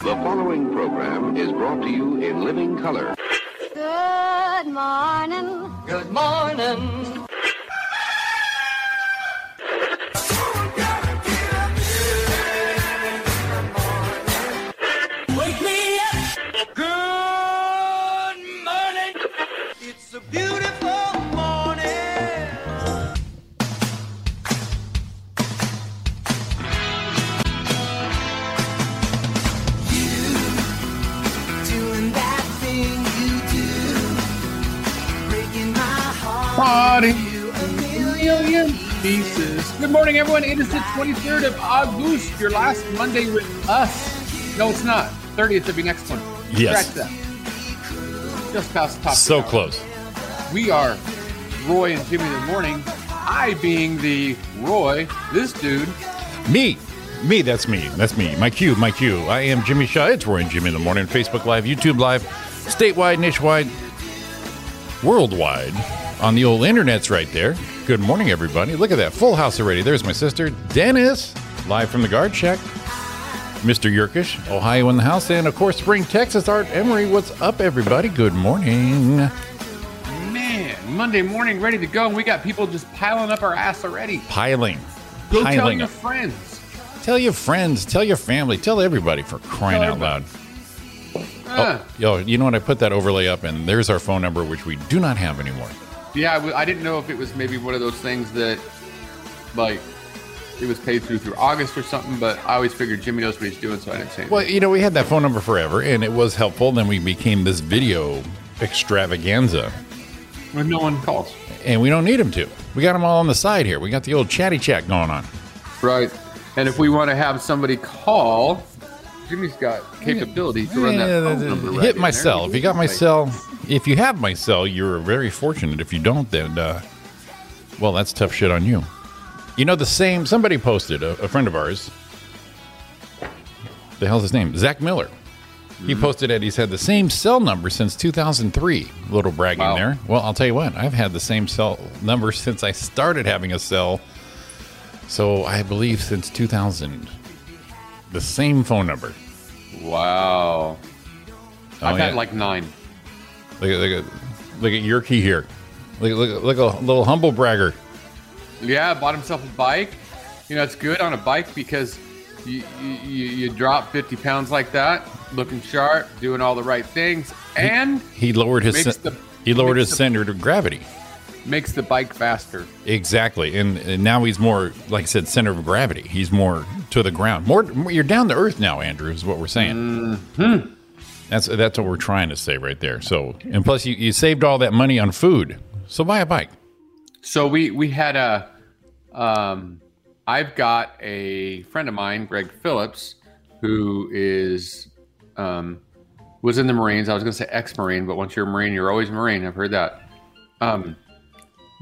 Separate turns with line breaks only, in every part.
The following program is brought to you in living color.
Good morning.
Good morning.
Wake me up. Good morning.
It's a beautiful morning.
Doing that thing you do. Breaking my heart.
Party.
You a million.
million pieces. Good morning, everyone. It is the 23rd of August, your last Monday with us. No, it's not. 30th of your next one.
Yes.
Scratch that. Just past the top.
So
of the hour.
close.
We are Roy and Jimmy in the morning. I being the Roy, this dude.
Me. Me, that's me. That's me. My cue, my cue. I am Jimmy Shaw. It's Roy and Jimmy in the morning. Facebook Live, YouTube Live, statewide, nationwide, worldwide. On the old internet's right there. Good morning, everybody. Look at that. Full house already. There's my sister, Dennis, live from the guard shack. Mr. Yerkish, Ohio in the house, and of course, Spring, Texas, Art Emery. What's up, everybody? Good morning.
Man, Monday morning ready to go, and we got people just piling up our ass already.
Piling.
Go
piling
tell your
up.
friends.
Tell your friends, tell your family, tell everybody for crying
Tell
out loud. Oh.
Uh,
Yo, you know what? I put that overlay up, and there's our phone number, which we do not have anymore.
Yeah, I, w- I didn't know if it was maybe one of those things that, like, it was paid through through August or something. But I always figured Jimmy knows what he's doing, so I didn't say. anything.
Well, you know, we had that phone number forever, and it was helpful. Then we became this video extravaganza,
Well, no one calls.
and we don't need them to. We got them all on the side here. We got the old chatty chat going on.
Right. And if we want to have somebody call, Jimmy's got capability to run that
Yeah,
phone
that-
number. right
hit
in
my
there.
cell. If you got my
Like,
cell, if you have my cell, you're very fortunate. If you don't, then uh, well, that's tough shit on you. You know the same. Somebody posted a, a friend of ours. The hell's his name? Zach Miller. He
Mm-hmm.
posted that he's had the same cell number since 2003. Little bragging
Wow.
there. Well, I'll tell you what. I've had the same cell number since I started having a cell. So I believe since 2000, the same phone number.
Wow. I've
Oh,
had
yeah.
like nine.
Look at look at look at your key here. Look look look a little humble bragger.
Yeah, bought himself a bike. You know, it's good on a bike because you, you, you you drop 50 pounds like that, looking sharp, doing all the right things, and
He lowered his
Makes
cen-
the-
he lowered
makes
his
the-
center of gravity.
makes the bike faster.
Exactly, and, and now he's more like I said, center of gravity. He's more to the ground. More, more you're down to earth now, Andrew. Is what we're saying.
Mm-hmm.
That's that's what we're trying to say right there. So, and plus, you, you saved all that money on food. So buy a bike.
So we we had a um I've got a friend of mine, Greg Phillips, who is um was in the Marines. I was gonna say ex Marine, but once you're a Marine, you're always a Marine. I've heard that. Um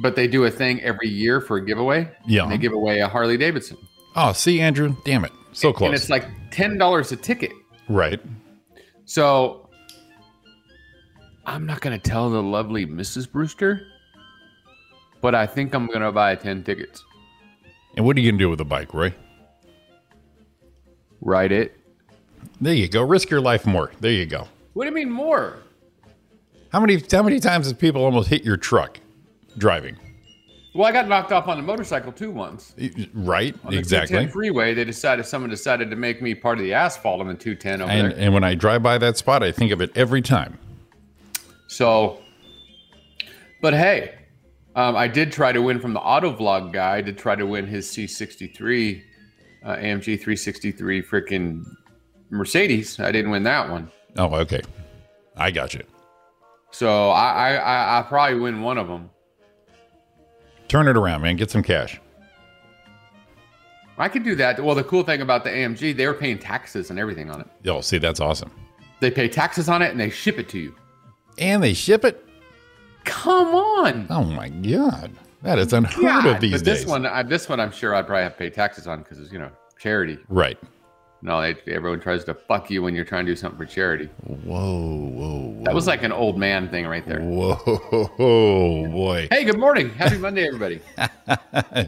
but they do a thing every year for a giveaway.
Yeah.
And they give away a Harley Davidson.
Oh, see, Andrew, damn it, so close.
And it's like ten dollars a ticket.
right.
So I'm not gonna tell the lovely Mrs. Brewster, but I think I'm gonna buy ten tickets.
And what are you gonna do with a bike, Roy?
Ride it.
There you go. Risk your life more. There you go.
What do you mean more?
How many how many times have people almost hit your truck driving?
Well, I got knocked off on a motorcycle too once.
Right?
On the 210
Exactly.
freeway, they decided someone decided to make me part of the asphalt on the 210 over
And
there.
and when I drive by that spot, I think of it every time.
So, but hey, um, I did try to win from the auto vlog guy. I did try to win his C63 uh, AMG 363 freaking Mercedes. I didn't win that one.
Oh, okay. I got you.
So I I, I, I probably win one of them.
Turn it around, man. Get some cash.
I could do that. Well, the cool thing about the AMG, they were paying taxes and everything on it.
Yo, see, that's awesome.
They pay taxes on it and they ship it to you.
And they ship it?
Come on.
Oh my god. That is unheard
God,
of these
but
days.
This one, I, this one, I'm sure I'd probably have to pay taxes on because it's you know charity.
Right.
No, they, everyone tries to fuck you when you're trying to do something for charity.
Whoa, whoa, whoa.
That was like an old man thing right there.
Whoa, boy.
Hey, good morning, happy Monday, everybody.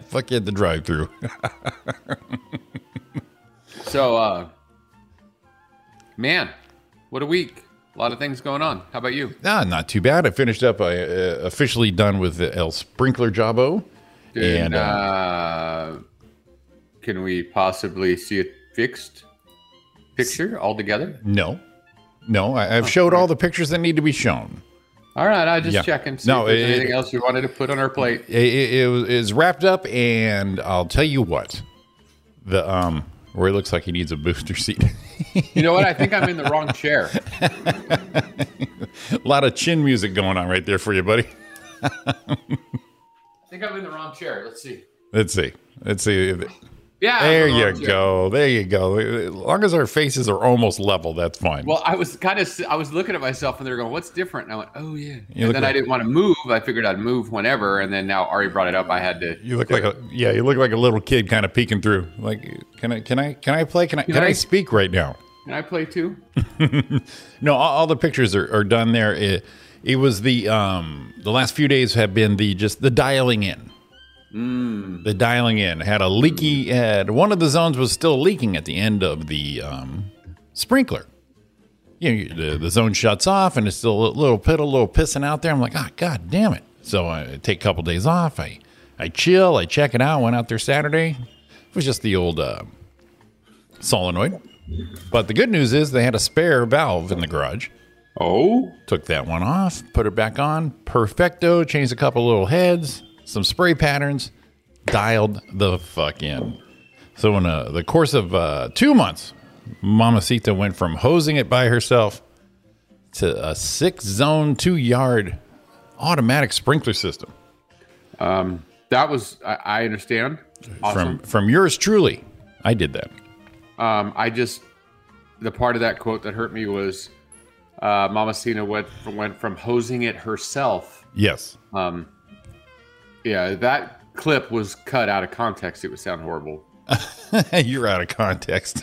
Fuck you at the drive through.
So, uh, Man, what a week. A lot of things going on. How about you?
Ah, not too bad. I finished up. I uh, officially done with the El Sprinkler Jobbo.
Did,
And,
uh,
uh,
can we possibly see a fixed picture altogether?
No, no, I, I've showed all the pictures that need to be shown.
All right, I just
Yeah.
checking. See
No,
if there's
it-
anything else you wanted to put on our plate?
It, it, it was it's wrapped up, and I'll tell you what. The um, Roy looks like he needs a booster seat.
You know what? I think I'm in the wrong chair.
a lot of chin music going on right there for you, buddy.
I think I'm in the wrong chair. Let's see.
Let's see. Let's see. if-
Yeah. I'm in
There
the
you
wrong chair.
go. There you go. As long as our faces are almost level, that's fine.
Well, I was kind of I was looking at myself and they were going, "What's different?" And I went, "Oh yeah."
look
and then
like-
I didn't want to move. I figured I'd move whenever, and then now Ari brought it up. I had to.
you look like a yeah. You look like a little kid, kind of peeking through. Like, can I? Can I? Can I play? Can I? Can, I,
I-
speak right now?
Can I play too?
No. All, all the pictures are, are done there. It, it was the um the last few days have been the just the dialing in. The dialing in had a leaky. Had one of the zones was still leaking at the end of the um, sprinkler. you know, you- the, the zone shuts off and it's still a little pit, a little pissing out there. I'm like, ah, god damn it. So I take a couple days off. I, I chill. I check it out. Went out there Saturday. It was just the old uh, solenoid. But the good news is they had a spare valve in the garage.
Oh,
Took that one off, put it back on. Perfecto. Changed a couple little heads, some spray patterns. Dialed the fuck in. So in uh, the course of uh, two months, Mamacita went from hosing it by herself to a six-zone, two-yard automatic sprinkler system
that was I, I understand. Awesome.
from from yours truly. I did that.
um, I just the part of that quote that hurt me was uh, Mama Cena went from, went from hosing it herself.
Yes.
Yeah, that clip was cut out of context. It would sound horrible.
You're out of context.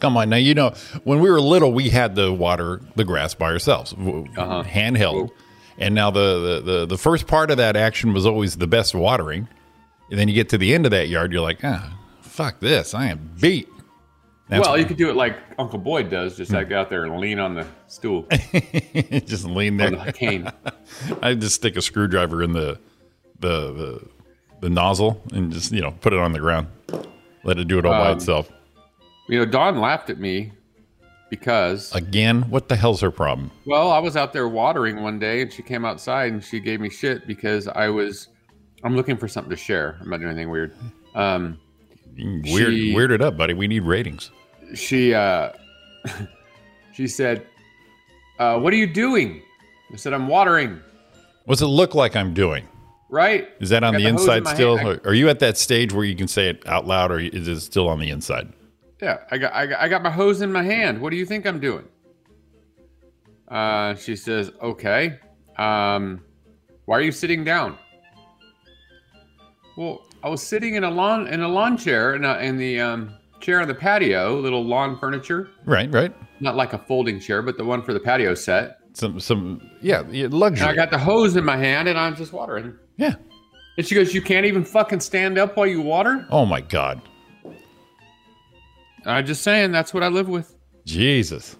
Come on now, you know when we were little, we had the water the grass by ourselves, w-
Uh-huh.
handheld. And now the, the the the first part of that action was always the best watering. And then you get to the end of that yard, you're like, ah, fuck this, I am beat. That's
well, you could do it like Uncle Boyd does, just like out there and lean on the stool,
just lean
on
there.
the cane.
I just stick a screwdriver in the the the, the nozzle and just you know put it on the ground, let it do it all by
Um,
itself.
You know, Dawn laughed at me because,
Again, what the hell's her problem?
well, I was out there watering one day and she came outside and she gave me shit because I was, I'm looking for something to share. I'm not doing anything weird. Um,
Weird,
She-
weird it up, buddy. We need ratings.
she, uh, she said, uh, what are you doing? I said, I'm watering,
What's it look like I'm doing?
right?
Is that on
Got
the,
hose in
inside
my
still?
hand. I-
Are- Are you at that stage where you can say it out loud, or is it still on the inside?
Yeah, I got, I got I got my hose in my hand. What do you think I'm doing? Uh, she says, "Okay. Um, why are you sitting down?" Well, I was sitting in a lawn in a lawn chair in, a, in the um, chair on the patio, little lawn furniture,
Right, right.
not like a folding chair, but the one for the patio set.
Some, some, yeah, yeah,
And
luxury.
I got the hose in my hand, and I'm just watering.
yeah.
And she goes, "You can't even fucking stand up while you water."
Oh my God,
I'm just saying, that's what I live with.
Jesus,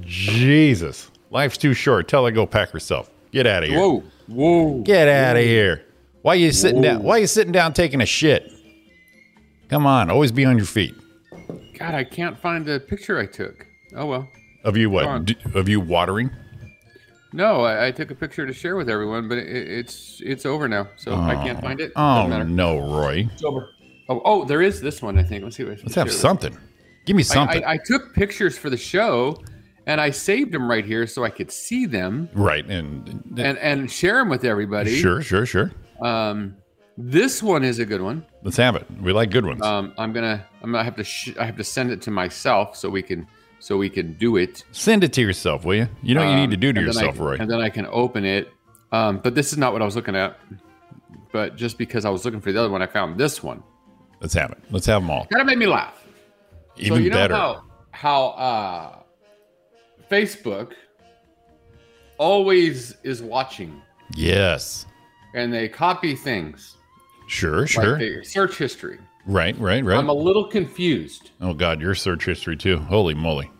Jesus. Life's too short. Tell her to go pack herself. Get out of here.
Whoa, whoa.
Get out of here. Why you sitting down?
Whoa.
Why you sitting down taking a shit? Come on, always be on your feet.
God, I can't find the picture I took. Oh well.
Of you
on.
what? D- of you watering?
No, I, I took a picture to share with everyone, but it, it's it's over now, so I can't find it.
Oh
Doesn't matter.
no, Roy.
It's over. Oh, oh, there is this one. I think. Let's see. What
Let's have something. Give me
I,
something.
I, I took pictures for the show, and I saved them right here so I could see them
right. And, uh,
and and share them with everybody.
sure, sure, sure.
Um, this one is a good one.
Let's have it. We like good ones.
Um, I'm gonna I'm gonna have to sh- I have to send it to myself so we can so we can do it. Um,
Send it to yourself, will you? You know what you need to do
and
to
then I
yourself,
can-
Roy.
And then I can open it. Um, but this is not what I was looking at. But just because I was looking for the other one, I found this one.
Let's have it. Let's have them all.
Kind of made me laugh.
Even
so you
better.
know how how uh, Facebook always is watching,
yes.
and they copy things
Sure,
like
sure.
the search history.
Right, right, right.
I'm a little confused.
oh God, your search history too. Holy moly!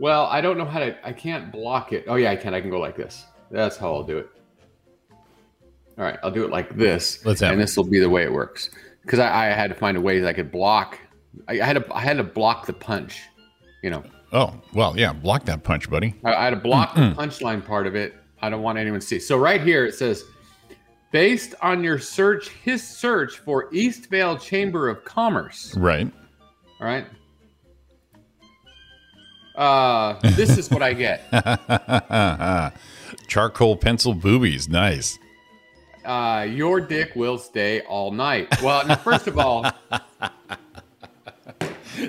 Well, I don't know how to. I can't block it. Oh yeah, I can. I can go like this. That's how I'll do it. All right, I'll do it like this.
Let's have
and
it.
this will be the way it works because I, I had to find a way that I could block. I, I had to. I had to block the punch. You know,
Oh well, yeah. Block that punch, buddy.
I, I had to block
Mm-hmm.
the punchline part of it. I don't want anyone to see. So right here it says, based on your search, his search for Eastvale Chamber of Commerce.
Right.
All right. Uh, this is what I get.
Charcoal pencil boobies. Nice.
uh, your dick will stay all night. Well, now, first of all,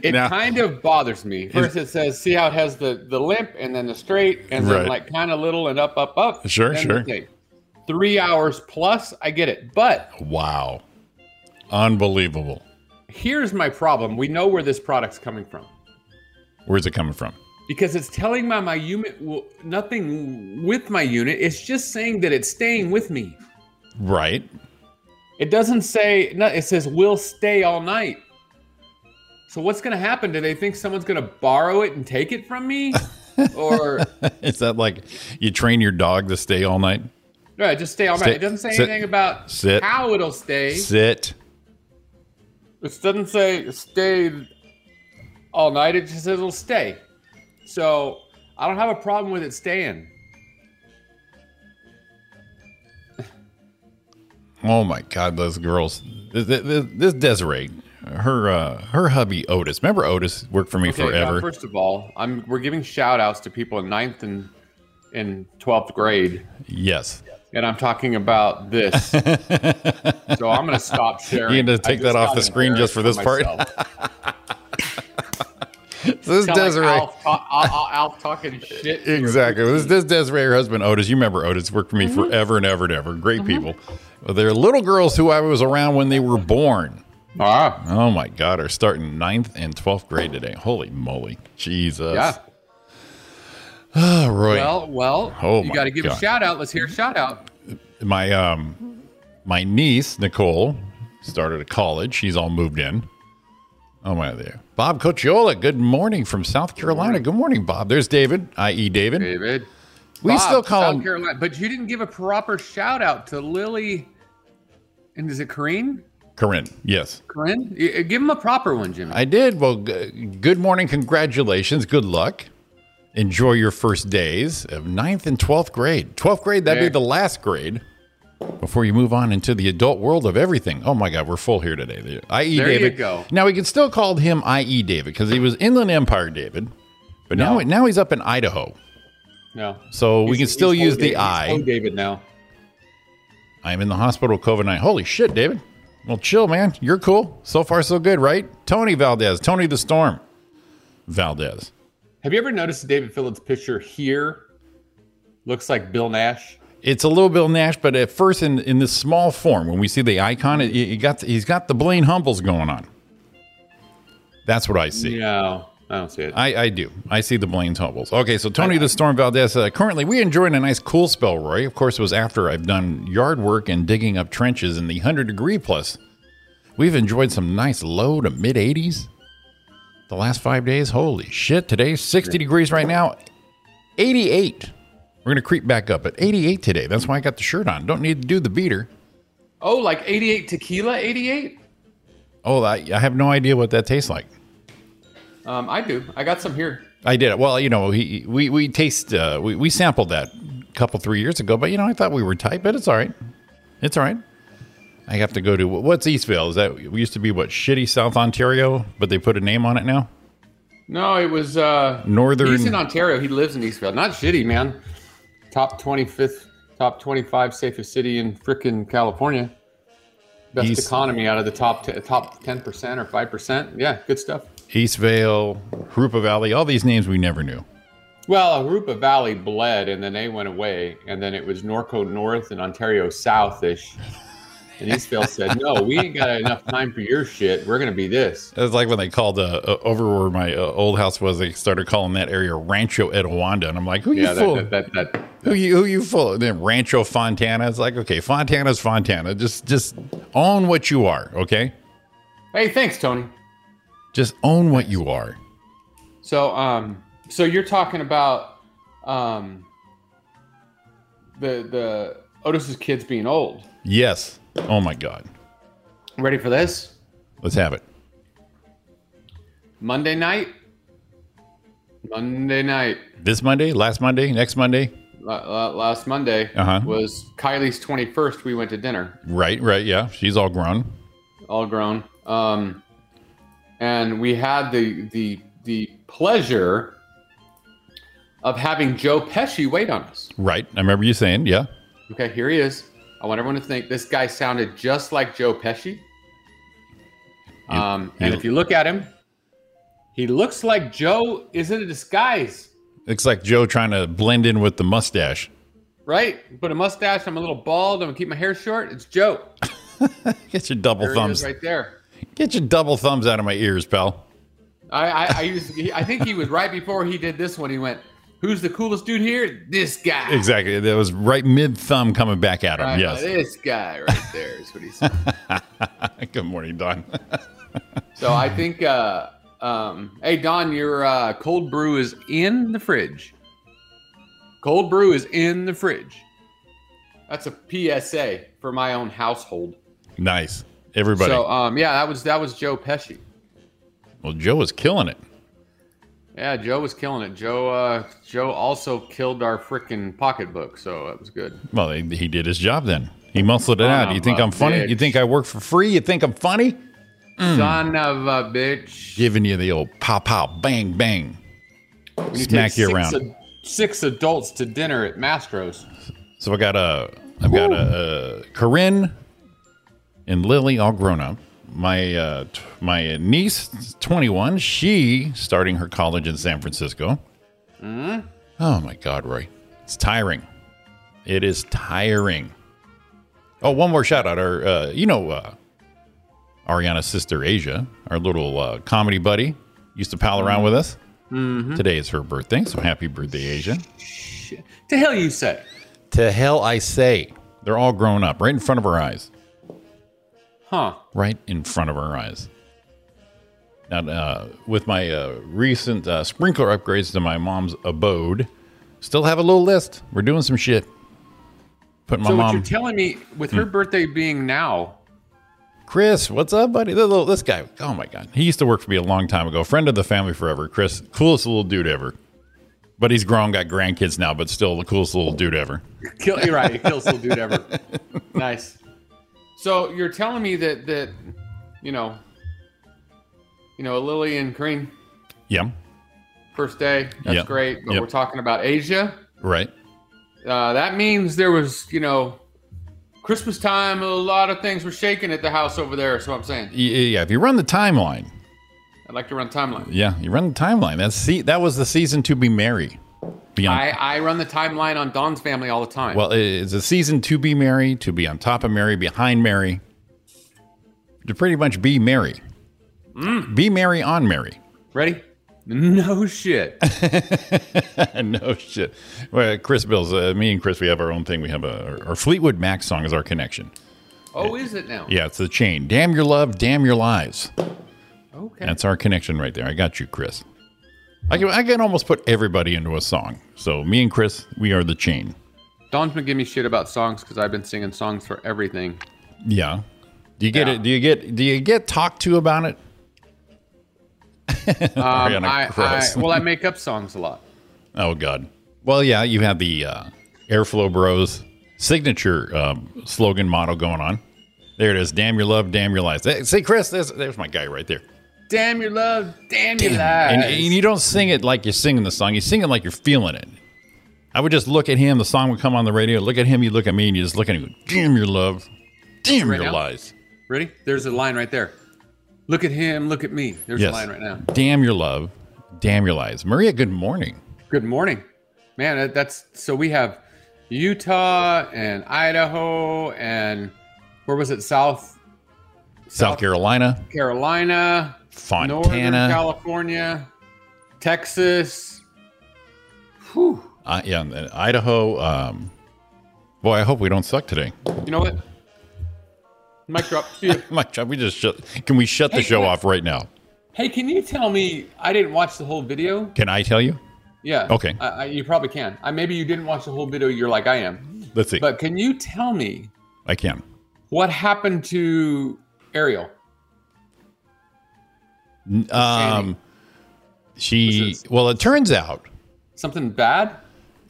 it
Now-
kind of bothers me. First, it says, see how it has the, the limp and then the straight and then
Right.
like kind of little and up, up, up.
Sure,
Then
sure.
the thing. Three hours plus, I get it. But
Wow. Unbelievable.
here's my problem. We know where this product's coming from
Where's it coming from?
because it's telling my, my unit will, nothing with my unit. It's just saying that it's staying with me.
Right.
It doesn't say no, it says will stay all night. So what's going to happen? Do they think someone's going to borrow it and take it from me? or
Is that like you train your dog to stay all night?
no, just stay all night.
Sit,
It doesn't say
sit,
anything about
sit.
how it'll stay.
Sit.
It doesn't say stay all night. It just says it'll stay. So I don't have a problem with it staying.
Oh my God, those girls. This, this, this Desiree, her uh, her hubby Otis. Remember Otis worked for me
Okay, now,
forever.
first of all, I'm we're giving shout outs to people in ninth and in twelfth grade.
yes.
and I'm talking about this. so I'm going to stop sharing.
You're gonna
I
take
just
that off
got
the screen just for this part?
embarrassed for myself.
So
Kinda
this
like
Desiree.
Alf, ta- Al- Al- Alf talking shit.
Exactly. This, this Desiree, her husband Otis. You remember Otis worked for me
Mm-hmm.
forever and ever and ever. Great people. Well, they're little girls who I was around when they were born.
Ah,
Oh my God, are starting ninth and twelfth grade today. Holy moly, Jesus.
yeah.
Oh, Roy,
Well, well,
Oh
you
my
got to give a
God.
shout out. Let's hear a shout out.
my um, my niece Nicole started a college. She's all moved in. Oh my there, Bob Cochiola. Good morning from South Carolina. Good morning, Bob. There's David, i.e. David.
David.
we
Bob,
still call
South
him.
Carolina, but you didn't give a proper shout out to Lily. And is it Corinne?
Corinne. Yes.
Corinne? Y- y- Give him a proper one, Jimmy.
I did. Well, g- good morning. Congratulations. Good luck. Enjoy your first days of ninth and 12th grade. 12th grade, that'd
Yeah.
be the last grade before you move on into the adult world of everything. Oh my God, we're full here today. The I.E.
There you
David.
go.
Now, we can still call him I.E. David because he was Inland Empire David, but now, now he's up in Idaho.
no.
So
He's-
we can still
he's
use
Ho
the
David-
I.
he's Ho David now.
I'm in the hospital with COVID 19. Holy shit, David. Well, chill, man. You're cool. So far, so good, right? Tony Valdez, Tony the Storm Valdez.
Have you ever noticed David Phillips' picture here? Looks like Bill Nash.
It's a little Bill Nash, but at first, in, in this small form, when we see the icon, it, it got he's got the Blaine Humbles going on. That's what I see.
No, I don't see it.
I, I do. I see the Blaine Humbles. Okay, so Tony the Storm Valdez. Uh, currently, we enjoyed a nice cool spell, Roy. Of course, it was after I've done yard work and digging up trenches in the 100 degree plus. We've enjoyed some nice low to mid 80s the last five days. Holy shit. Today's 60 degrees right now, 88. We're going to creep back up at 88 today. That's why I got the shirt on. Don't need to do the beater.
oh, like 88 tequila, 88?
Oh, I, I have no idea what that tastes like.
Um, I do. I got some here.
I did it. Well, you know, he, we we taste uh, we we sampled that a couple three years ago, but you know, I thought we were tight, but it's all right. It's all right. I have to go to what's Eastvale? Is that we used to be what shitty South Ontario, but they put a name on it now.
No, it was uh,
Northern-
He's in Ontario. He lives in Eastvale. Not shitty, man. Top 25th, top 25 safest city in frickin' California. Best
East-
economy out of the top t- top 10% or 5%. Yeah, good stuff.
Eastvale, Harupa Valley, all these names we never knew.
Well, Arupa Valley bled, and then they went away, and then it was Norco North and Ontario Southish. And Eastvale said, "No, we ain't got enough time for your shit. We're gonna be this."
It's like when they called uh, uh, over where my uh, old house was. They started calling that area Rancho Etowanda, and I'm like, who
Yeah,
you fool?
that, that, that, that
Who you who you fool? Then Rancho Fontana. It's like okay, Fontana's Fontana. Just just own what you are, okay?
Hey, thanks, Tony.
Just own what you are.
So, um, so you're talking about um, the the Otis's kids being old.
Yes. Oh my God.
Ready for this?
Let's have it.
Monday night. Monday night.
This Monday, last Monday, next Monday.
La- la- last Monday
Uh-huh.
was Kylie's 21st. We went to dinner,
Right, right. Yeah. She's all grown.
all grown. Um, and we had the the the pleasure of having Joe Pesci wait on us.
Right. I remember you saying, yeah.
Okay, here he is. I want everyone to think this guy sounded just like Joe Pesci. Um,
You-
and
you-
if you look at him, he looks like Joe is in a disguise,
Looks like Joe trying to blend in with the mustache.
right? Put a mustache. I'm a little bald. I'm gonna keep my hair short. It's Joe.
Get your double
There he is
thumbs.
right there.
Get your double thumbs out of my ears, pal.
I I, I used. He, I think he was right before he did this one. He went, "Who's the coolest dude here? This guy.
Exactly. That was right mid thumb coming back at him.
Right,
yes.
This guy right there is what he said.
Good morning, Don.
so I think. Uh, um, hey Don, your uh, cold brew is in the fridge. Cold brew is in the fridge. That's a PSA for my own household.
nice. Everybody.
So um, yeah, that was that was Joe Pesci.
well, Joe was killing it.
Yeah, Joe was killing it. Joe uh, Joe also killed our freaking pocketbook, so that was good.
Well, he, he did his job then. He muscled it out.
Oh, no,
You think
but
I'm funny?
bitch.
You think I work for free? You think I'm funny? Hmm.
Son of a bitch.
Giving you the old pow pow, bang bang.
You take
Smack you
six
around.
ad- six adults to dinner at Mastro's.
So I got a, I've got a, a Corinne and Lily all grown up. My uh, t- my niece, is 21, she starting her college in San Francisco. Oh my God, Roy, it's tiring. It is tiring. Oh, one more shout out. Our, uh, you know, uh, Ariana's sister Asia, our little uh, comedy buddy, used to pal around with us. Today is her birthday, so happy birthday, Asia.
To hell you say.
To hell I say. They're all grown up right in front of our eyes.
Huh.
Right in front of our eyes. Now, uh, with my uh, recent uh, sprinkler upgrades to my mom's abode, still have a little list. We're doing some shit. Putting my
so what
mom. Hmm.
you're telling me with her birthday being now,
Chris, what's up, buddy? This, little, this guy. Oh my God. He used to work for me a long time ago. Friend of the family forever. Chris, coolest little dude ever. But he's grown, got grandkids now, but still the coolest little dude ever.
kill you're right, kill still dude ever. Nice. So you're telling me that that you know you know, Lily and Green
Yeah.
first day, that's
Yep.
great. But
Yep.
we're talking about Asia.
Right.
Uh, that means there was, you know, Christmas time, a lot of things were shaking at the house over there, is what I'm saying.
Y- Yeah. If you run the timeline,
I'd like to run a timeline.
Yeah, you run the timeline. That's see, that was the season to be merry. Be on,
I, I run the timeline on Don's family all the time.
well, it's a season to be merry, to be on top of merry, behind merry, to pretty much be merry, be merry on merry.
ready? No shit.
no shit. Well, Chris Bills, uh, me and Chris, we have our own thing. We have a our, our Fleetwood Mac song is our connection.
Oh, is it now?
Yeah, it's the chain. Damn your love, damn your lives.
Okay.
That's our connection right there. I got you, Chris. I can I can almost put everybody into a song. So me and Chris, we are the chain.
Don's been giving me shit about songs because I've been singing songs for everything.
Yeah. Do you get it? Do you get? Do you get talked to about it? Ariana
Um, I, I,
Gross.
well, I make up songs a lot.
oh God. Well, yeah. You have the uh, Airflow Bros signature um, slogan model going on. There it is. Damn your love, damn your lies. Hey, See, Chris, there's, there's my guy right there.
Damn your love, damn, your lies.
And, and you don't sing it like you're singing the song. You sing it like you're feeling it. I would just look at him. The song would come on the radio. Look at him. You look at me, and you just look at him. Damn your love, damn
Right
your
now?
lies.
Ready? There's a line right there. Look at him, look at me. There's a
Yes.
line right now.
Damn your love, damn your lies. Maria, good morning.
Good morning. Man, that- that's so we have Utah and Idaho and where was it? South
South Carolina,
Carolina, Northern
Fontana.
California, Texas. Whew.
Uh, yeah, and then Idaho. Um, boy, I hope we don't suck today.
You know what?
Mic drop. See ya.
Mike, we just shut, can we shut the
Hey,
show
wait.
off right now?
hey, can you tell me? I didn't watch the whole video.
Can I tell you?
Yeah.
Okay.
I, I, you probably can. I maybe you didn't watch the whole video. You're like I am.
Let's see.
But can you tell me
I can.
what happened to Ariel?
Um, she
This is-
well, it turns out,
Something bad?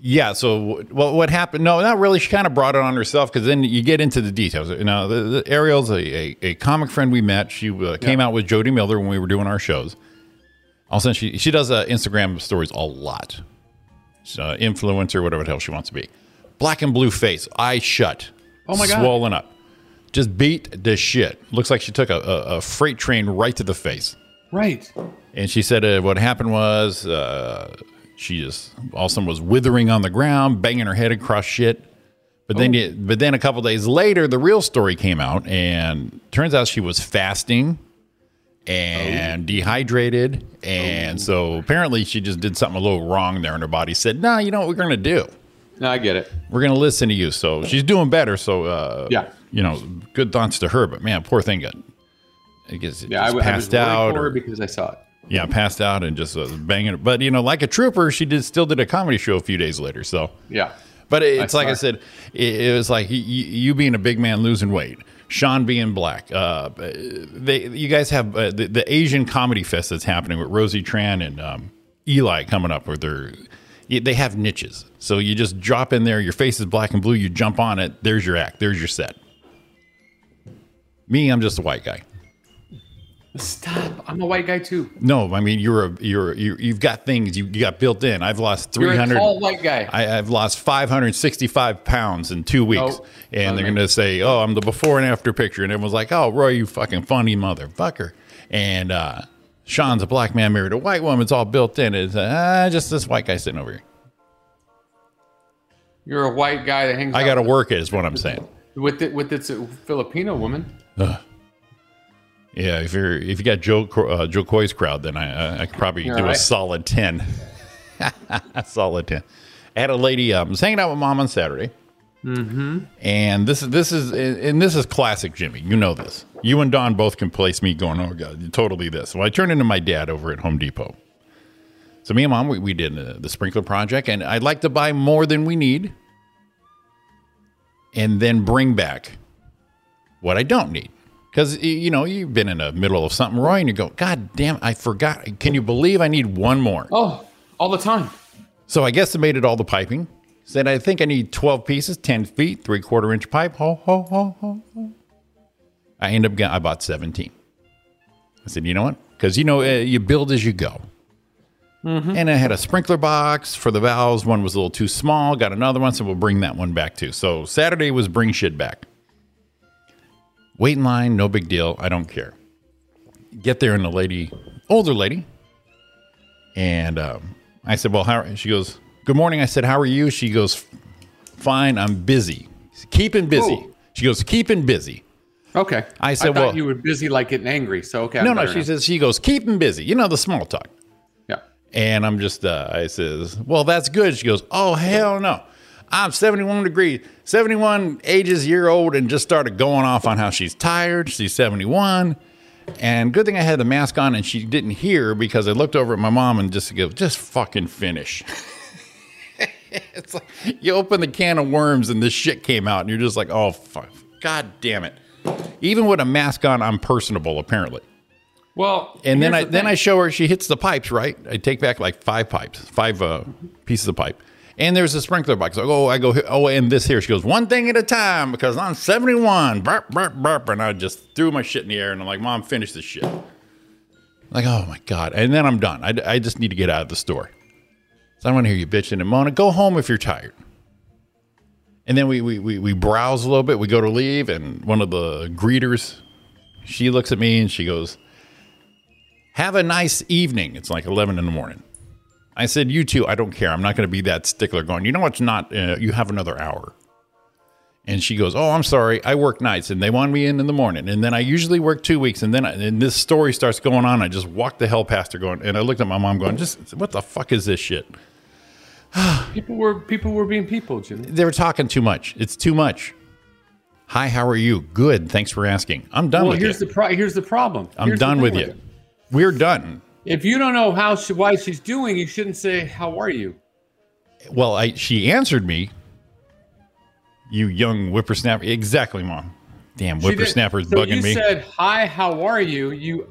yeah. So what what happened? No, not really. She kind of brought it on herself because then you get into the details. You know, the, the, Ariel's a, a, a comic friend we met. She uh, came out with Jody Miller when we were doing our shows. All of a sudden, she she does uh, Instagram stories a lot. She's an influencer, whatever the hell she wants to be. Black and blue face, eyes shut.
Oh my God.
swollen up. Just beat the shit. Looks like she took a, a, a freight train right to the face.
Right.
And she said uh, what happened was uh, she just all of a sudden was withering on the ground, banging her head across shit. But then,
Oh.
you, but then a couple days later, the real story came out, and turns out she was fasting
Oh.
and dehydrated, and so apparently she just did something a little wrong there, and her body said, "No, you know what we're gonna do?
No, I get it.
We're gonna listen to you." So she's doing better. So uh,
Yeah.
you know, good thoughts to her. But man, poor thing got. I guess it
Yeah, I,
just
w- I was
passed
worried
out.
for her
or-
because I saw it.
yeah, passed out and just uh, banging. it. But you know, like a trooper, she did still did a comedy show a few days later. So,
Yeah.
but it's like I
saw
said, it, it was like y- y- you being a big man losing weight, Sean being black. Uh, they, you guys have uh, the, the Asian comedy fest that's happening with Rosie Tran and um, Eli coming up with their. y- They have niches, so you just drop in there. Your face is black and blue. You jump on it. There's your act. There's your set. Me, I'm just a white guy.
Stop. I'm a white guy too.
No, I mean you're a you're you you've got things you, you got built in. I've lost three
You're a
hundred.
tall white guy.
I, I've lost five hundred sixty-five pounds in two weeks,
Oh,
and they're
okay.
gonna say, "Oh, I'm the before and after picture," and everyone's like, "Oh, Roy, you fucking funny motherfucker," and uh, Sean's a black man married a white woman. It's all built in. It's uh, just this white guy sitting over here.
You're a white guy that hangs.
I
out
got to work it, is what I'm saying.
with it with this Filipino woman.
Yeah, if you're if you got Joe Cro- uh, Joe Coy's crowd, then I I, I could probably
You're
do a
right.
solid ten. a solid ten. I had a lady. Um, I was hanging out with mom on Saturday, mm-hmm. and this is this is and and this is classic Jimmy. You know this. You and Don both can place me going, oh god, totally this. Well, I turned into my dad over at Home Depot. So me and mom, we, we did uh, the sprinkler project, and I'd like to buy more than we need, and then bring back what I don't need. Because you know you've been in the middle of something, Roy, and you go, "God damn, I forgot." Can you believe I need one more?
Oh, all the time.
So I guesstimated all the piping. Said I think I need twelve pieces, ten feet, three quarter inch pipe. Ho ho ho ho. ho. I end up getting, I bought seventeen. I said, you know what? Because you know uh, you build as you go. And I had a sprinkler box for the valves. One was a little too small. Got another one, so we'll bring that one back too. So Saturday was bring shit back. Wait in line, no big deal. I don't care. Get there, and the lady, older lady, and um, I said, "Well, how?" She goes, "Good morning." I said, "How are you?" She goes, "Fine. I'm busy. Keeping busy."
Oh.
She goes, "Keeping busy."
Okay.
I said,
thought
well-
you were busy, like getting angry. So okay. I
No, no.
better
She
know.
says, "She goes, keeping busy." You know the small talk.
yeah.
And I'm just, uh, I says, "Well, that's good." She goes, "Oh hell no." I'm 71 degrees, 71 ages year old, and just started going off on how she's tired. She's 71. And good thing I had the mask on and she didn't hear because I looked over at my mom and just go, just fucking finish. it's like you open the can of worms and this shit came out and you're just like, oh, fuck. God damn it. Even with a mask on, I'm personable, apparently.
Well,
And then I
here's the
then I
thing.
show her she hits the pipes right. I take back like five pipes, five uh, pieces of pipe, and there's a sprinkler box. I go, oh, I go, here- oh, and this here. She goes one thing at a time because I'm 71. Burp, burp, burp, and I just threw my shit in the air and I'm like, Mom, finish this shit. Like, oh my god, and then I'm done. I, I just need to get out of the store. So I don't want to hear you bitching and moaning. Go home if you're tired. And then we, we we we browse a little bit. We go to leave, and one of the greeters, she looks at me and she goes. Have a nice evening. It's like 11 in the morning. I said, You too. I don't care. I'm not going to be that stickler going, You know what's not? Uh, you have another hour. And she goes, Oh, I'm sorry. I work nights and they want me in in the morning. And then I usually work two weeks. And then I, and this story starts going on. I just walked the hell past her going, and I looked at my mom going, Just what the fuck is this shit?
people were people were being people, Jimmy.
They were talking too much. It's too much. Hi, how are you? Good. Thanks for asking. I'm done
Well,
with
here's
you.
the pro- here's the problem.
I'm
Here's the
done
thing
with you. We're done.
If you don't know how she, why she's doing, you shouldn't say how are you.
Well, I, she answered me. You young whippersnapper. Exactly, mom. Damn,
She did-
whippersnapper's
so
bugging
you
me.
said hi, how are you? You,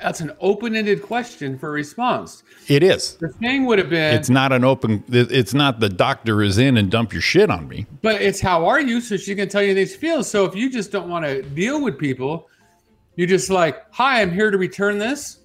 that's an open-ended question for a response.
it is.
The thing would have been,
It's not an open. it- It's not the doctor is in and dump your shit on me.
but it's how are you, so she can tell you these feels. So if you just don't want to deal with people, you just like, hi, I'm here to return this.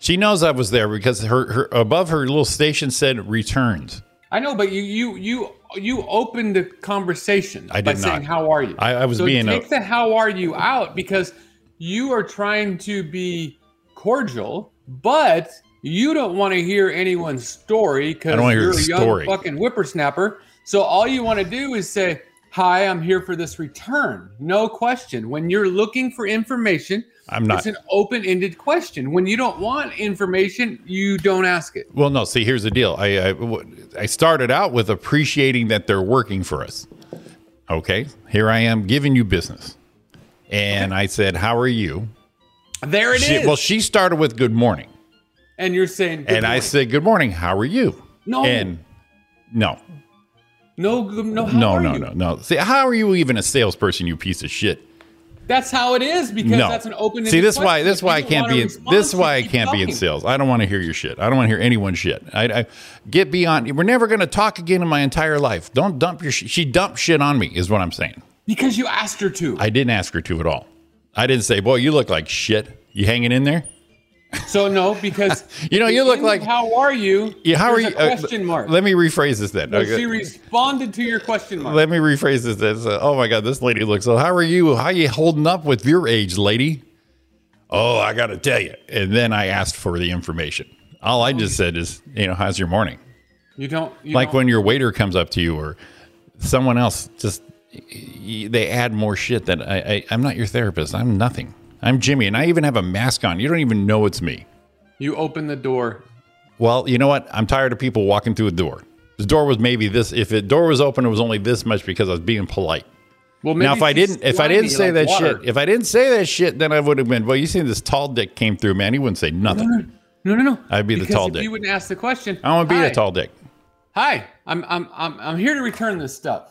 She knows I was there because her, her above her little station said returned.
I know, but you you you you opened the conversation
I
by
did
saying
not.
how are you.
I- I was
so
being a-
take the how are you out because you are trying to be cordial, but you don't want to hear anyone's story
I
because
don't wanna hear
you're a
the
young
story.
fucking whippersnapper. So all you want to do is say, "Hi, I'm here for this return." No question. When you're looking for information,
I'm not.
It's an open-ended question. When you don't want information, you don't ask it.
Well, no. See, here's the deal. I, I w- I started out with appreciating that they're working for us. Okay, here I am giving you business, and I said, "How are you?"
There it is.
She- well, she started with "Good morning,"
and you're saying, "Good Oh.
and I
morning."
said, "Good morning. How are you?"
No.
and no,
No, no, how
no,
are
no,
you?
no, no. See, how are you even a salesperson? You piece of shit.
That's how it is because
no,
that's an open.
See, this why this why I can't be in, this is why I can't be in sales. I don't want to hear your shit. I don't want to hear anyone's shit. I, I get beyond. We're never going to talk again in my entire life. Don't dump your. Sh- she dumped shit on me, is what I'm saying.
because you asked her to.
I didn't ask her to at all. I didn't say, "Boy, you look like shit. You hanging in there?"
so no, because
You know,
the
you look
end of
like-
how are you?
Yeah, how
there's
are you?
A
uh,
question mark.
Let me rephrase this then.
But
Okay.
She responded to your question mark.
Let me rephrase this. As, uh, oh my God, this lady looks. So how are you? How you holding up with your age, lady? Oh, I gotta tell you. And then I asked for the information. All I just said is, you know, how's your morning?
you don't you
like
don't-
when your waiter comes up to you or someone else. Just y- they add more shit that I, I I'm not your therapist. I'm nothing. I'm Jimmy, and I even have a mask on. You don't even know it's me.
you open the door.
Well, you know what? I'm tired of people walking through a door. The door was maybe this. If the door was open, it was only this much because I was being polite.
Well,
Now,
maybe
if I
she's
didn't, if I
slimy
didn't say
like
that
water.
shit, if I didn't say that shit, then I would have been. Well, you seen this tall dick came through, man. He wouldn't say nothing.
no, no, no,
I'd be the
Because
tall
if
dick.
You wouldn't ask the question.
I want to be
hi,
a tall dick.
Hi, I'm, I'm, I'm, I'm here to return this stuff.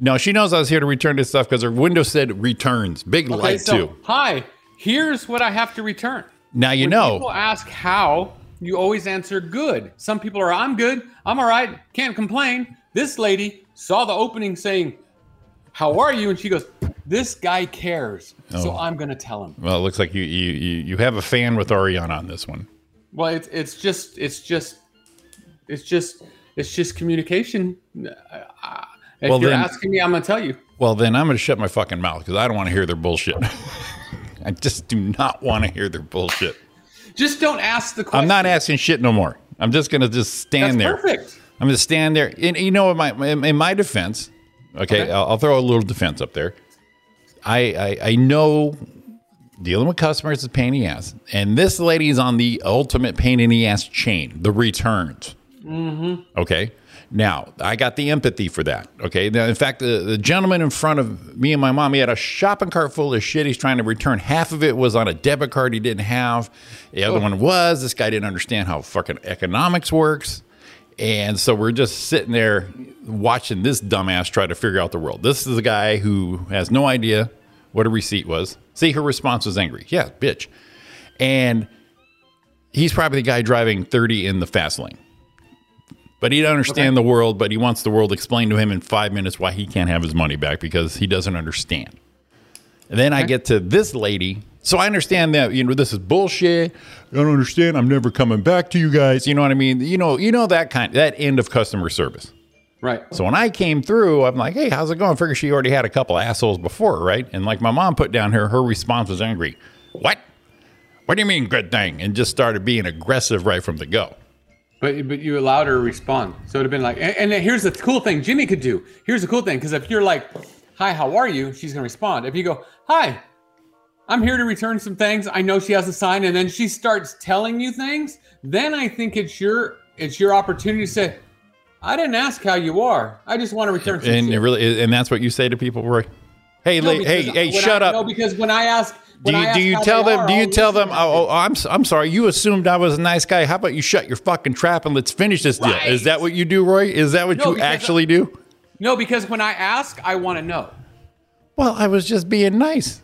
No, she knows I was here to return this stuff because her window said returns, big light
so,
too.
Hi, here's what I have to return.
Now you
when
know.
People ask how, you always answer good. Some people are, I'm good, I'm all right, can't complain. This lady saw the opening saying, How are you? And she goes, This guy cares. So
Oh.
I'm going to tell him.
well, it looks like you you you, you have a fan with Ariana on this one.
Well, it's, it's just, it's just, it's just, it's just communication. Uh, If
Well,
you're
then-
asking me, I'm going to tell you.
Well, then I'm going to shut my fucking mouth because I don't want to hear their bullshit. I just do not want to hear their bullshit.
Just don't ask the question.
I'm not asking shit no more. I'm just going to just
That's
stand there.
perfect.
I'm going to stand there. And you know, in my in, in my defense, okay,
Okay.
I'll, I'll throw a little defense up there. I, I I know dealing with customers is a pain in the ass, and this lady's on the ultimate pain in the ass chain, the returns. Okay. Now, I got the empathy for that. Okay. Now, in fact, the, the gentleman in front of me and my mom, he had a shopping cart full of shit he's trying to return. Half of it was on a debit card he didn't have. The other one was this guy didn't understand how fucking economics works. And so we're just sitting there watching this dumbass try to figure out the world. This is a guy who has no idea what a receipt was. See, her response was angry. Yeah, bitch. And he's probably the guy driving 30 in the fast lane. But he do not understand the world, but he wants the world explained to him in five minutes why he can't have his money back because he doesn't understand. And then I get to this lady. So I understand that, you know, this is bullshit. I don't understand. I'm never coming back to you guys. You know what I mean? You know, you know that kind that end of customer service.
Right.
So when I came through, I'm like, hey, how's it going? Figure she already had a couple assholes before, right? And like my mom put down here, her response was angry. What? What do you mean, good thing? And just started being aggressive right from the go.
But but you allowed her to respond, so it'd have been like. And, and here's the cool thing Jimmy could do. Here's the cool thing because if you're like, "Hi, how are you?" She's gonna respond. If you go, "Hi, I'm here to return some things. I know she has a sign," and then she starts telling you things, then I think it's your it's your opportunity to say, I didn't ask how you are. I just want to return. some
And
shit."
it really, and that's what you say to people, Roy. Hey,
No,
la-
because
hey,
when
hey,
I-
shut up.
No, because when I ask,
do
when I
you,
ask
do you
how
tell
they
them?
are,
do you
I'll
tell them?
listen.
Oh, oh, I'm s- I'm sorry. You assumed I was a nice guy. How about you shut your fucking trap and let's finish this deal? Is that what you do, Roy? Is that what
No,
you
because I-
actually do?
No, because when I ask, I want to know.
Well, I was just being nice.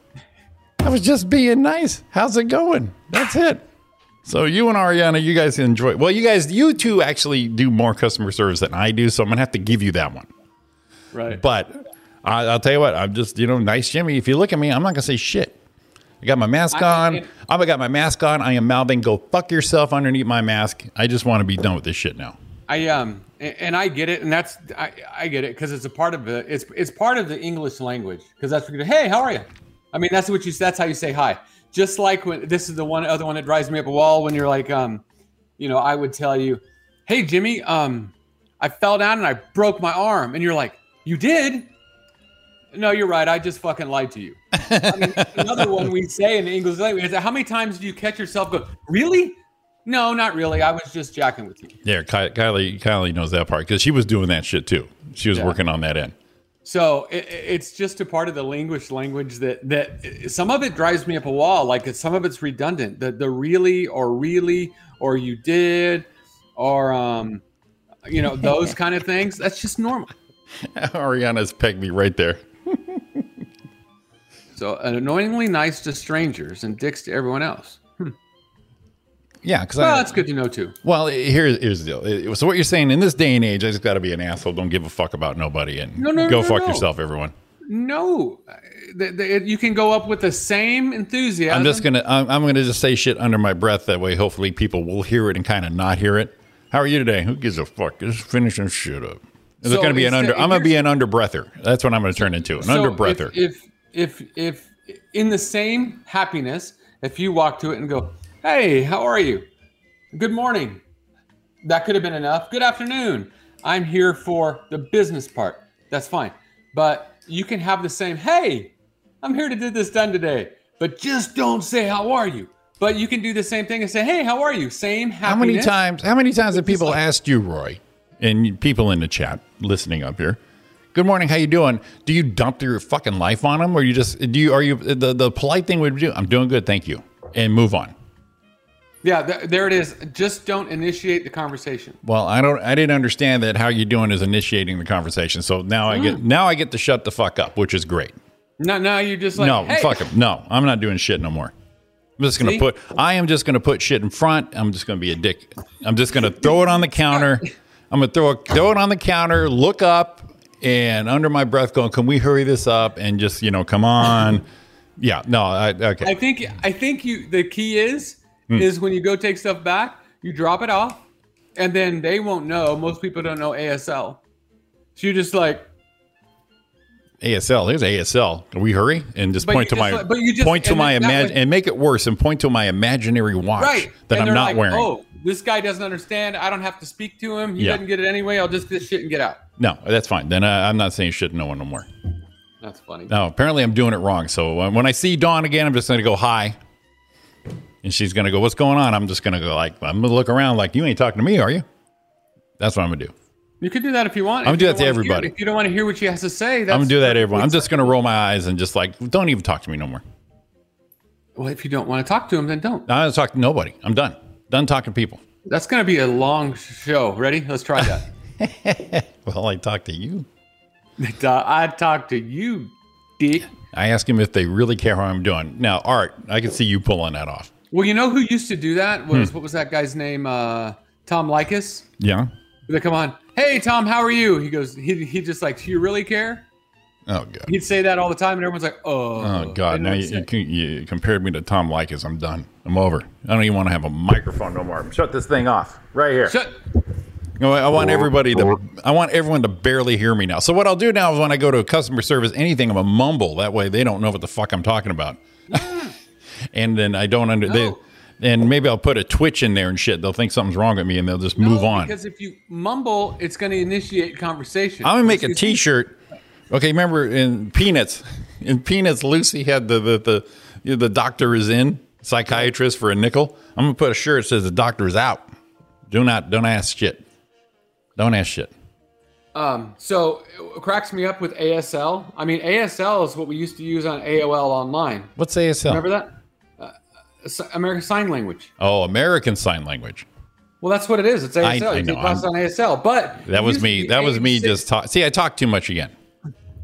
I was just being nice. How's it going? That's it. So you and Ariana, you guys enjoy. Well, you guys, you two actually do more customer service than I do. So I'm gonna have to give you that one.
Right.
But I, I'll tell you what, I'm just you know, nice Jimmy. If you look at me, I'm not gonna say shit. I got my mask
I-
on. I, have got my mask on. I am mouthing "Go fuck yourself" underneath my mask. I just want to be done with this shit now.
I um a- and I get it, and that's I, I get it because it's a part of the it's it's part of the English language because that's what you hey how are you? I mean that's what you that's how you say hi. Just like when this is the one other one that drives me up a wall when you're like um you know I would tell you hey Jimmy um I fell down and I broke my arm and you're like you did. No, you're right. I just fucking lied to you. I mean, that's another one we say in the English language is how many times do you catch yourself go, really? No, not really. I was just jacking with you.
Yeah, Ky- Kylie, Kylie knows that part because she was doing that shit too. She was
Yeah.
working on that end.
So it, it- it's just a part of the language language that that some of it drives me up a wall. Like it's- some of it's redundant. The the really or really or you did or um you know those kind of things. That's just normal.
Ariana's pegged me right there.
So annoyingly nice to strangers and dicks to everyone else.
Yeah, because
Well, that's good to know too.
Well, here's, here's the deal. It- So what you're saying in this day and age, I just got to be an asshole. Don't give a fuck about nobody and
No, no,
go
no,
fuck
no.
yourself, everyone.
No, uh, th- th- you can go up with the same enthusiasm.
I'm just gonna I'm, I'm gonna just say shit under my breath. That way, hopefully, people will hear it and kind of not hear it. How are you today? Who gives a fuck? Just finishing shit up. It's
So
gonna be an
instead-
under. I'm gonna be
here's-
an under breather. That's what I'm gonna turn into an under breather.
If, if if if in the same happiness, if you walk to it and go, "Hey, how are you? Good morning." That could have been enough. Good afternoon. I'm here for the business part. That's fine. But you can have the same, "Hey, I'm here to do this done today." But just don't say, "How are you?" But you can do the same thing and say, "Hey, how are you?" Same happiness.
How many times? How many times have
just
people
like-
asked you, Roy, and you- people in the chat listening up here? Good morning. How you doing? Do you dump your fucking life on them, or you just do you? Are you the the polite thing would do? I'm doing good, thank you, and move on.
Yeah, th- there it is. Just don't initiate the conversation.
Well, I don't. I didn't understand that how you doing is initiating the conversation. So now I get now I get to shut the fuck up, which is great.
No, no, you're just like,
no,
"Hey."
fuck him. No, I'm not doing shit no more. I'm just gonna
See?
put. I am just gonna put shit in front. I'm just gonna be a dick. I'm just gonna throw it on the counter. I'm gonna throw it, throw it on the counter. Look up and under my breath, going, "Can we hurry this up?" And just you know, come on. Yeah. No. I, okay.
I think I think you the key is
Hmm.
is when you go take stuff back, you drop it off, and then they won't know. Most people don't know ASL. So you're just like
ASL. Here's ASL. Can we hurry and just
But
point to
you just
my
like- but you just-
point to
and
my
then that
imagine
way-
and make it worse and point to my imaginary watch
right
that
and
I'm
they're
not
like,
wearing.
Oh, this guy doesn't understand. I don't have to speak to him. He
Yeah.
doesn't get it anyway. I'll just get shit and get out.
No, that's fine. Then I, I'm not saying shit to no one no more.
That's funny.
No, apparently I'm doing it wrong. So uh, when I see Dawn again, I'm just going to go hi, and she's going to go, "What's going on?" I'm just going to go like, I'm going to look around like, "You ain't talking to me, are you?" That's what I'm going to do.
You could do that if you want.
I'm
If you
gonna do that
don't
to
wanna hear-
everybody.
if you don't want to hear what she has to say, that's
I'm going to do that, to everyone. I'm just going to roll my eyes and just like, don't even talk to me no more.
Well, if you don't want to talk to him, then don't.
I'm going to talk to nobody. I'm done. Done talking to people.
That's going to be a long show. Ready? Let's try that.
Well, I talk to you.
Duh, I talk to you, dick.
I ask him if they really care how I'm doing. Now, Art, I can see you pulling that off.
Well, you know who used to do that
Hmm.
was what was that guy's name? Uh, Tom Likas.
Yeah.
They come on, hey Tom, how are you? He goes, he he just like, do you really care?
Oh god.
He'd say that all the time, and everyone's like, oh,
Oh god.
And
Now you,
that's
you,
it.
you compared me to Tom Likas. I'm done. I'm over. I don't even want to have a microphone no more. Shut this thing off right here.
shut.
No, I I want everybody to. I want everyone to barely hear me now. So what I'll do now is when I go to customer service, anything I'm a mumble. That way they don't know what the fuck I'm talking about. and then I don't under. They,
No.
and maybe I'll put a twitch in there and shit. They'll think something's wrong with me and they'll just move
No,
on.
because if you mumble, it's going to initiate conversation.
I'm gonna make a
It's- it's-
T-shirt. Okay, remember in Peanuts, in Peanuts, Lucy had the the the, you know, the doctor is in psychiatrist for a nickel. I'm gonna put a shirt that says the doctor is out. Do not don't ask shit. Don't ask shit.
Um, so it cracks me up with ASL. I mean, ASL is what we used to use on AOL Online.
What's ASL?
Remember that? Uh, S- American Sign Language.
Oh, American Sign Language.
Well, that's what it is. It's ASL.
I- I
you
know,
take classes
I'm-
on ASL, but
That
it
was
used to
me.
be
That was me
86
just talk. See, I talked too much again.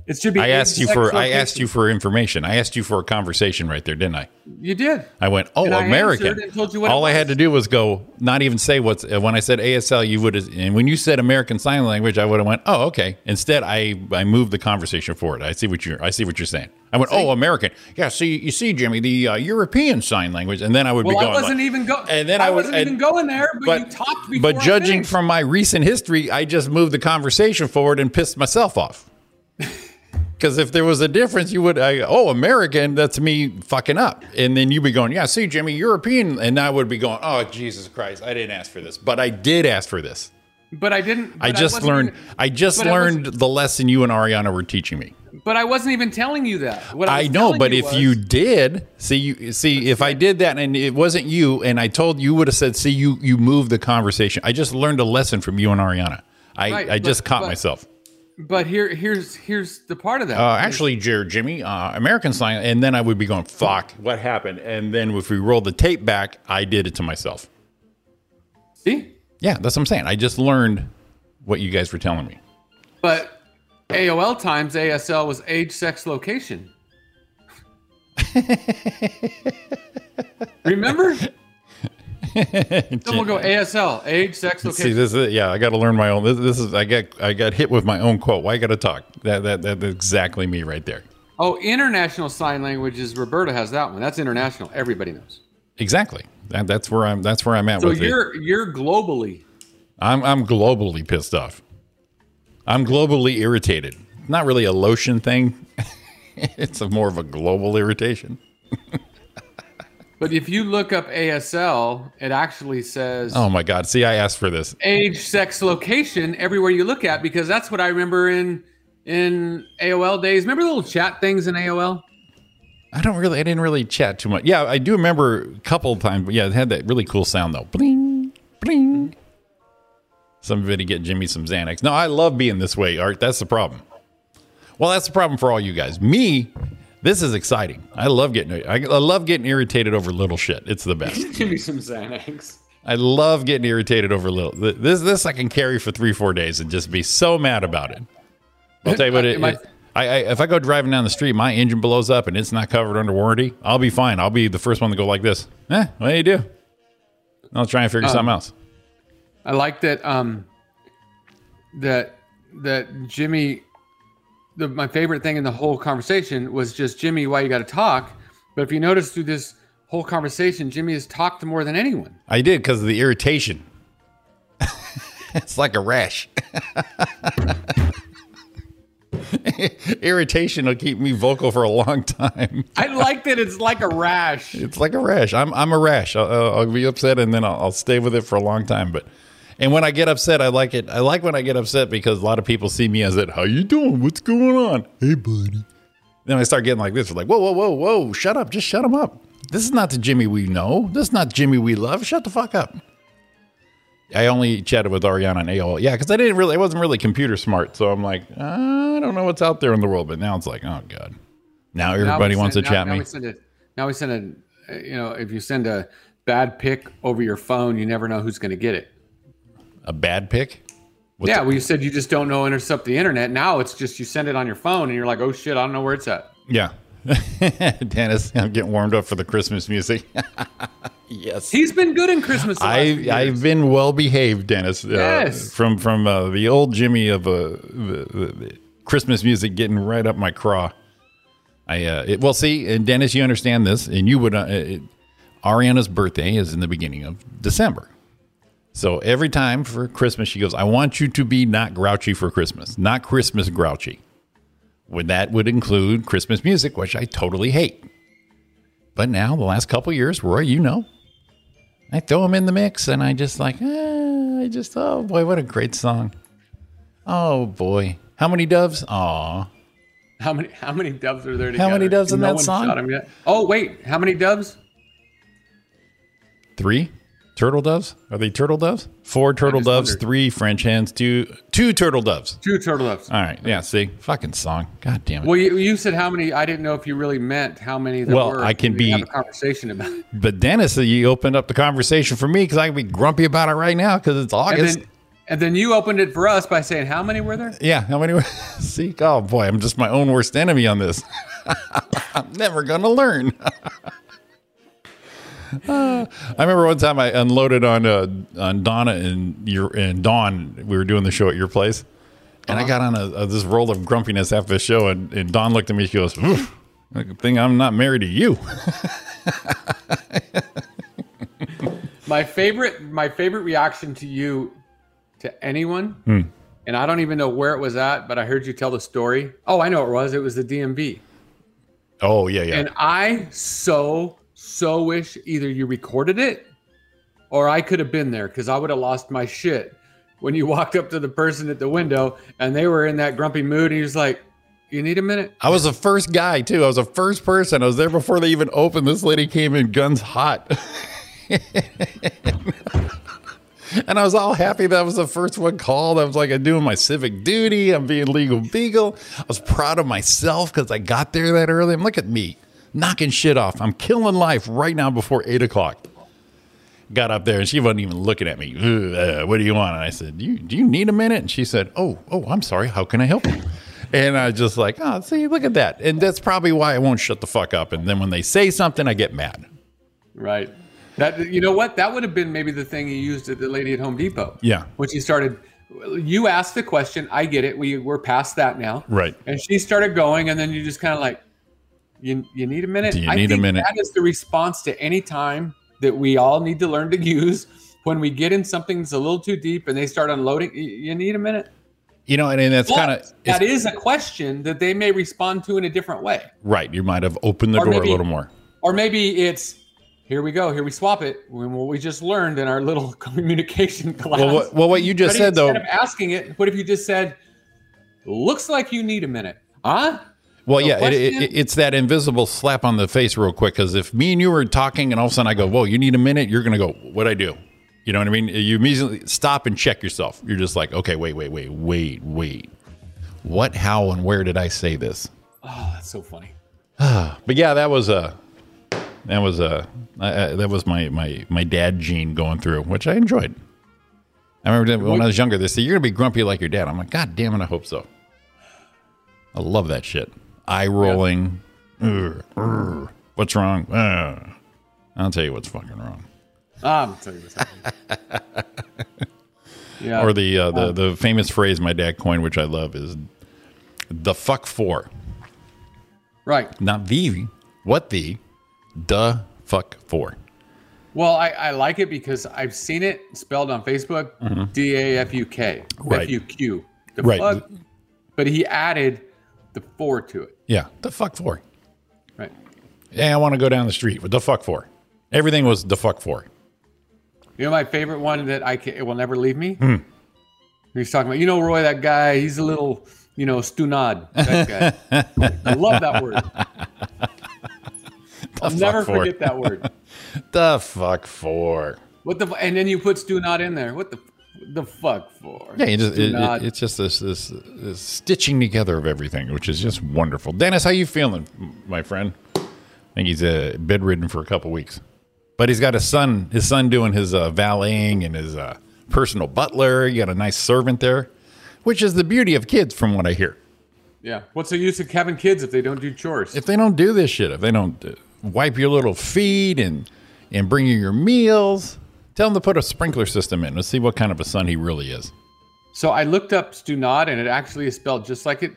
It should be.
I asked you
86
for I asked you
locations.
for information. I asked you for a conversation right there, didn't I?
You did.
I went, "Oh,
And I
American."
answered and told you what it
All I
was.
had to do was go, not even say what's uh, when I said ASL, you would and when you said American Sign Language, I would have went, "Oh, okay." Instead, I I moved the conversation forward. I see what you're I see what you're saying. I went, "Oh, American." Yeah, see, you see, Jimmy, the uh, European Sign Language, and then I would be
Well,
going
I wasn't
like-
even going.
And then I,
I
was-
wasn't
and-
even going there. But, you talked before.
but
I
judging
finished.
from my recent history, I just moved the conversation forward and pissed myself off. Because if there was a difference, you would, I, oh, American, that's me fucking up. And then you'd be going, yeah, see, Jimmy, European. And I would be going, oh, Jesus Christ, I didn't ask for this. But I did ask for this.
but I didn't.
I
but
just
wasn't
learned,
even-
I just
but I
learned the lesson you and Ariana were teaching me.
but I wasn't even telling you that. What
I
was
know,
telling
but if
was-
you did, see, you see, if I did that and it wasn't you, and I told you, would have said, see, you you moved the conversation. I just learned a lesson from you and Ariana. I,
Right,
I just
but-
caught
but-
myself.
But here, here's here's the part of that.
Uh, actually, Jer, Jimmy, uh, American Sign, and then I would be going, fuck, what happened? And then if we rolled the tape back, I did it to myself.
See,
Yeah, that's what I'm saying. I just learned what you guys were telling me.
but AOL times ASL was age, sex, location. Remember? Then we'll go ASL, age, sex,
See,
location.
this is yeah. I got to learn my own. This, this is I got I got hit with my own quote. Why I got to talk? That that that's exactly me right there.
Oh, international sign languages. Roberta has that one. That's international. Everybody knows.
Exactly. That, that's where I'm. That's where I'm at
So
with it.
you're you're globally.
I'm I'm globally pissed off. I'm globally irritated. Not really a lotion thing. it's a more of a global irritation.
But if you look up ASL, it actually says
Oh my god! See, I asked for this.
age, sex, location everywhere you look at because that's what I remember in in AOL days. Remember the little chat things in AOL?
I don't really. I didn't really chat too much. Yeah, I do remember a couple of times. But yeah, it had that really cool sound though. Bling, bling. Somebody get Jimmy some Xanax. No, I love being this way, Art. That's the problem. Well, that's the problem for all you guys. Me, this is exciting. I love getting. I, I love getting irritated over little shit. It's the best.
Give me some Xanax.
I love getting irritated over little. th- This this I can carry for three four days and just be so mad about it. I'll tell you what. It,
Am I-
I, I if I go driving down the street, my engine blows up and it's not covered under warranty. I'll be fine. I'll be the first one to go like this. Eh, what do you do? I'll try and figure something else.
I like that um that that Jimmy the my favorite thing in the whole conversation was just Jimmy why you got to talk. But if you notice through this whole conversation, Jimmy has talked more than anyone.
I did because of the irritation. it's like a rash. irritation will keep me vocal for a long time.
I like that it's like a rash.
It's like a rash. I'm I'm a rash. I'll, I'll I'll be upset and then I'll, I'll stay with it for a long time. But and when I get upset, I like it. I like when I get upset because a lot of people see me as it. How you doing? What's going on? Hey, buddy. Then I start getting like this. Like whoa, whoa, whoa, whoa! Shut up! Just shut him up. This is not the Jimmy we know. This is not Jimmy we love. Shut the fuck up. I only chatted with Ariana on AOL. Yeah, because I didn't really. I wasn't really computer smart. So I'm like, "Uh, I don't know what's out there in the world. But now it's like, oh god. Now
Now
everybody
we
wants
send-
to
now-
chat
now
me.
We send a, now we send a, uh, you know, if you send a bad pick over your phone, you never know who's going to get it.
a bad pick. What's
yeah,
it-
well, you said you just don't know intercept the internet. Now it's just you send it on your phone, and you're like, oh shit, I don't know where it's at.
Yeah. Dennis, I'm getting warmed up for the Christmas music. yes.
He's been good in Christmas. the last
I
few
I've
years.
been well behaved, Dennis. Uh,
Yes.
From from uh, the old Jimmy of uh, the, the, the Christmas music getting right up my craw. I uh, it, well see, and Dennis, you understand this, and you would. Uh, it, Ariana's birthday is in the beginning of December. So every time for Christmas, she goes, I want you to be not grouchy for Christmas, not Christmas grouchy. When that would include Christmas music, which I totally hate. But now, the last couple years, Roy, you know, I throw them in the mix and I just like, ah, I just, oh boy, what a great song. Oh boy. How many doves? Aw.
How many how many doves are there?
How
Together?
many doves in
no
that
one
song?
shot 'em yet. Oh wait, how many doves?
Three? Turtle doves? Are they turtle doves? Four turtle
just
doves,
wondered.
three French hens, two two turtle doves.
Two turtle doves.
All right. Yeah. See, fucking song. God damn it.
Well, you, you said how many. I didn't know if you really meant how many. There
Well,
were.
I can
We have
be-
a conversation about. It.
but Dennis, you opened up the conversation for me because I can be grumpy about it right now because it's
And
August.
then, and then you opened it for us by saying how many were there?
yeah. How many? see, oh boy, I'm just my own worst enemy on this. I'm never gonna learn. Uh, I remember one time I unloaded on uh, on Donna and your and Dawn. We were doing the show at your place, and I got on a, a, this roll of grumpiness after the show. And, and Dawn looked at me. She goes, "Oof, "Good thing I'm not married to you."
My favorite, my favorite reaction to you, to anyone,
Hmm.
and I don't even know where it was at, but I heard you tell the story. Oh, I know what it was. It was the DMV,
oh yeah, yeah.
and I so so wish either you recorded it, or I could have been there because I would have lost my shit when you walked up to the person at the window and they were in that grumpy mood, and he was like, "You need a minute."
I was the first guy too. I was the first person. I was there before they even opened. This lady came in guns hot. and I was all happy that I was the first one called. I was like, I'm doing my civic duty. I'm being legal beagle. I was proud of myself because I got there that early. And look at me knocking shit off. I'm killing life right now before eight o'clock. Got up there and she wasn't even looking at me. "Ugh, uh, what do you want? And I said, you, Do you need a minute? And she said, Oh, oh, I'm sorry. How can I help you? And I was just like, Oh, see, look at that. And that's probably why I won't shut the fuck up. And then when they say something, I get mad.
Right. That you know what? That would have been maybe the thing you used at the lady at Home Depot.
Yeah.
When she started you asked the question, I get it. We we're past that now.
Right.
And she started going and then you just kind of like you you need a minute.
Do you
I
need a
think
minute?
That is the response to any time that we all need to learn to use when we get in something that's a little too deep and they start unloading. "You- You need a minute.
You know, and, and that's kind
But
of
that is a question that they may respond to in a different way.
right. You might have opened the
Or
door
maybe-
a little more.
Or maybe it's here we go, here we swap it. When what we just learned in our little communication class.
Well, what, well, what you
But
just said though,
instead of asking it, what if you just said, "Looks like you need a minute, huh?"
well,
the
yeah, it, it,
question-
it's that invisible slap on the face real quick. Because if me and you were talking, and all of a sudden I go, "Whoa, you need a minute," you're gonna go, "What I do?" You know what I mean? You immediately stop and check yourself. You're just like, "Okay, wait, wait, wait, wait, wait. What, how, and where did I say this?"
Oh, that's so funny.
But yeah, that was a that was a I, I, that was my my my dad gene going through, which I enjoyed. I remember that when I was younger, they said you're gonna be grumpy like your dad. I'm like, God damn it, I hope so. I love that shit. Eye rolling. Ugh, ugh. What's wrong? Ugh. I'll tell you what's fucking wrong.
Um, I'll tell you what's happening. yeah.
Or the uh, the the famous phrase my dad coined, which I love, is the fuck for.
right.
Not the what the duh fuck for.
Well, I, I like it because I've seen it spelled on Facebook D A F U K
Mm-hmm. Right.
F U Q. The
Right.
fuck. But he added the four to it.
Yeah, the fuck for.
Right.
Hey, I want to go down the street. What the fuck for? Everything was the fuck for.
You know, my favorite one that I can, it will never leave me.
Hmm.
He's talking about, you know, Roy, that guy. He's a little, you know, stunad. That guy. I love that word. I'll never
fuck for.
forget that word.
The fuck for?
What the? fu- And then you put stunad in there. What the? The fuck for?
Yeah, you just, it,
Stunad.
it, it's just this, this this stitching together of everything, which is just wonderful. Dennis, how you feeling, m- my friend? I think he's uh, bedridden for a couple weeks, but he's got his son. His son doing his uh, valeting and his uh, personal butler. You got a nice servant there, which is the beauty of kids, from what I hear.
yeah. What's the use of having kids if they don't do chores?
if they don't do this shit, if they don't uh, wipe your little feet and and bring you your meals, tell him to put a sprinkler system in. Let's see what kind of a son he really is.
so I looked up stunad, and it actually is spelled just like it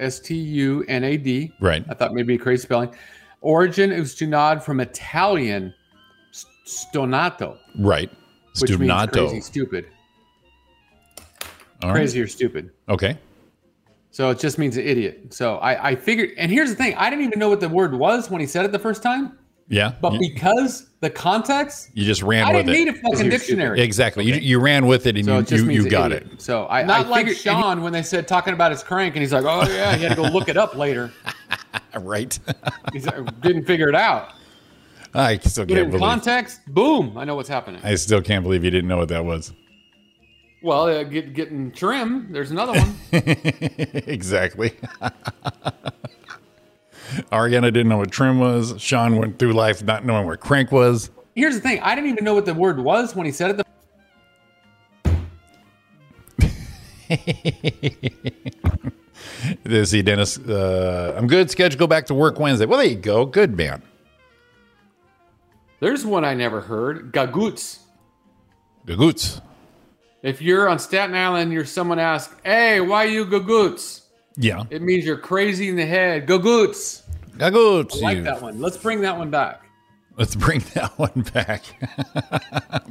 S T U N A D.
Right.
I thought maybe crazy spelling. Origin is stunad from Italian s- stonato.
Right.
which means
Stubnato.
crazy, stupid,
All right.
crazy or stupid.
Okay.
So it just means an idiot. So I, I figured, and here's the thing: I didn't even know what the word was when he said it the first time,
Yeah.
but
you,
because the context,
you just ran
I
with
didn't
it.
need a fucking dictionary.
exactly. You, you ran with it and
So it
you,
just
you,
means
you
an
got
idiot.
it.
So I
Not
I
like
figured,
any-
Sean when they said talking about his crank, and he's like, "Oh yeah," he had to go look it up later.
Right.
He didn't figure it out.
I still
Put it
can't
in
believe.
context, boom! I know what's happening.
I still can't believe you didn't know what that was.
Well, uh, get, getting trim. There's another one.
exactly. Ariana didn't know what trim was. Sean went through life not knowing where crank was.
Here's the thing. I didn't even know what the word was when he said it. The-
Did see Dennis? Uh, I'm good. Schedule go back to work Wednesday. Well, there you go. Good man.
There's one I never heard. Gaguts.
Gagoots.
If you're on Staten Island, you're someone asks, "Hey, why you gaguts?"
Yeah.
It means you're crazy in the head. Gaguts.
Gagoots.
I like
you.
that one. Let's bring that one back.
Let's bring that one back.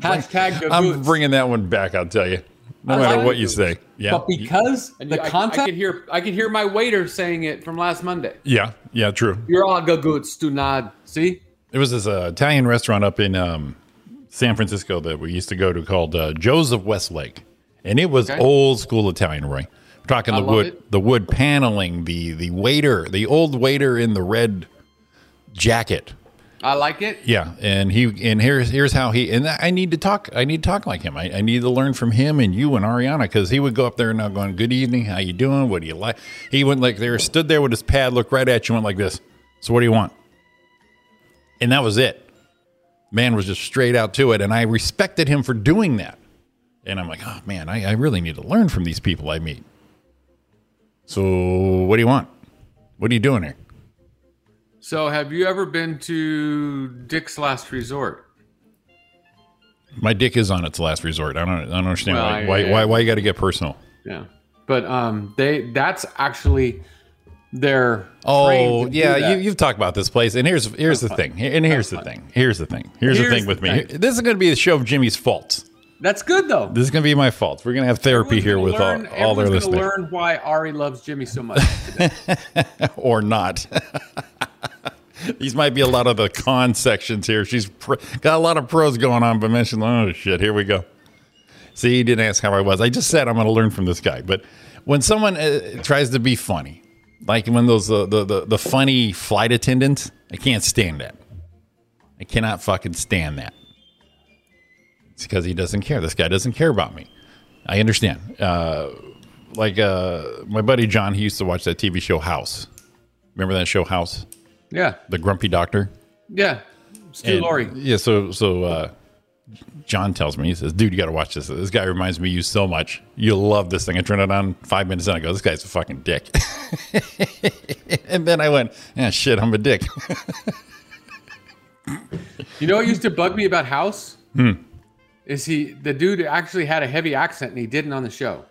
Hashtag
I'm
gaguts.
bringing that one back. I'll tell you. No
I
matter
like
what you
Gagoots.
say. Yeah.
But because the
I- I
context, I, could hear I could hear my waiter saying it from last Monday.
yeah. Yeah. True.
You're all gaguts, do not see.
There was this uh, Italian restaurant up in um, San Francisco that we used to go to called uh, Joe's of Westlake, and it was
Okay.
old school Italian. Roy, We're talking
I
the
love
wood,
it.
the wood paneling, the the waiter, the old waiter in the red jacket.
I like it.
Yeah, and he and here's here's how he and I need to talk. I need to talk like him. I, I need to learn from him and you and Ariana because he would go up there and I'm going, "Good evening, how you doing? What do you like?" He went like there, stood there with his pad, looked right at you, and went like this. So what do you want? And that was it. Man was just straight out to it, and I respected him for doing that. And I'm like, oh man, I, I really need to learn from these people I meet. So what do you want? What are you doing here?
So, have you ever been to Dick's Last Resort?
My dick is on its last resort. I don't, I don't understand
Well,
why,
yeah,
why,
yeah.
why, why you got to get personal.
Yeah, but um, they that's actually their
Oh
trained to do
yeah,
that.
you, you've talked about this place, and here's here's the thing, and here's the thing, here's the thing, here's the
Here's
thing with
the
me.
thing.
This is going to be the show of Jimmy's faults.
that's good though.
This is going to be my fault. We're going to have therapy
Everyone's
here
gonna
with
learn,
all all their
everyone's gonna
listeners,
Learn why Ari loves Jimmy so much.
or not. These might be a lot of the con sections here. She's pr- got a lot of pros going on, but mentioned, oh shit, here we go. See, he didn't ask how I was. I just said I'm going to learn from this guy. But when someone uh, tries to be funny, like when those uh, the, the the funny flight attendants, I can't stand that. I cannot fucking stand that. It's because he doesn't care. This guy doesn't care about me. I understand. Uh, like uh, my buddy John, he used to watch that TV show House. Remember that show House?
yeah,
The Grumpy Doctor.
yeah. Stu
And-
Laurie.
Yeah, so so uh, John tells me, he says, dude, you gotta watch this. This guy reminds me of you so much. You'll love this thing. I turn it on five minutes in, I go, This guy's a fucking dick. and then I went, Yeah, shit, I'm a dick.
You know what used to bug me about House?
Hmm.
Is he the dude actually had a heavy accent and he didn't on the show?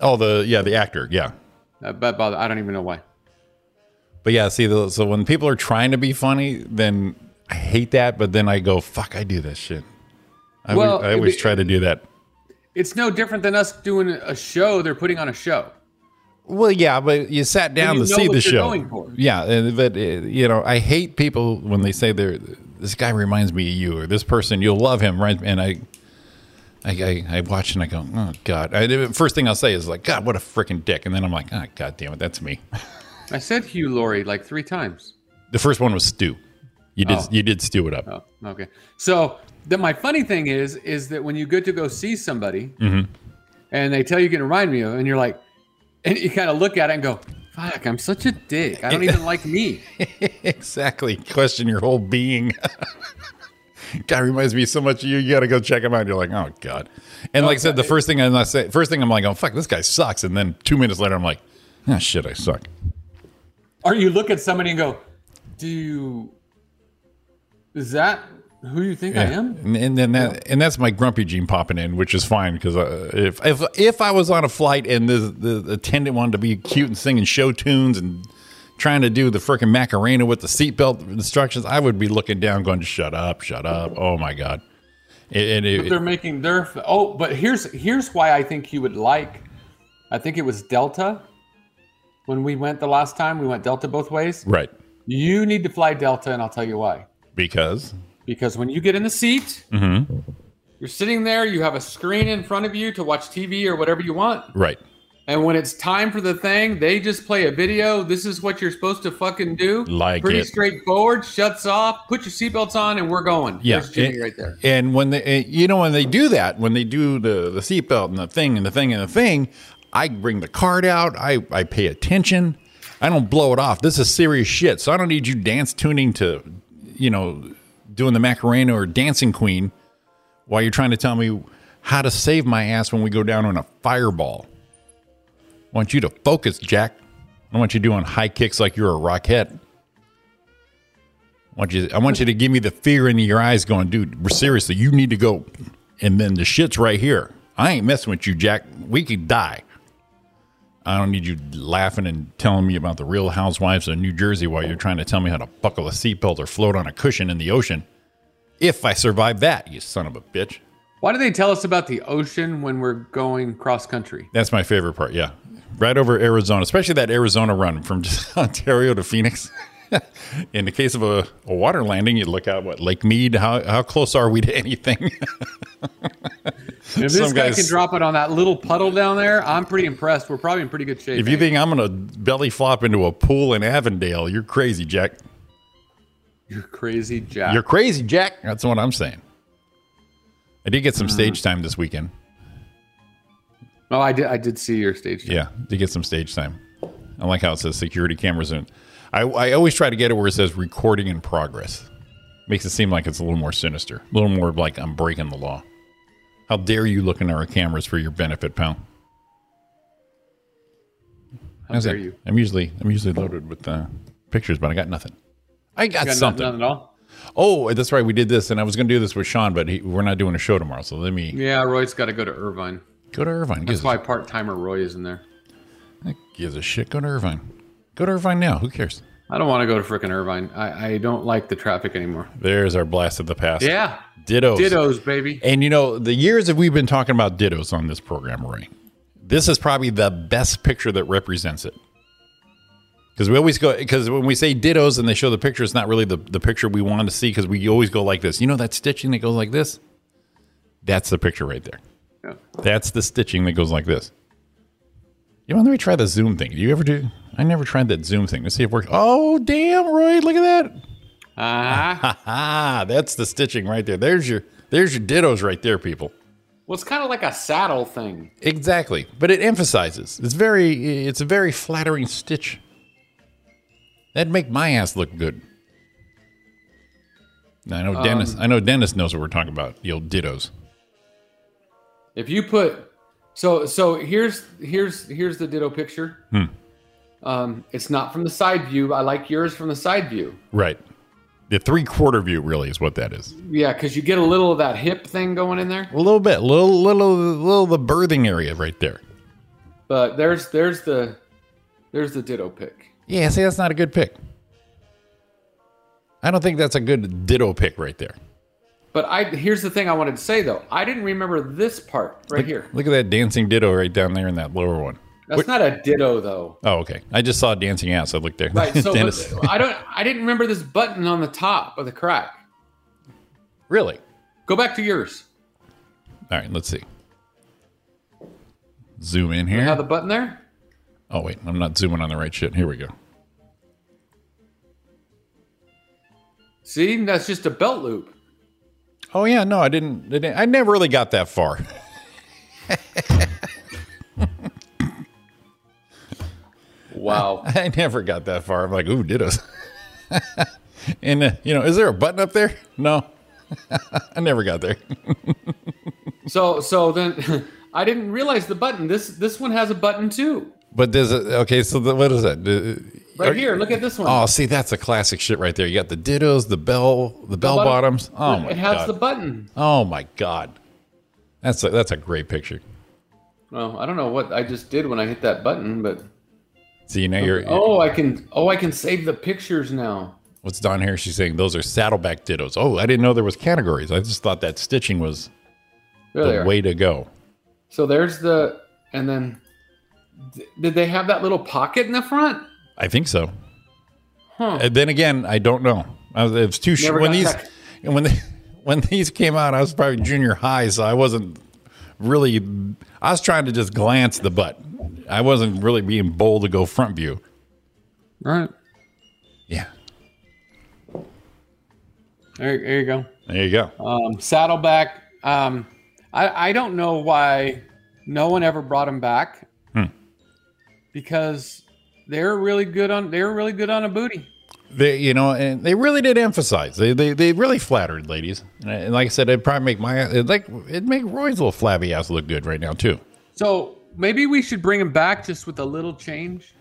oh, the yeah, the actor, yeah.
Uh, but bother, I don't even know why.
But yeah, see, the, so when people are trying to be funny, then I hate that. But then I go, fuck, I do that shit. I,
Well,
well, I always
it-
try to do that.
It's no different than us doing a show. They're putting on a show.
Well, yeah, but you sat down
you
to
know
see
what
the
you're
show.
going for.
Yeah, and- but uh, you know, I hate people when they say they're this guy reminds me of you or this person you'll love him, right? And I, I, I, I watch and I go, oh god. I, the first thing I'll say is like, God, what a freaking dick, and then I'm like, oh god damn it, that's me.
I said Hugh Laurie like three times.
The first one was stew. You did
Oh.
you did stew it up.
Oh, okay. So then my funny thing is, is that when you get to go see somebody and they tell you, you can remind me of, and you're like, and you kind of look at it and go, fuck, I'm such a dick. I don't even like me.
exactly. Question your whole being. Guy reminds me so much of you. You got to go check him out. You're like, oh god. And like I said, the first thing I'm not say, first thing I'm like, oh fuck, this guy sucks. And then two minutes later, I'm like, ah, shit, I suck.
Or you look at somebody and go, do you, is that who you think I am?
And, and then that, and that's my grumpy gene popping in, which is fine because uh, if if if I was on a flight and the, the attendant wanted to be cute and singing show tunes and trying to do the freaking Macarena with the seatbelt instructions, I would be looking down, going, "Shut up, shut up!" Oh my god. And it,
But they're making their, oh, but here's, here's why I think you would like, I think it was Delta. When we went the last time, we went Delta both ways.
Right.
You need to fly Delta, and I'll tell you why.
Because
because when you get in the seat,
Mm-hmm.
you're sitting there, you have a screen in front of you to watch TV or whatever you want,
right.
And when it's time for the thing, they just play a video. This is what you're supposed to fucking do.
Like
pretty
it.
straightforward. Shuts off. Put your seatbelts on, and we're going.
Yeah,
There's Jimmy
and-
right there.
And when they, eh, you know, when they do that, when they do the the seatbelt and the thing and the thing and the thing, I bring the card out. I I pay attention. I don't blow it off. This is serious shit. So I don't need you dance tuning to, you know, doing the Macarena or Dancing Queen while you're trying to tell me how to save my ass when we go down on a fireball. I want you to focus, Jack. I don't want you doing high kicks like you're a rockette. I want you. I want you to give me the fear in your eyes, going, dude. Seriously, you need to go. And then the shit's right here. I ain't messing with you, Jack. We could die. I don't need you laughing and telling me about the Real Housewives of New Jersey while you're trying to tell me how to buckle a seatbelt or float on a cushion in the ocean. If I survive that, you son of a bitch.
Why do they tell us about the ocean when we're going cross country?
That's my favorite part. Yeah. Right over Arizona, especially that Arizona run from Ontario to Phoenix. In the case of a, a water landing, you look out what Lake Mead. How, how close are we to anything?
If this
Some
guy
guys-
can drop it on that little puddle down there, I'm pretty impressed. We're probably in pretty good shape.
if you
Hank.
think I'm going to belly flop into a pool in Avondale, you're crazy, Jack.
you're crazy, Jack.
You're crazy, Jack. That's what I'm saying. I did get some
Uh-huh.
stage time this weekend.
oh, I did. I did see your stage.
Yeah, to get some stage time. I like how it says security cameras in. I, I always try to get it where it says recording in progress. Makes it seem like it's a little more sinister, a little more like I'm breaking the law. How dare you look into our cameras for your benefit, pal?
How dare you?
I'm usually I'm usually loaded with uh, pictures, but I got nothing. I got,
You got
something.
Nothing, nothing at all.
Oh, that's right. We did this, and I was going to do this with Sean, but he, we're not doing a show tomorrow. So let me
Yeah, Roy's got to go to Irvine.
go to Irvine.
That's
Gives,
why
a,
part timer Roy is in there.
gives a shit. Go to Irvine. Go to Irvine now. Who cares?
I don't want to go to frickin' Irvine. I, I don't like the traffic anymore.
There's our blast of the past.
Yeah.
Dittos.
Dittos, baby.
And you know, the years that we've been talking about dittos on this program, Ray, this is probably the best picture that represents it. Because we always go, because when we say dittos and they show the picture, it's not really the, the picture we want to see because we always go like this. You know that stitching that goes like this? That's the picture right there.
Yeah.
That's the stitching that goes like this. You know, let me try the zoom thing. Do you ever do? I never tried that zoom thing. Let's see if it works. Oh, damn, Roy, look at that.
Uh-huh.
Ah, that's the stitching right there. There's your there's your dittos right there, people.
well, it's kind of like a saddle thing.
Exactly. But it emphasizes. It's very it's a very flattering stitch. That'd make my ass look good. Now, I know Dennis I know Dennis knows what we're talking about, the old dittos.
If you put so so here's here's here's the ditto picture.
Hmm.
Um, it's not from the side view. I like yours from the side view.
Right. The three quarter view really is what that is.
Yeah, because you get a little of that hip thing going in there.
A little bit, little little little the birthing area right there.
But there's there's the there's the ditto pick.
Yeah, see that's not a good pick. I don't think that's a good ditto pick right there.
But I here's the thing I wanted to say though. I didn't remember this part right
Look-
here.
Look at that dancing ditto right down there in that lower one.
That's not a ditto though.
Oh, okay. I just saw dancing ass. I looked there.
Right. So
Dennis.
but I don't I didn't remember this button on the top of the crack.
really?
Go back to yours.
All right. Let's see. Zoom in
You
here.
have the button there?
Oh wait, I'm not zooming on the right shit. Here we go.
See, that's just a belt loop.
Oh yeah, no, I didn't. I, didn't, I never really got that far.
Wow.
I never got that far. I'm like, ooh, dittos. and uh, you know, is there a button up there? No, I never got there.
so so then I didn't realize the button. This this one has a button too.
But there's a okay. So the, what is that? The-
Right here, look at this one.
Oh, see, that's a classic shit right there. You got the dittos, the bell, the bell
bottom-
bottoms. Oh my
it has
god.
the button.
Oh my god, that's a, that's a great picture.
Well, I don't know what I just did when I hit that button, but
See now you're
oh, I can oh I can save the pictures now.
what's Don here? She's saying those are saddleback dittos. Oh, I didn't know there was categories. I just thought that stitching was
There they
the
are.
way to go.
So there's the and then th- did they have that little pocket in the front?
I think so.
Huh.
And then again, I don't know. I was, it was too short
Never
when
got
these
that.
and when they, when these came out. I was probably junior high, so I wasn't really. I was trying to just glance the butt I wasn't really being bold to go front view.
Right.
Yeah.
There, there you go.
There you go.
Um, Saddleback. Um, I, I don't know why no one ever brought him back
Hmm.
because they're really good on they're really good on a booty.
They, you know, and they really did emphasize. They, they, they really flattered ladies. And, I- and like I said, it'd probably make my it'd like it'd make Roy's little flabby ass look good right now too.
So maybe we should bring him back just with a little change.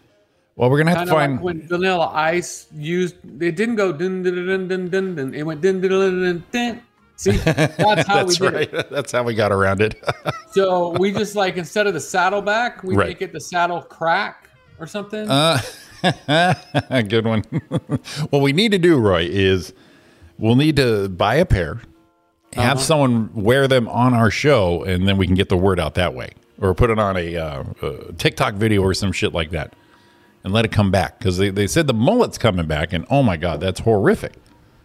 Well, we're gonna have
Kind
to
of
find.
like when Vanilla Ice used it didn't go dun dun dun dun dun dun. It went dun dun dun dun dun. See, that's how
That's
we did it.
right. That's how we got around it.
So we just like instead of the saddleback, we
Right.
make it the saddle crack or something.
Uh, good one. what we need to do, Roy, is we'll need to buy a pair, have someone wear them on our show, and then we can get the word out that way, or put it on a, uh, uh TikTok video or some shit like that, and let it come back because they, they said the mullet's coming back, and oh my god, that's horrific.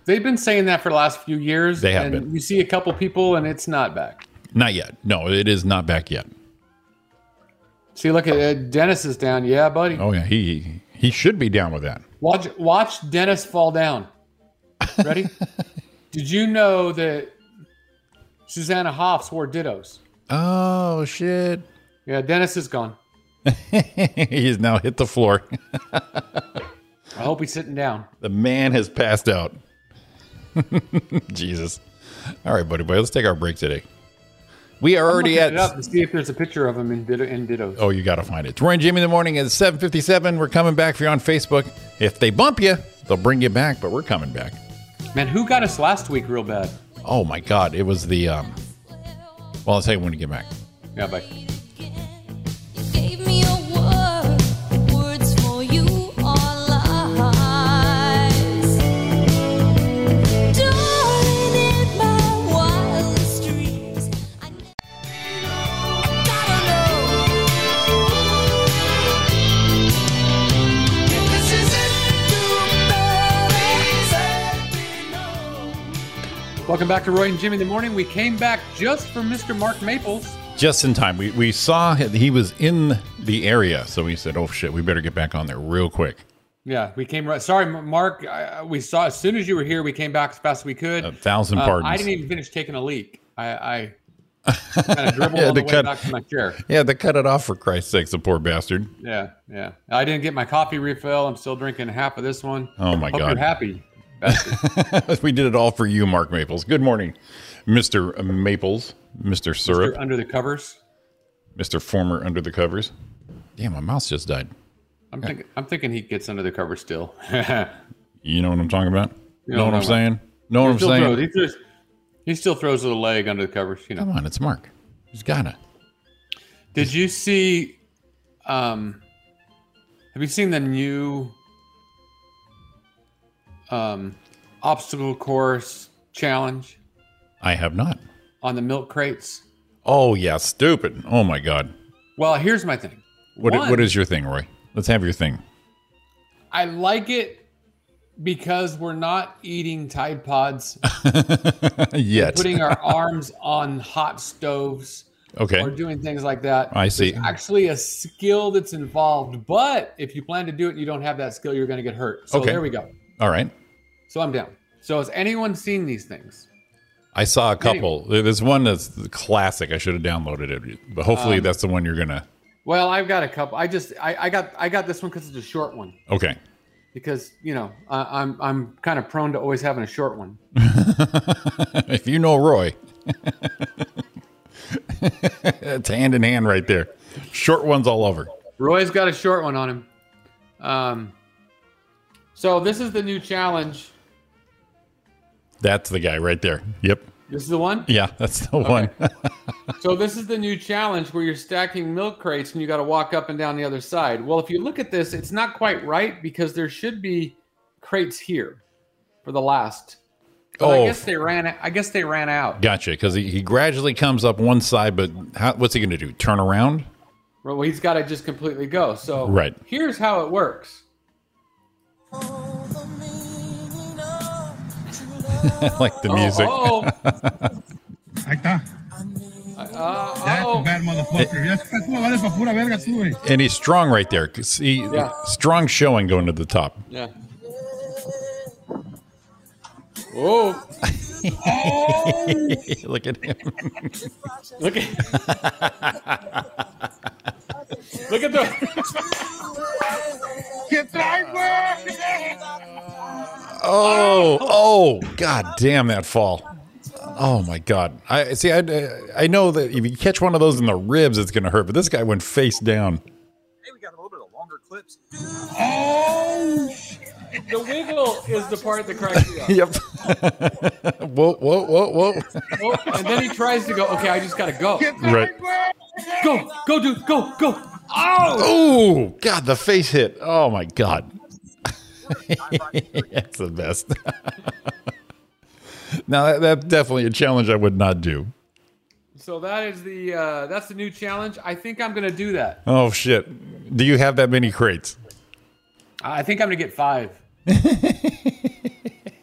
They've been saying that for the last few years.
They have
and
been.
You see a couple people, and it's not back.
Not yet. No, it is not back yet.
See, look at uh, Dennis is down. Yeah, buddy.
Oh yeah, he he should be down with that.
Watch, watch Dennis fall down. Ready? Did you know that Susanna Hoffs wore dittos?
Oh shit.
Yeah, Dennis is gone.
He's now hit the floor.
I hope he's sitting down.
The man has passed out. Jesus. All right, buddy, boy, let's take our break today. We are already
Look it up
at.
to see if there's a picture of him in, ditto, in dittos.
Oh, you got to find it. It's Roy and Jimmy in the morning at 7:57. We're coming back for you on Facebook. If they bump you, they'll bring you back, but we're coming back.
Man, who got us last week real bad?
Oh my God, it was the. um Well, I'll tell you when you get back.
Yeah, bye.
You gave me a word. Words for you are lies. Darling, in my wildest dreams, I gotta know if this is it. Too bad it's
Welcome back to Roy and Jimmy in the morning. We came back just for Mr. Mark Maples.
Just in time. We we saw that he was in the area, so we said, "Oh shit, we better get back on there real quick."
Yeah, we came right. Sorry, M- Mark. I, I- we saw as soon as you were here, we came back as fast as we could.
A thousand
Uh,
pardons.
I didn't even finish taking a leak. I, I kind of dribbled
Yeah,
on the
to
way
cut-
back to my chair.
Yeah, they cut it off for Christ's sake, the poor bastard.
Yeah, yeah. I didn't get my coffee refill. I'm still drinking half of this one.
Oh, my
Hope
God.
You're happy.
we did it all for you, Mark Maples. Good morning, Mr. Maples, Mr. Syrup,
You're under the covers.
Mr. Former Under the Covers. Damn, my mouse just died.
I'm thinking. I'm thinking he gets under the covers still.
You know what I'm talking about?
Yeah,
know what
I
I'm
know.
saying? Know what I'm
still
saying?
throws, he, throws, he still throws a leg under the covers. You know.
Come on, it's Mark. He's gotta.
Did you see? Um, have you seen the new um, obstacle course challenge
I have not.
on the milk crates?
Oh yeah, stupid. Oh my god.
Well, here's my thing.
What
One,
what is your thing, Roy? Let's have your thing.
I like it because we're not eating Tide Pods,
Uh, Yet.
putting our arms on hot stoves,
Okay.
or doing things like that.
I see.
There's actually a skill that's involved, but if you plan to do it and you don't have that skill, you're going to get hurt. So
Okay.
there we go.
All right.
So I'm down. So has anyone seen these things?
I saw a couple. There's one that's the classic. I should have downloaded it, but hopefully that's the one you're gonna.
Well, I've got a couple. I just I, I got I got this one because it's a short one.
Okay.
Because you know I, I'm I'm kind of prone to always having a short one.
if you know Roy, it's hand in hand right there. Short ones all over.
Roy's got a short one on him. Um. So this is the new challenge.
That's the guy right there. Yep.
This is the one.
Yeah, that's the one.
So this is the new challenge where you're stacking milk crates and you got to walk up and down the other side. Well, if you look at this, it's not quite right because there should be crates here for the last. But I
Oh.
guess they ran. I guess they ran out.
gotcha. Because he, he gradually comes up one side, but how, what's he going to do? Turn around?
Well, he's got to just completely go. So
Right.
here's how it works.
like the music.
Oh, oh,
Ahí está.
oh,
bad motherfucker. Ya está tú, vale pa' pura verga tú, güey.
And he's strong right there. See,
Yeah.
strong showing going to the top.
yeah. Oh,
Look at him.
look at look at the
¿Qué traes, güey?
Oh, oh, god damn that fall. Oh my god. I see. I I know that if you catch one of those in the ribs, it's gonna hurt. But this guy went face down.
the wiggle is the part that cracks me up.
Yep. whoa, whoa, whoa, whoa.
Oh, and then he tries to go. Okay, I just gotta go,
Right.
go, go, dude, go, go.
Oh god, the face hit. Oh my god. That's the best. now that, that's definitely a challenge I would not do.
So that is the uh, that's the new challenge. I think I'm gonna do that.
Oh shit. Do you have that many crates?
I think I'm gonna get five.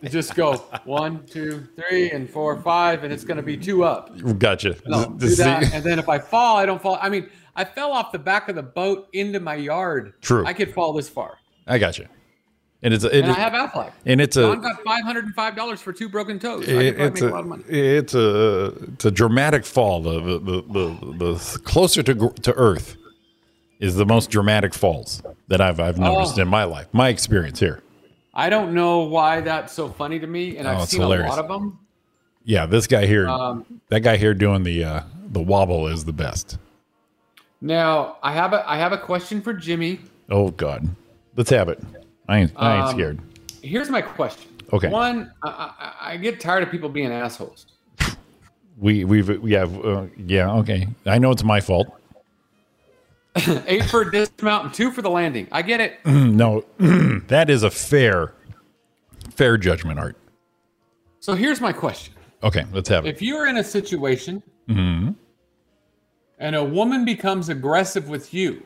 Just go one, two, three, and four, five, and it's gonna be two up.
Gotcha.
No,
Z-
do that,
see-
and then if I fall, I don't fall. I mean, I fell off the back of the boat into my yard.
True.
I could fall this far,
I got you. And it's a, it
and
is,
I have Affleck.
and it's
John
a,
got five hundred and five dollars for two broken toes. I could
it,
probably
it's
make
a,
a lot of money.
it's a, it's a dramatic fall. The the, the, the, the closer to gr- to Earth is the most dramatic falls that I've I've noticed
Oh.
in my life, my experience here.
I don't know why that's so funny to me, and
Oh,
I've
it's
seen
hilarious.
a lot of them.
Yeah, this guy here,
Um,
that guy here doing the uh, the wobble is the best.
Now I have a I have a question for Jimmy.
Oh God, let's have it. I ain't I ain't
Um,
scared.
Here's my question.
Okay.
One, I, I, I get tired of people being assholes.
We we've we have uh, yeah okay. I know it's my fault.
Eight for a dismount and two for the landing. I get it.
No, that is a fair fair judgment, Art.
So here's my question.
Okay, let's have it.
If you're in a situation and a woman becomes aggressive with you,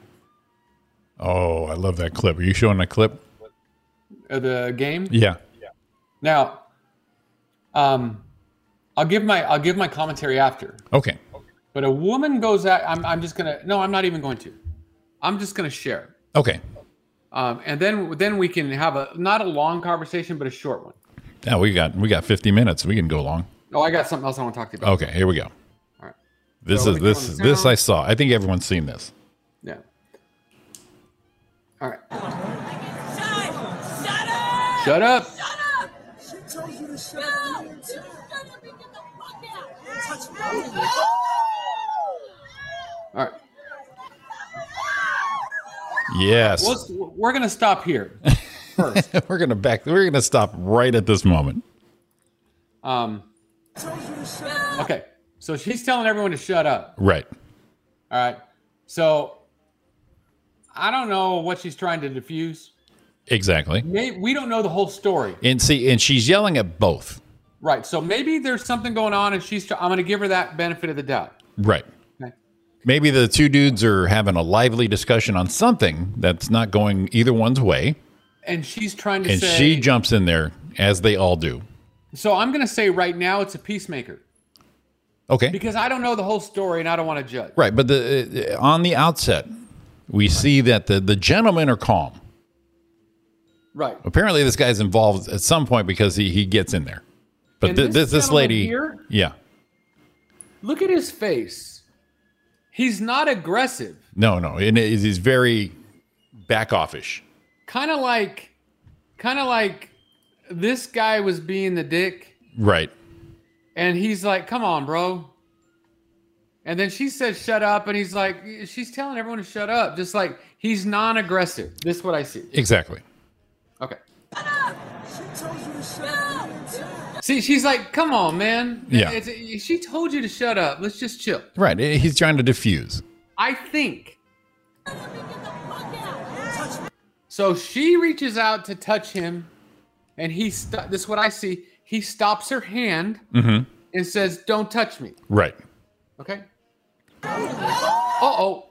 Oh, I love that clip. Are you showing that clip?
uh, the game.
Yeah.
Now, um, I'll give my I'll give my commentary after.
Okay.
But a woman goes at I'm I'm just gonna no I'm not even going to. I'm just gonna share.
Okay.
Um, and then then we can have a not a long conversation but a short one.
Now we got we got 50 minutes. We can go long.
Oh, I got something else I want to talk to you about.
Okay, here we go.
All right.
This
So
is
let me
this
calm
this
down.
I saw. I think everyone's seen this.
Yeah. All right.
Shut up!
Shut up. All right.
Yes.
Let's, we're gonna stop here. First.
we're going to back we're going to stop right at this moment.
Um, okay. So she's telling everyone to shut up.
Right.
All right. So I don't know what she's trying to diffuse.
Exactly.
May we don't know the whole story.
And see and she's yelling at both.
Right. So maybe there's something going on, and she's. I'm going to give her that benefit of the doubt.
Right.
Okay.
Maybe the two dudes are having a lively discussion on something that's not going either one's way
And she's trying to
and
say.
she jumps in there as they all do.
so I'm going to say right now it's a peacemaker
Okay.
because I don't know the whole story and I don't want to judge.
Right, but the uh, on the outset, we see that the the gentlemen are calm.
Right.
Apparently, this guy's involved at some point because he he gets in there. But
And
thi- this
this
this,
gentleman
lady,
here?
yeah,
Look at his face. He's not aggressive.
no, no, and it- he's very back offish.
Kind of like, kind of like, this guy was being the dick,
Right,
and he's like, "Come on, bro." And then she says, "Shut up," and he's like, "She's telling everyone to shut up." Just like he's non-aggressive. This is what I see.
exactly.
Okay. See, she's like, "Come on, man."
Yeah.
It's- she told you to shut up. Let's just chill.
Right, eh, he's trying to diffuse.
I think. So she reaches out to touch him, and he. St- this is what I see. He stops her hand
Mm-hmm.
and says, "Don't touch me."
Right,
Okay. Uh oh.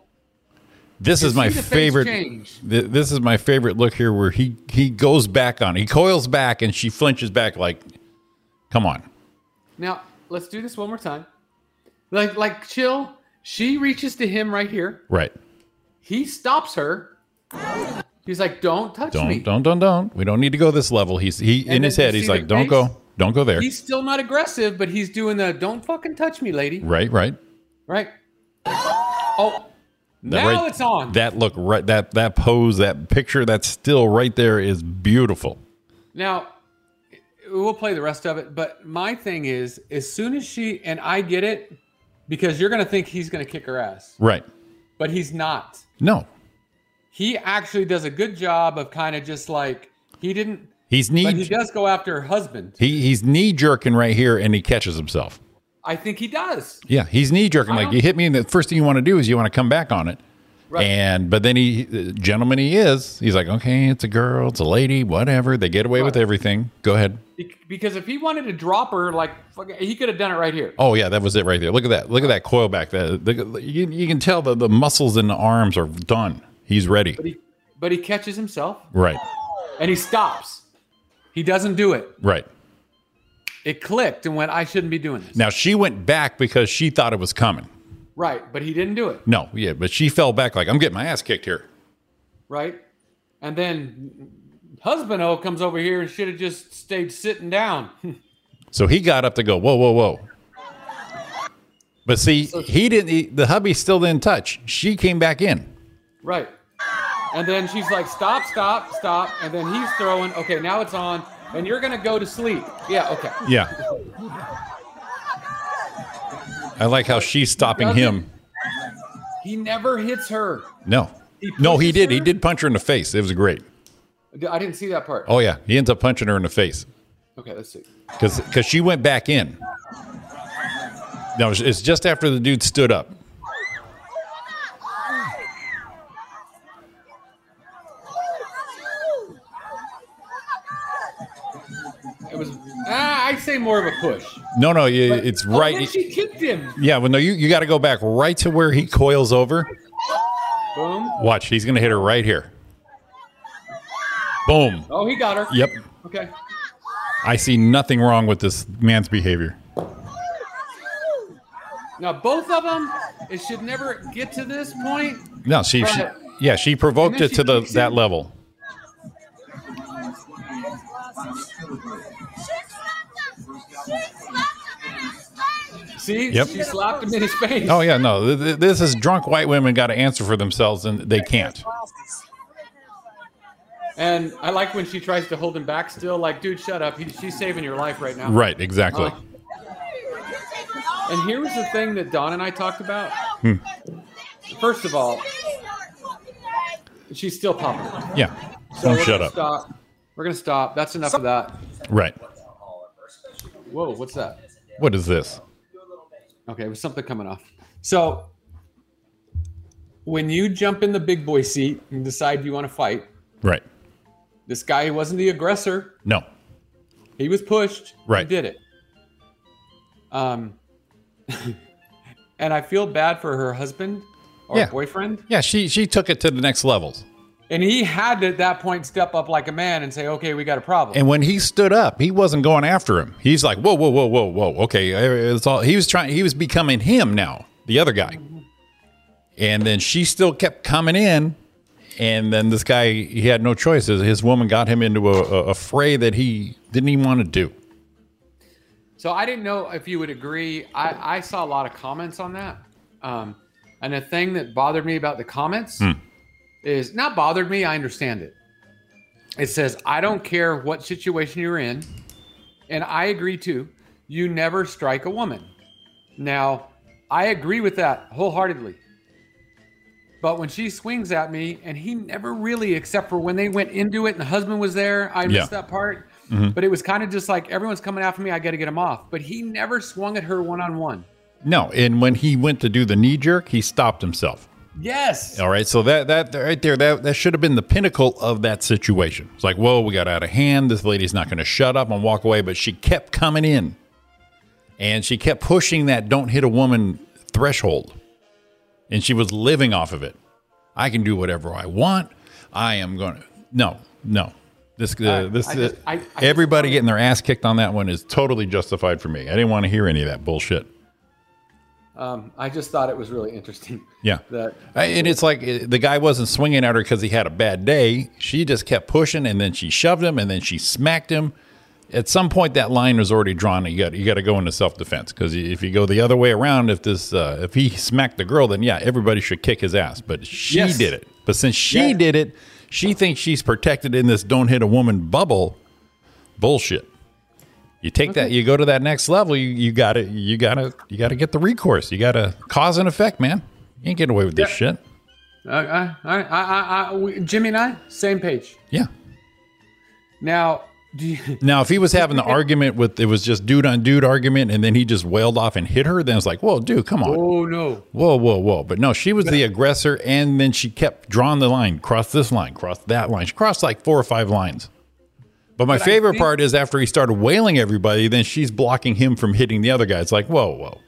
this is my
see the face
favorite.
change.
Th- this is my favorite look here, where he he goes back on, he coils back, and she flinches back, like, "Come on."
Now let's do this one more time. Like, like, chill. She reaches to him right here.
Right.
He stops her. He's like, "Don't touch
Don't,
me."
don't, don't, don't. We don't need to go this level. He's he in
then
his
you
head.
see
He's
the
like, don't
face.
go, don't go there.
He's still not aggressive, but he's doing the "Don't fucking touch me, lady."
Right, right.
Right? Oh,
That
now
right-
it's on.
That look, right, that that pose, that picture, that's still right there is beautiful.
Now, we'll play the rest of it, but my thing is, as soon as she and I get it, because you're gonna think he's gonna kick her ass,
Right.
but he's not.
No,
He actually does a good job of kind of just like he didn't,
he's
but
knee
he does go after her husband.
he, he's knee jerking right here, and he catches himself.
I think he does.
Yeah, he's knee jerking. Like you hit me, and the first thing you want to do is you want to come back on it.
Right.
And but then he, the gentleman, he is. He's like, okay, it's a girl, it's a lady, whatever. They get away with everything. Go ahead.
Be- Because if he wanted to drop her, like fucking- he could have done it right here.
Oh yeah, that was it right there. Look at that. Look at that coil back. The, the, you, you can tell that the muscles in the arms are done. He's ready.
But he, but he catches himself
Right.
and he stops. He doesn't do it.
Right.
It clicked and went, I shouldn't be doing this.
Now she went back because she thought it was coming.
Right, but he didn't do it.
No, yeah, but she fell back like I'm getting my ass kicked here.
Right, and then husband O comes over here and should have just stayed sitting down.
So he got up to go, whoa, whoa, whoa. But see, he didn't. He, the hubby still didn't touch. She came back in.
right, and then she's like, "Stop, stop, stop!" And then he's throwing. Okay, now it's on, and you're gonna go to sleep. Yeah, okay.
Yeah. I like how she's stopping him.
He never hits her.
No,
He
no, he
pushes
did. He
her?
did punch her in the face. It was great.
I didn't see that part.
Oh yeah, he ends up punching her in the face
Okay, let's see.
because she went back in. No, it's- it's just after the dude stood up.
It was. Ah, I'd say more of a push.
No, no, yeah, it's right.
Oh, then she kicked him.
Yeah, well, no, you, you got to go back right to where he coils over.
Boom.
Watch, he's going to hit her right here. Boom.
Oh, he got her.
Yep.
Okay.
I see nothing wrong with this man's behavior.
Now both of them. It should never get to this point.
No, she, she
Right.
yeah, she provoked
And then
it to
she
the
kicks
that
him.
level.
See,
Yep.
she slapped him in his face.
Oh yeah, no, th- th- this is drunk white women got to answer for themselves and they can't.
And I like when she tries to hold him back still, like, dude, shut up. He, she's saving your life right now.
Right, exactly.
Uh, and here was the thing that Don and I talked about.
Hmm.
First of all, she's still popping.
Yeah.
So
Don't
we're
shut
gonna
up.
Stop. We're gonna stop. That's enough of that.
Right.
Whoa, what's that?
What is this?
Okay, it was something coming off. So when you jump in the big boy seat and decide you want to fight,
Right.
this guy wasn't the aggressor.
No.
He was pushed.
Right.
He did it. Um, and I feel bad for her husband or
Yeah.
boyfriend.
Yeah, she she took it to the next levels.
And he had to at that point step up like a man and say, okay, we got a problem.
And when he stood up, he wasn't going after him. He's like, whoa, whoa, whoa, whoa, whoa. Okay, eh, it's all. He was trying. He was becoming him now, the other guy. And then she still kept coming in, and then this guy, he had no choice. His- His woman got him into a, a, a fray that he didn't even want to do.
so I didn't know if you would agree. I, I saw a lot of comments on that. Um, and the thing that bothered me about the
Hmm.
comments is not bothered me. I understand it. It says, I don't care what situation you're in. And I agree too. You never strike a woman. Now, I agree with that wholeheartedly. But when she swings at me, and he never really, except for when they went into it and the husband was there, I missed
Yeah. Mm-hmm.
that part. But it was kind of just like everyone's coming after me. I got to get him off. But he never swung at her one on one.
No, and when he went to do the knee jerk, he stopped himself.
Yes.
All right, so that that right there, that that should have been the pinnacle of that situation. It's like, whoa, we got out of hand. This lady's not going to shut up and walk away, but she kept coming in, and she kept pushing that "don't hit a woman" threshold, and she was living off of it. I can do whatever I want. I am going to no, no. This uh,
I-
this
I just-
uh,
I- I just
everybody
wanted-
getting their ass kicked on that one is totally justified for me. I didn't want to hear any of that bullshit.
Um, I just thought it was really interesting.
Yeah.
That
I- And it's like uh, the guy wasn't swinging at her because he had a bad day. She just kept pushing, and then she shoved him, and then she smacked him. At some point, that line was already drawn. You got you got to go into self defense because if you go the other way around, if this uh, if he smacked the girl, then yeah, everybody should kick his ass. But she
Yes.
did it. But since she
Yeah.
did it, she thinks she's protected in this "don't hit a woman" bubble. Bullshit. You take that. You go to that next level. You you got to you got to you got to get the recourse. You got to cause and effect, man. You ain't getting away with this shit.
uh, I, I, I, I, we, Jimmy and I same page.
Yeah.
Now, do you,
Now, if he was having the argument with it was just dude on dude argument, and then he just wailed off and hit her, then it's like, whoa, dude, come on,
oh no,
whoa, whoa, whoa. But no, she was the aggressor, and then she kept drawing the line, cross this line, cross that line. She crossed like four or five lines. But my
But I
favorite
think-
part is after he started wailing everybody, then she's blocking him from hitting the other guy. It's like, whoa, whoa.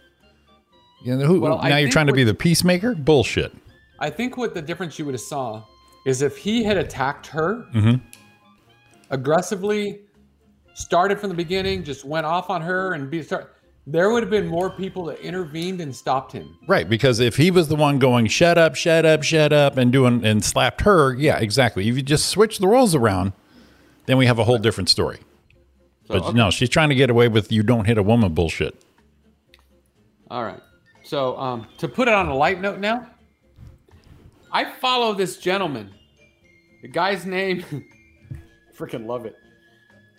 You know, who,
Well, I
now you're
think
trying to be
what-
the peacemaker? Bullshit.
I think what the difference you would have saw is if he had attacked her aggressively, started from the beginning, just went off on her and be start. There would have been more people that intervened and stopped him.
Right, because if he was the one going, shut up, shut up, shut up, and doing and slapped her, yeah, exactly. If you just switch the roles around, then we have a whole different story. but no, she's trying to get away with you don't hit a woman bullshit.
All right. So um, to put it on a light note now, I follow this gentleman. The guy's name, freaking love it.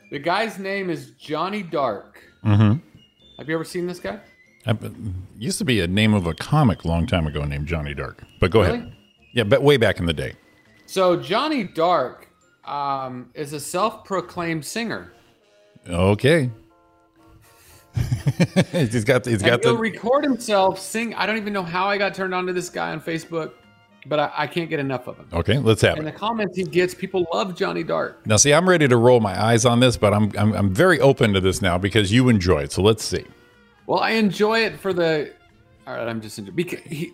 The guy's name is Johnny Dark. Mm-hmm. Have you ever seen this guy?
I, it used to be a name of a comic a long time ago named Johnny Dark. But go ahead.
Really?
Yeah, but way back in the day.
So Johnny Dark um, is a self-proclaimed singer.
Okay. he's got he's
And
got
he'll
the
record himself sing. I don't even know how I got turned on to this guy on Facebook, but I, I can't get enough of him.
Okay, let's have
And the
it.
comments he gets, people love Johnny Dark.
Now see, I'm ready to roll my eyes on this, but I'm I'm, I'm very open to this now because you enjoy it. So let's see.
Well, I enjoy it for the. All right, I'm just into because he.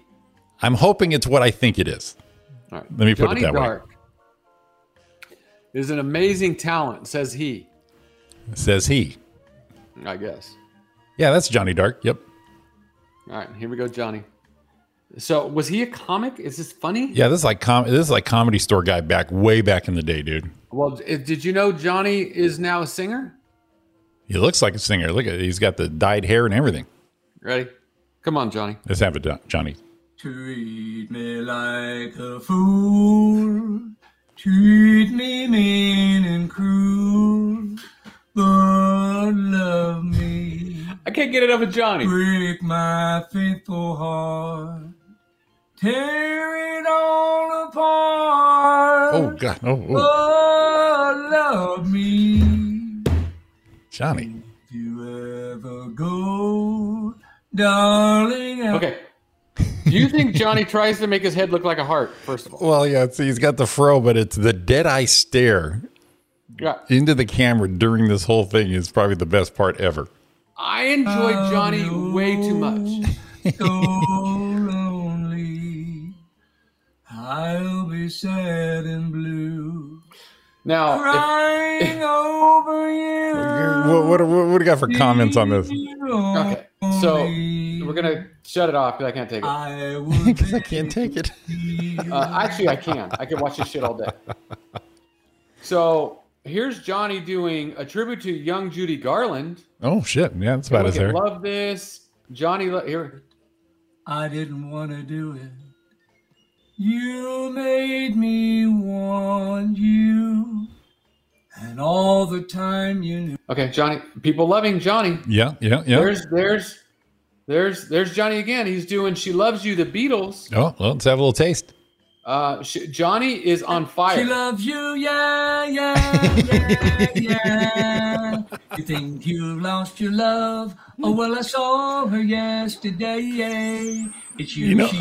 I'm hoping it's what I think it is.
All right,
Let me put it
Johnny
that way.
Dark is an amazing talent, says he.
Says he.
I guess.
Yeah, that's Johnny Dark. Yep.
All right, here we go, Johnny. So, was he a comic? Is this funny?
Yeah, this is like com- this is like comedy store guy back way back in the day, dude.
Well, i- did you know Johnny is now a singer?
He looks like a singer. Look at he's got the dyed hair and everything.
Ready? Come on, Johnny.
Let's have it, Don- Johnny.
Treat me like a fool. Treat me mean and cruel. But love me.
I can't get it up with Johnny.
Break my faithful heart. Tear it all apart.
Oh God, oh, oh.
But Oh, love me.
Johnny.
If you ever go, Oh, darling. I
Okay. Do you think Johnny tries to make his head look like a heart? First of all,
Well, yeah, see, he's got the fro, but it's the dead eye stare
yeah.
into the camera during this whole thing is probably the best part ever.
I enjoy
Oh,
Johnny way too much.
so lonely. I'll be sad and blue,
Now,
crying over you.
What what what, what do you got for comments on this?
if, okay, so we're gonna shut it off because I can't take it. Uh,
I would
Because I can't take it.
actually, I can. I can watch this shit all day. So here's Johnny doing a tribute to young Judy Garland.
Oh shit! Yeah, that's about
Look
his
at
hair.
love this, Johnny. lo- Here,
I didn't want to do it. You made me want you, and all the time you knew.
okay, Johnny. People loving Johnny.
Yeah, yeah, yeah.
There's there's there's there's Johnny again. He's doing "She Loves You" the Beatles.
oh, well, let's have a little taste.
Uh, sh- Johnny is on fire.
She loves you, yeah, yeah, yeah, yeah. You think you've lost your love? Oh well, I saw her yesterday. Yeah. It's you.
You know,
she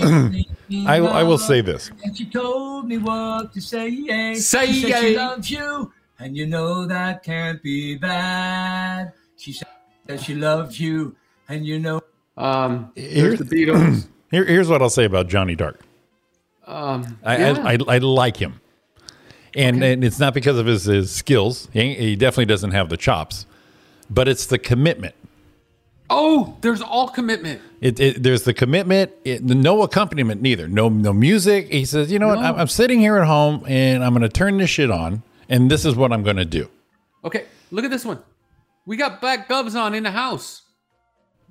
thinks
I, I will
of,
say this.
And she told me what to say. Yeah.
Say
she said she
yeah.
loves you, and you know that can't be bad. She said that she loves you, and you know.
Um,
Here's-
there's the Beatles.
Here, here's what I'll say about Johnny Dark.
Um,
I,
yeah.
I, I, I like him, and and it's not because of his, his skills. He, ain't- he definitely doesn't have the chops, but it's the commitment.
Oh, there's all commitment.
It, it, there's the commitment, it, no accompaniment, neither. No, no music. He says, you know what? I'm, I'm sitting here at home and I'm going to turn this shit on, and this is what I'm going to do.
Okay, look at this one. We got black gloves on in the house.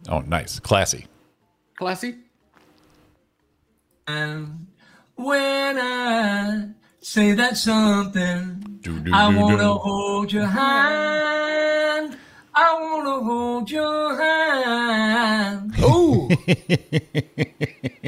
Oh, nice, classy.
Classy.
And when I say that something,
Do, do,
I
do,
want
do.
to hold your hand. I want to hold your hand.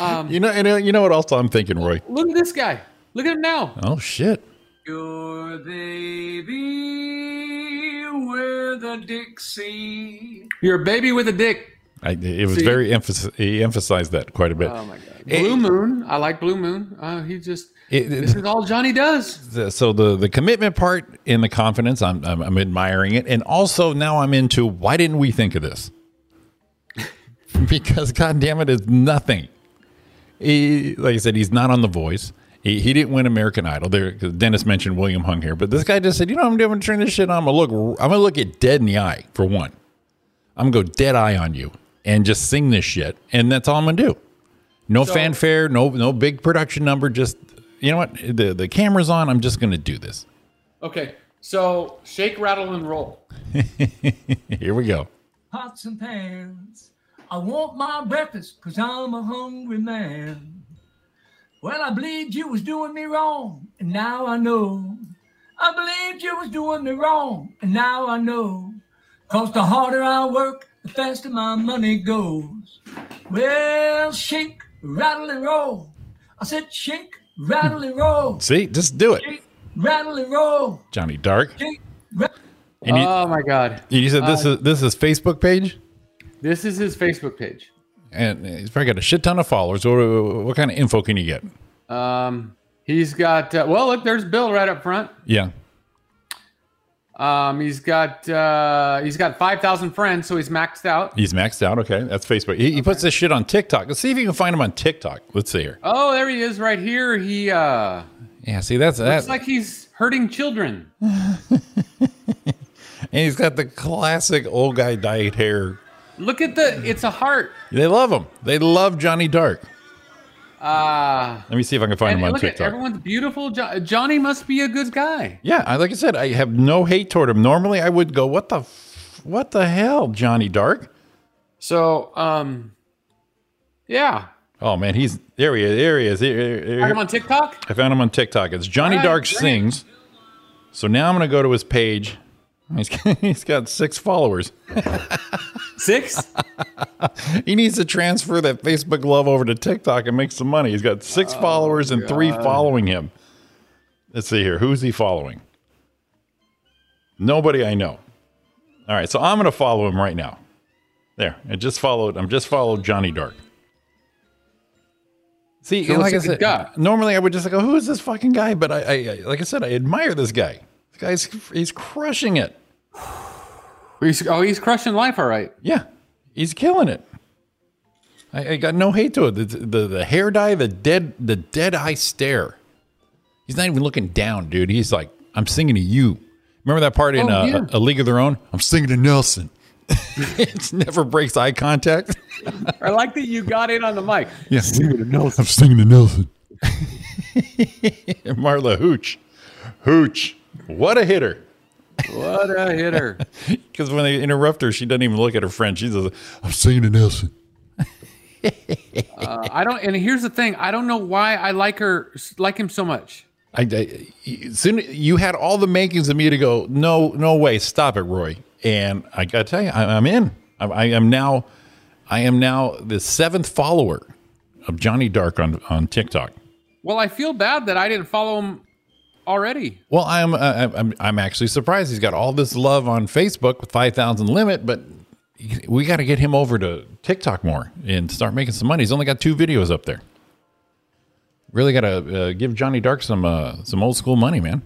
Oh,
Um,
You know, you know, you know what else I'm thinking, Roy?
Look at this guy. Look at him now.
Oh shit.
your baby with a Dixie.
You're a baby with a dick.
I, it was
See?
very emphasis. He emphasized that quite a bit.
Oh my god. Blue Moon. I like Blue Moon. Uh, he just
It-
this is all Johnny does.
The- so the the commitment part and the confidence, I'm, I'm I'm admiring it, and also now I'm into why didn't we think of this? because God damn it, it's nothing. He, like I said, he's not on The Voice. He, he didn't win American Idol. There, 'cause Dennis mentioned William Hung here, but this guy just said, you know, what I'm doing turn this shit on. I'm gonna look. I'm gonna look it dead in the eye for one. I'm gonna go dead eye on you and just sing this shit, and that's all I'm gonna do. No fanfare, no no big production number. Just you know what? The the camera's on. I'm just gonna do this.
Okay. So shake, rattle, and roll.
Here we go.
pots and pans. I want my breakfast because I'm a hungry man. Well, I believed you was doing me wrong, and now I know. I believed you was doing me wrong, and now I know. Cause the harder I work, the faster my money goes. Well, shake, rattle, and roll. I said, shake, rattle, and roll.
See, just do it,
Shake, rattle, and roll.
Johnny Dark.
Shake, rattle.
And you,
oh my god.
you said
Uh,
this is this is Facebook page,
This is his Facebook page.
and he's probably got a shit ton of followers. What, what kind of info can you get?
Um, he's got uh, well, look, there's Bill right up front.
Yeah.
Um, he's got uh, he's got five thousand friends, so he's maxed out.
He's maxed out. Okay, that's Facebook. He, he puts this shit on TikTok. Let's see if you can find him on TikTok. Let's see here.
Oh, there he is, right here. He uh,
Yeah, see that's that.
it's like he's hurting children.
and he's got the classic old guy dyed hair.
Look at the, it's a heart.
They love him. They love Johnny Dark.
Uh,
Let me see if I can find
and
him on
look at
TikTok.
everyone's beautiful. Jo- Johnny must be a good guy.
Yeah, I, like I said, I have no hate toward him. Normally, I would go, "What the, f- what the hell, Johnny Dark?"
So, um, yeah,
Oh man, he's there. He is. There he is. Here- here- here-
I'm on TikTok.
I found him on TikTok. It's Johnny
All right,
Dark
great.
sings. So now I'm gonna go to his page. He's he's got six followers.
Six.
He needs to transfer that Facebook love over to TikTok and make some money. He's got six followers and three following him. Let's see here. Who's he following? Nobody I know. All right, so I'm going to follow him right now. There, I just followed. I'm just followed Johnny Dark. See,
So
like I
it's a
said,
good guy.
normally I would just go, "Who is this fucking guy?" But I, I, I like I said, I admire this guy. This guy's he's crushing it.
He's- oh, he's crushing life. All right.
Yeah, he's killing it. I, I got no hate to it. The, the the hair dye, the dead the dead eye stare. He's not even looking down, dude. He's like, I'm singing to you. Remember that part in
Oh,
uh,
yeah.
a, League of Their Own? I'm singing to Nelson. it never breaks eye contact.
I like that you got in on the mic.
Yeah, I'm singing to Nelson. Marla Hooch, Hooch, what a hitter!
What a hitter.
Because when they interrupt her, she doesn't even look at her friend. She says, "I'm singing to Nelson."
Uh, I don't, and here's the thing. I don't know why I like her, like him so much.
I, I soon you had all the makings of me to go. No, no way, stop it, Roy. And I gotta tell you, I, I'm in. I, I am now. I am now the seventh follower of Johnny Dark on on TikTok.
Well, I feel bad that I didn't follow him already.
Well, I'm uh, I'm I'm actually surprised he's got all this love on Facebook with five thousand limit, but we got to get him over to TikTok more and start making some money. He's only got two videos up there. Really got to uh, give Johnny Dark some uh, some old school money, man.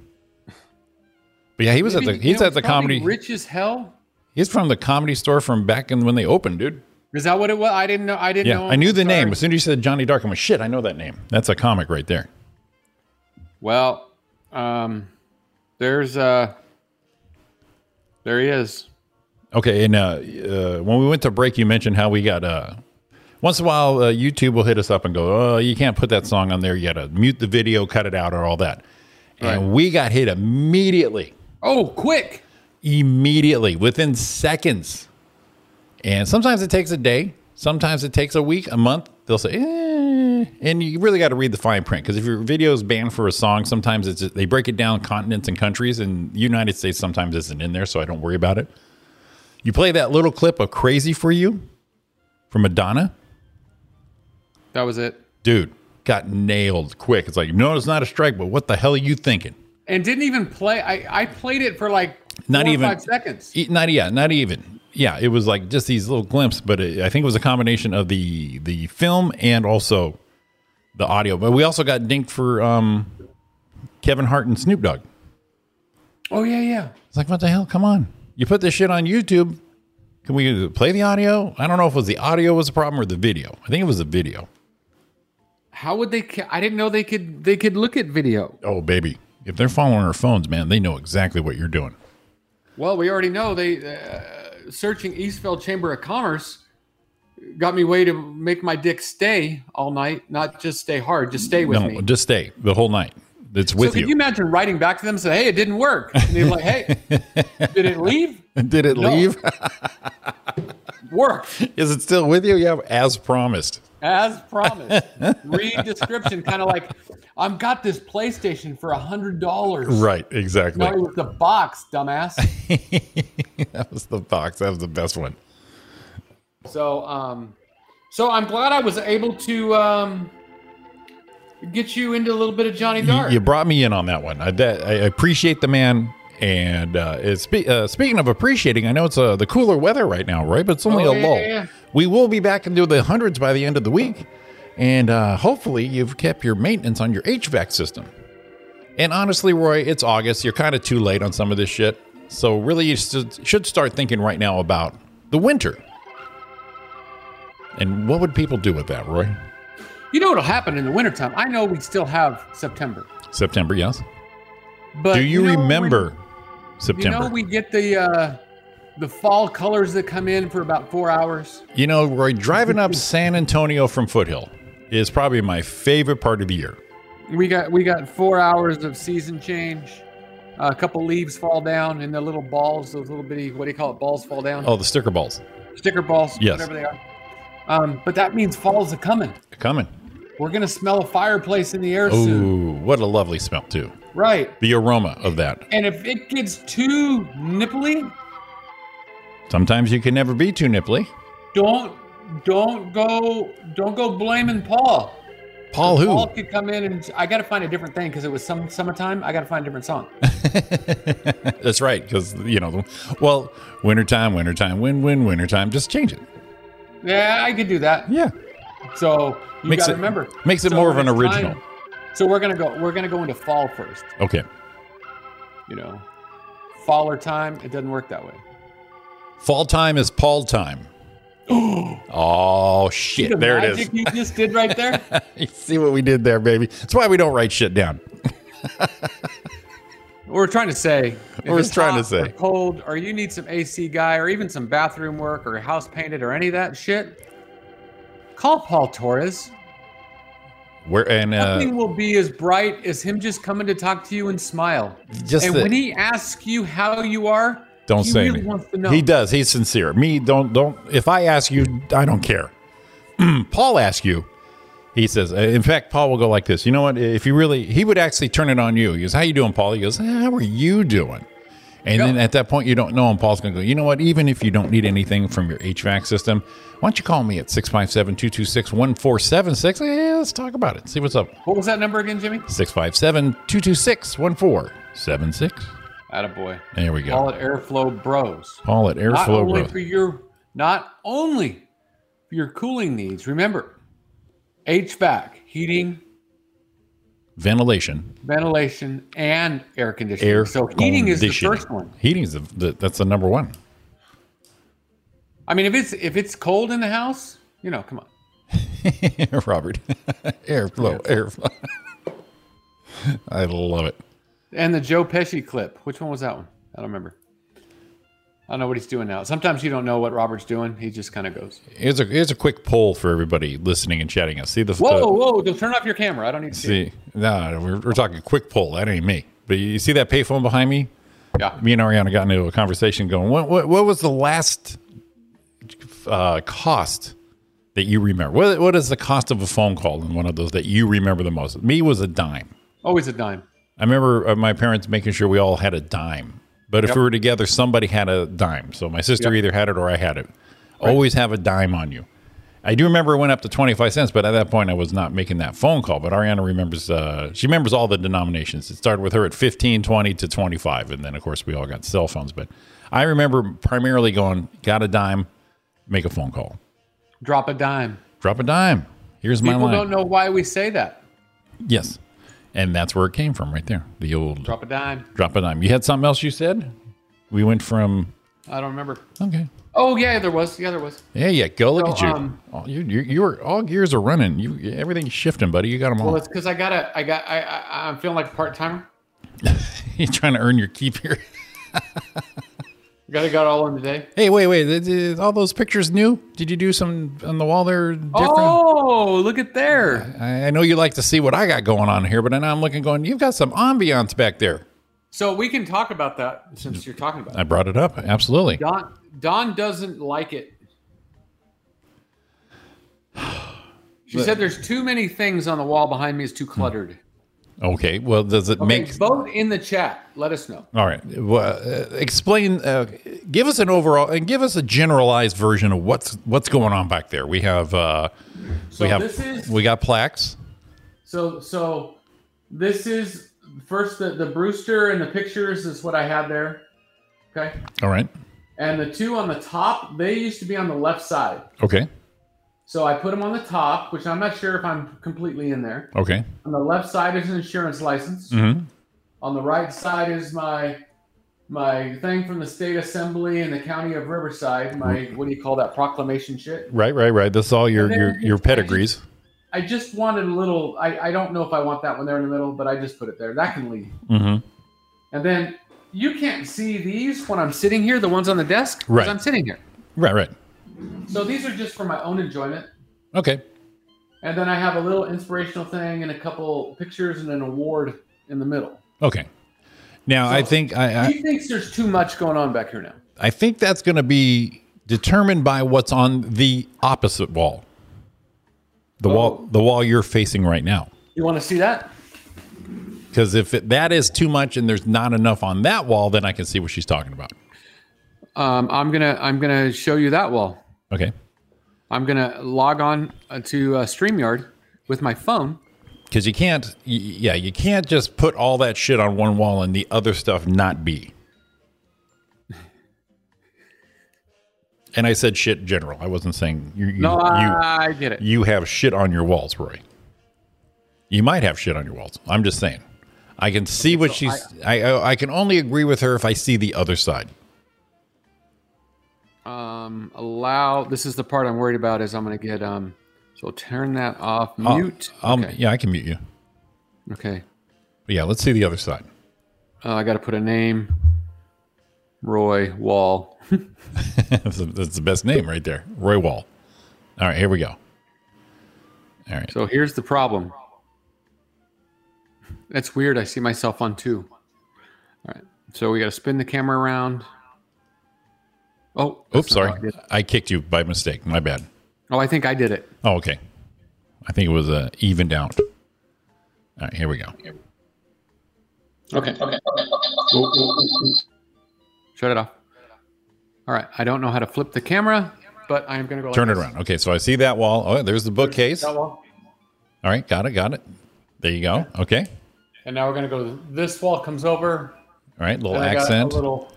But yeah, he was
Maybe,
at the
you
he's
know,
at the
probably
comedy.
Rich as hell.
He's from the comedy store from back in when they opened, dude.
Is that what it was? I didn't know. I didn't
Yeah,
know.
I knew the
Sorry.
name as soon as you said Johnny Dark. I'm like, shit, I know that name. That's a comic right there.
Well, um, there's uh, there he is.
Okay, and uh, uh, when we went to break, you mentioned how we got. Uh, once in a while, uh, YouTube will hit us up and go, "Oh, you can't put that song on there. You got to mute the video, cut it out, or all that." And
Right.
we got hit immediately,
Oh, quick!
immediately, within seconds. And sometimes it takes a day, sometimes it takes a week, a month. They'll say, eh. and you really got to read the fine print because if your video is banned for a song, sometimes it's they break it down continents and countries, and the United States sometimes isn't in there, so I don't worry about it. You play that little clip of "Crazy for You" from Madonna
That was it.
dude got nailed quick. It's like, no, it's not a strike, but what the hell are you thinking?
And didn't even play. I, I played it for like
Not
four or
even-
five seconds.
E- Not yeah, not even. Yeah, it was like just these little glimpses, but it, I think it was a combination of the the film and also the audio. But we also got dinked for um, Kevin Hart and Snoop Dogg.
Oh yeah, yeah.
It's like, what the hell? Come on, you put this shit on YouTube. Can we play the audio? I don't know if it was the audio was the problem or the video. I think it was the video.
How would they? ca- I didn't know they could. They could look at video.
Oh baby, if they're following our phones, man, they know exactly what you're doing.
Well, we already know they uh, searching Eastville Chamber of Commerce got me way to make my dick stay all night, not just stay hard, just stay with
no,
me.
just stay the whole night. It's with
so could you. imagine writing back to them and say, "Hey, it didn't work," and they're like, "Hey, did it leave?
Did it
No.
leave?
Worked
Is it still with you? Yeah, as promised.
as promised." Read description, kind of like, "I've got this PlayStation for a hundred dollars."
Right, exactly.
No, it was the box, dumbass.
that was the box. That was the best one.
So, um, so I'm glad I was able to um, get you into a little bit of Johnny
You,
Dark.
you brought me in on that one. I, that, I appreciate the man. And uh, it's spe- uh, speaking of appreciating, I know it's uh, the cooler weather right now, right? But it's only
Oh,
a
yeah,
lull.
yeah, yeah.
We will be back into the hundreds by the end of the week. And uh, hopefully, you've kept your maintenance on your HVAC system. And honestly, Roy, it's August. You're kind of too late on some of this shit. So, really, you should should start thinking right now about the winter. And what would people do with that, Roy?
you know what'll happen in the wintertime? I know we still have September,
September, yes.
but
Do you,
know when-
remember
you
September?
know we get the uh, the fall colors that come in for about four hours.
You know, Roy, driving up San Antonio from Foothill is probably my favorite part of the year.
We got we got four hours of season change. a couple leaves fall down, and the little balls, those little bitty, what do you call it? Balls fall down.
Oh, the sticker balls
Sticker balls,
Yes.
whatever they are. Um, but that means fall's a coming.
coming.
We're gonna smell a fireplace in the air soon.
Ooh, what a lovely smell, too.
Right.
The aroma of that.
And if it gets too nipply,
Sometimes you can never be too nipply.
don't don't go don't go blaming Paul.
Paul, who?
Paul could come in and I gotta find a different thing because it was some summertime. I gotta find a different song.
That's right, because, you know, the- well, wintertime, wintertime, win, win, wintertime. Just change it.
yeah, I could do that.
Yeah.
So you
Makes
gotta
it-
remember.
makes it
So
more of an
it's time-
original.
so we're gonna go we're gonna go into fall first,
Okay.
you know. Fall or time, it doesn't work that way.
Fall time is Paul time. oh, shit.
The
There it is.
magic you just did right there.
You see what we did there, baby? That's why we don't write shit down.
We're trying to say. if
We're
it's
trying to
hot or
say.
cold, or you need some AC guy, or even some bathroom work, or house painted, or any of that shit. Call Paul Torres.
Where and
Nothing
uh,
will be as bright as him just coming to talk to you and smile.
Just
and
the-
when he asks you how you are,
don't
he
say
really
me.
wants to know.
He does. He's sincere. Me don't don't. If I ask you, I don't care. Paul asks you. He says. uh, In fact, Paul will go like this. You know what? If you really, he would actually turn it on you. He goes, "How you doing, Paul?" He goes, "Eh, "How are you doing?" And
Yeah.
then at that point, you don't know, and Paul's going to go, you know what? Even if you don't need anything from your HVAC system, why don't you call me at 657 226 1476? Let's talk about it. See what's up.
What was that number again, Jimmy?
657 226 1476.
Attaboy.
There we go.
Call it Airflow Bros.
Paul at
not
Airflow
only
Road.
for your not only for your cooling needs. Remember, HVAC, heating,
Ventilation,
ventilation and air conditioning.
air.
so heating is the
conditioning.
first one.
Heating is the, the that's the number one.
I mean, if it's if it's cold in the house, you know, come on.
Robert, airflow, airflow. I love it.
And the Joe Pesci clip. Which one was that one? I don't remember. I don't know what he's doing now. Sometimes you don't know what Robert's doing. He just kind of goes.
Here's a here's a quick poll for everybody listening and chatting us. See the
Whoa,
the-
whoa! Don't turn off your camera. I don't need to see. it.
see no, no, we're, we're talking quick poll. That ain't me. But you see that payphone behind me?
Yeah.
Me and Ariana got into a conversation going. What what, what was the last uh, cost that you remember? What what is the cost of a phone call in one of those that you remember the most? Me was a dime.
Always Oh, a dime.
I remember uh, my parents making sure we all had a dime. But if we were together, somebody had a dime. So my sister
Yep.
either had it or I had it. Always have a dime on you. I do remember it went up to 25 cents, but at that point I was not making that phone call. But Ariana remembers, uh, she remembers all the denominations. It started with her at 15, 20 to 25. And then, of course, we all got cell phones. But I remember primarily going, got a dime, make a phone call,
Drop a dime.
drop a dime. Here's my
People
line.
don't know why we say that.
Yes. And that's where it came from right there. The old
Drop a dime.
Drop a dime. You had something else you said? We went from
I don't remember.
okay.
Oh yeah, there was. Yeah, there was.
Yeah, yeah. Go look
So,
at you.
um,
all, you, you. You were all gears are running. You everything's shifting, buddy. You got them all.
Well, it's because I gotta. I got. I. I I'm feeling like a part timer.
You're trying to earn your keep here.
Gotta got it all in today.
hey, wait, wait. Is- is all those pictures new? Did you do some on the wall there? Different?
Oh, look at there.
I, I know you like to see what I got going on here, but now I'm looking, going. You've got some ambiance back there.
So we can talk about that since you're talking about it.
I brought it up. Absolutely.
Don. Don doesn't like it. She said there's too many things on the wall behind me. It's too cluttered.
Okay. Well, does it
Okay,
make
vote in the chat. Let us know.
All right. Well, uh, explain. Uh, give us an overall and give us a generalized version of what's what's going on back there. We have uh,
So
we have
this is
we got plaques.
So so this is first the, the Brewster and the pictures is what I had there. Okay.
All right.
And the two on the top, they used to be on the left side.
Okay.
So I put them on the top, which I'm not sure if I'm completely in there.
Okay.
On the left side is an insurance license.
Mhm.
On the right side is my my thing from the state assembly and the county of Riverside. My what do you call that proclamation shit?
Right. Right. Right. This is all your your your pedigrees.
I just wanted a little. I, I don't know if I want that one there in the middle, but I just put it there. That can leave.
Mm-hmm.
And then you can't see these when I'm sitting here, the ones on the desk, 'cause
Right.
I'm sitting here.
Right. Right.
So these are just for my own enjoyment.
Okay.
And then I have a little inspirational thing and a couple pictures and an award in the middle.
Okay. Now I
So-
think I, I
he thinks there's too much going on back here now.
I think that's going to be determined by what's on the opposite wall. The wall
Oh.
the wall you're facing right now.
You want to see that?
Because if it, that is too much and there's not enough on that wall, then I can see what she's talking about.
Um, I'm gonna I'm gonna show you that wall.
Okay.
I'm gonna log on uh, to uh, Streamyard with my phone.
Because you can't, y- yeah, you can't just put all that shit on one wall and the other stuff not be. And I said shit general. I wasn't saying you. you
No,
you,
I, I get it.
you have shit on your walls, Roy. You might have shit on your walls. I'm just saying. I can see what she's. I, I I can only agree with her if I see the other side.
Um, allow. This is the part I'm worried about. Is I'm gonna get um. So turn that off.
I'll-
Mute.
I'll-
okay.
Um, Yeah, I can mute you.
Okay.
But yeah, let's see the other side.
Uh, I got to put a name. Roy Wall.
that's, the, that's the best name right there, Roy Wall. All right, here we go. All right.
So here's the problem. That's weird. I see myself on two. All right. So we got to spin the camera around. Oh. that's
Oops,
not how I
sorry.
did it.
I kicked you by mistake. My bad.
Oh, I think I did it.
Oh, okay. I think it was uh, evened out. All right, here we go.
Okay. Okay. Shut it off. All right. I don't know how to flip the camera, but I am going to go. like
Turn it
this.
around. Okay, so I see that wall. Oh, there's the bookcase.
That
All
wall.
right, got it, got it. There you go. Okay.
And now we're going to go. to This wall comes over.
All right, little
and I got
accent.
a little.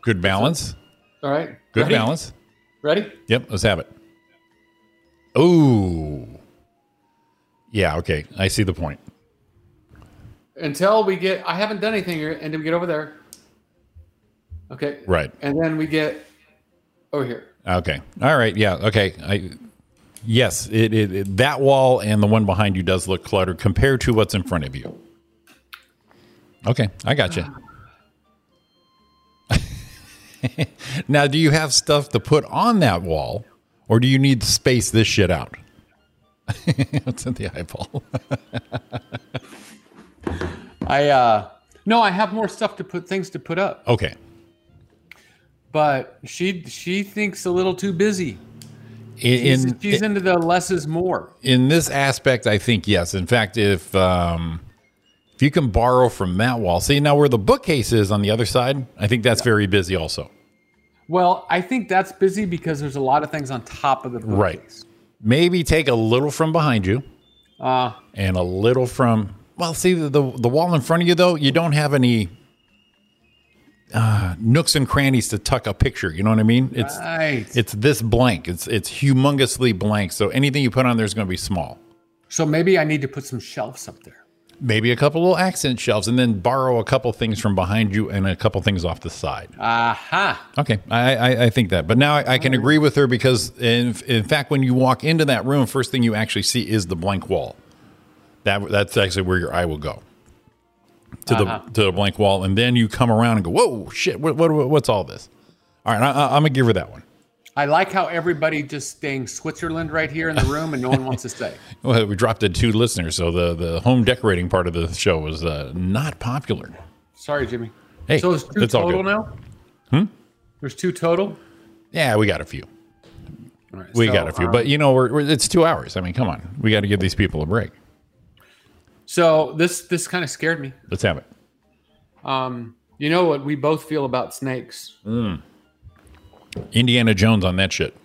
Good balance.
All right.
Good
Ready?
balance.
Ready?
Yep, let's have it. Ooh. Yeah, okay. I see the point.
until we get i haven't done anything here and then we get over there okay
Right.
and then we get over here
Okay. All right. Yeah. Okay. I yes, it, it, it that wall and the one behind you does look cluttered compared to what's in front of you. Okay, I got you. now, do you have stuff to put on that wall, or do you need to space this shit out? What's in the eyeball?
I uh no, I have more stuff to put things to put up,
okay.
but she she thinks a little too busy. She's,
In, in,
she's into the less is more.
in this aspect, I think yes. In fact, if um, if you can borrow from that wall, see now where the bookcase is on the other side, I think that's very busy also.
Well, I think that's busy because there's a lot of things on top of the
Right.
bookcase.
Maybe take a little from behind you
Uh,
and a little from well, see the the, the wall in front of you though, you don't have any uh, nooks and crannies to tuck a picture. You know what I mean? It's
right.
it's this blank. It's it's humongously blank. So anything you put on there is going to be small.
so maybe I need to put some shelves up there.
Maybe a couple little accent shelves, and then borrow a couple things from behind you and a couple things off the side.
Ah. Aha.
Okay, I, I, I think that. But now I, I can agree with her because, in, in fact, when you walk into that room, first thing you actually see is the blank wall. That that's actually where your eye will go to
Uh-huh.
the to the blank wall, and then you come around and go, "Whoa, shit! What, what what's all this?" All right, I, I, I'm gonna give her that one.
I like how everybody just staying Switzerland right here in the room and no one wants to say.
Well, we dropped it two listeners, so the the home decorating part of the show was uh, not popular.
Sorry, Jimmy.
Hey,
so it's two
that's all
total
good.
now? Hmm? There's two total?
Yeah, we got a few.
All right,
We
so,
got a few,
um,
but you know, we're, we're it's two hours. I mean, come on, we got to give these people a break.
so this this kind of scared me.
Let's have it.
Um, you know what we both feel about snakes.
Hmm? Indiana Jones on that shit.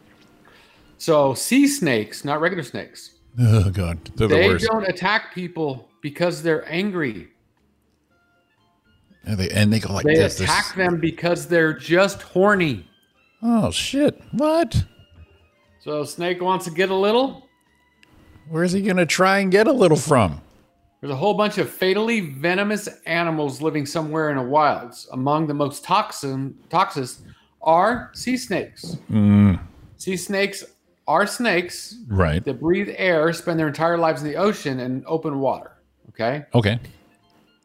So sea snakes, not regular snakes.
Oh god, they're the
they
worst.
don't attack people because they're angry.
And they, and they go like
They
this. this-
attack them because they're just horny.
Oh shit! What?
So snake wants to get a little.
Where's he gonna try and get a little from?
There's a whole bunch of fatally venomous animals living somewhere in the wilds. Among the most toxin toxic are sea snakes. Sea snakes are snakes
Right.
that breathe air, spend their entire lives in the ocean and open water. Okay.
Okay.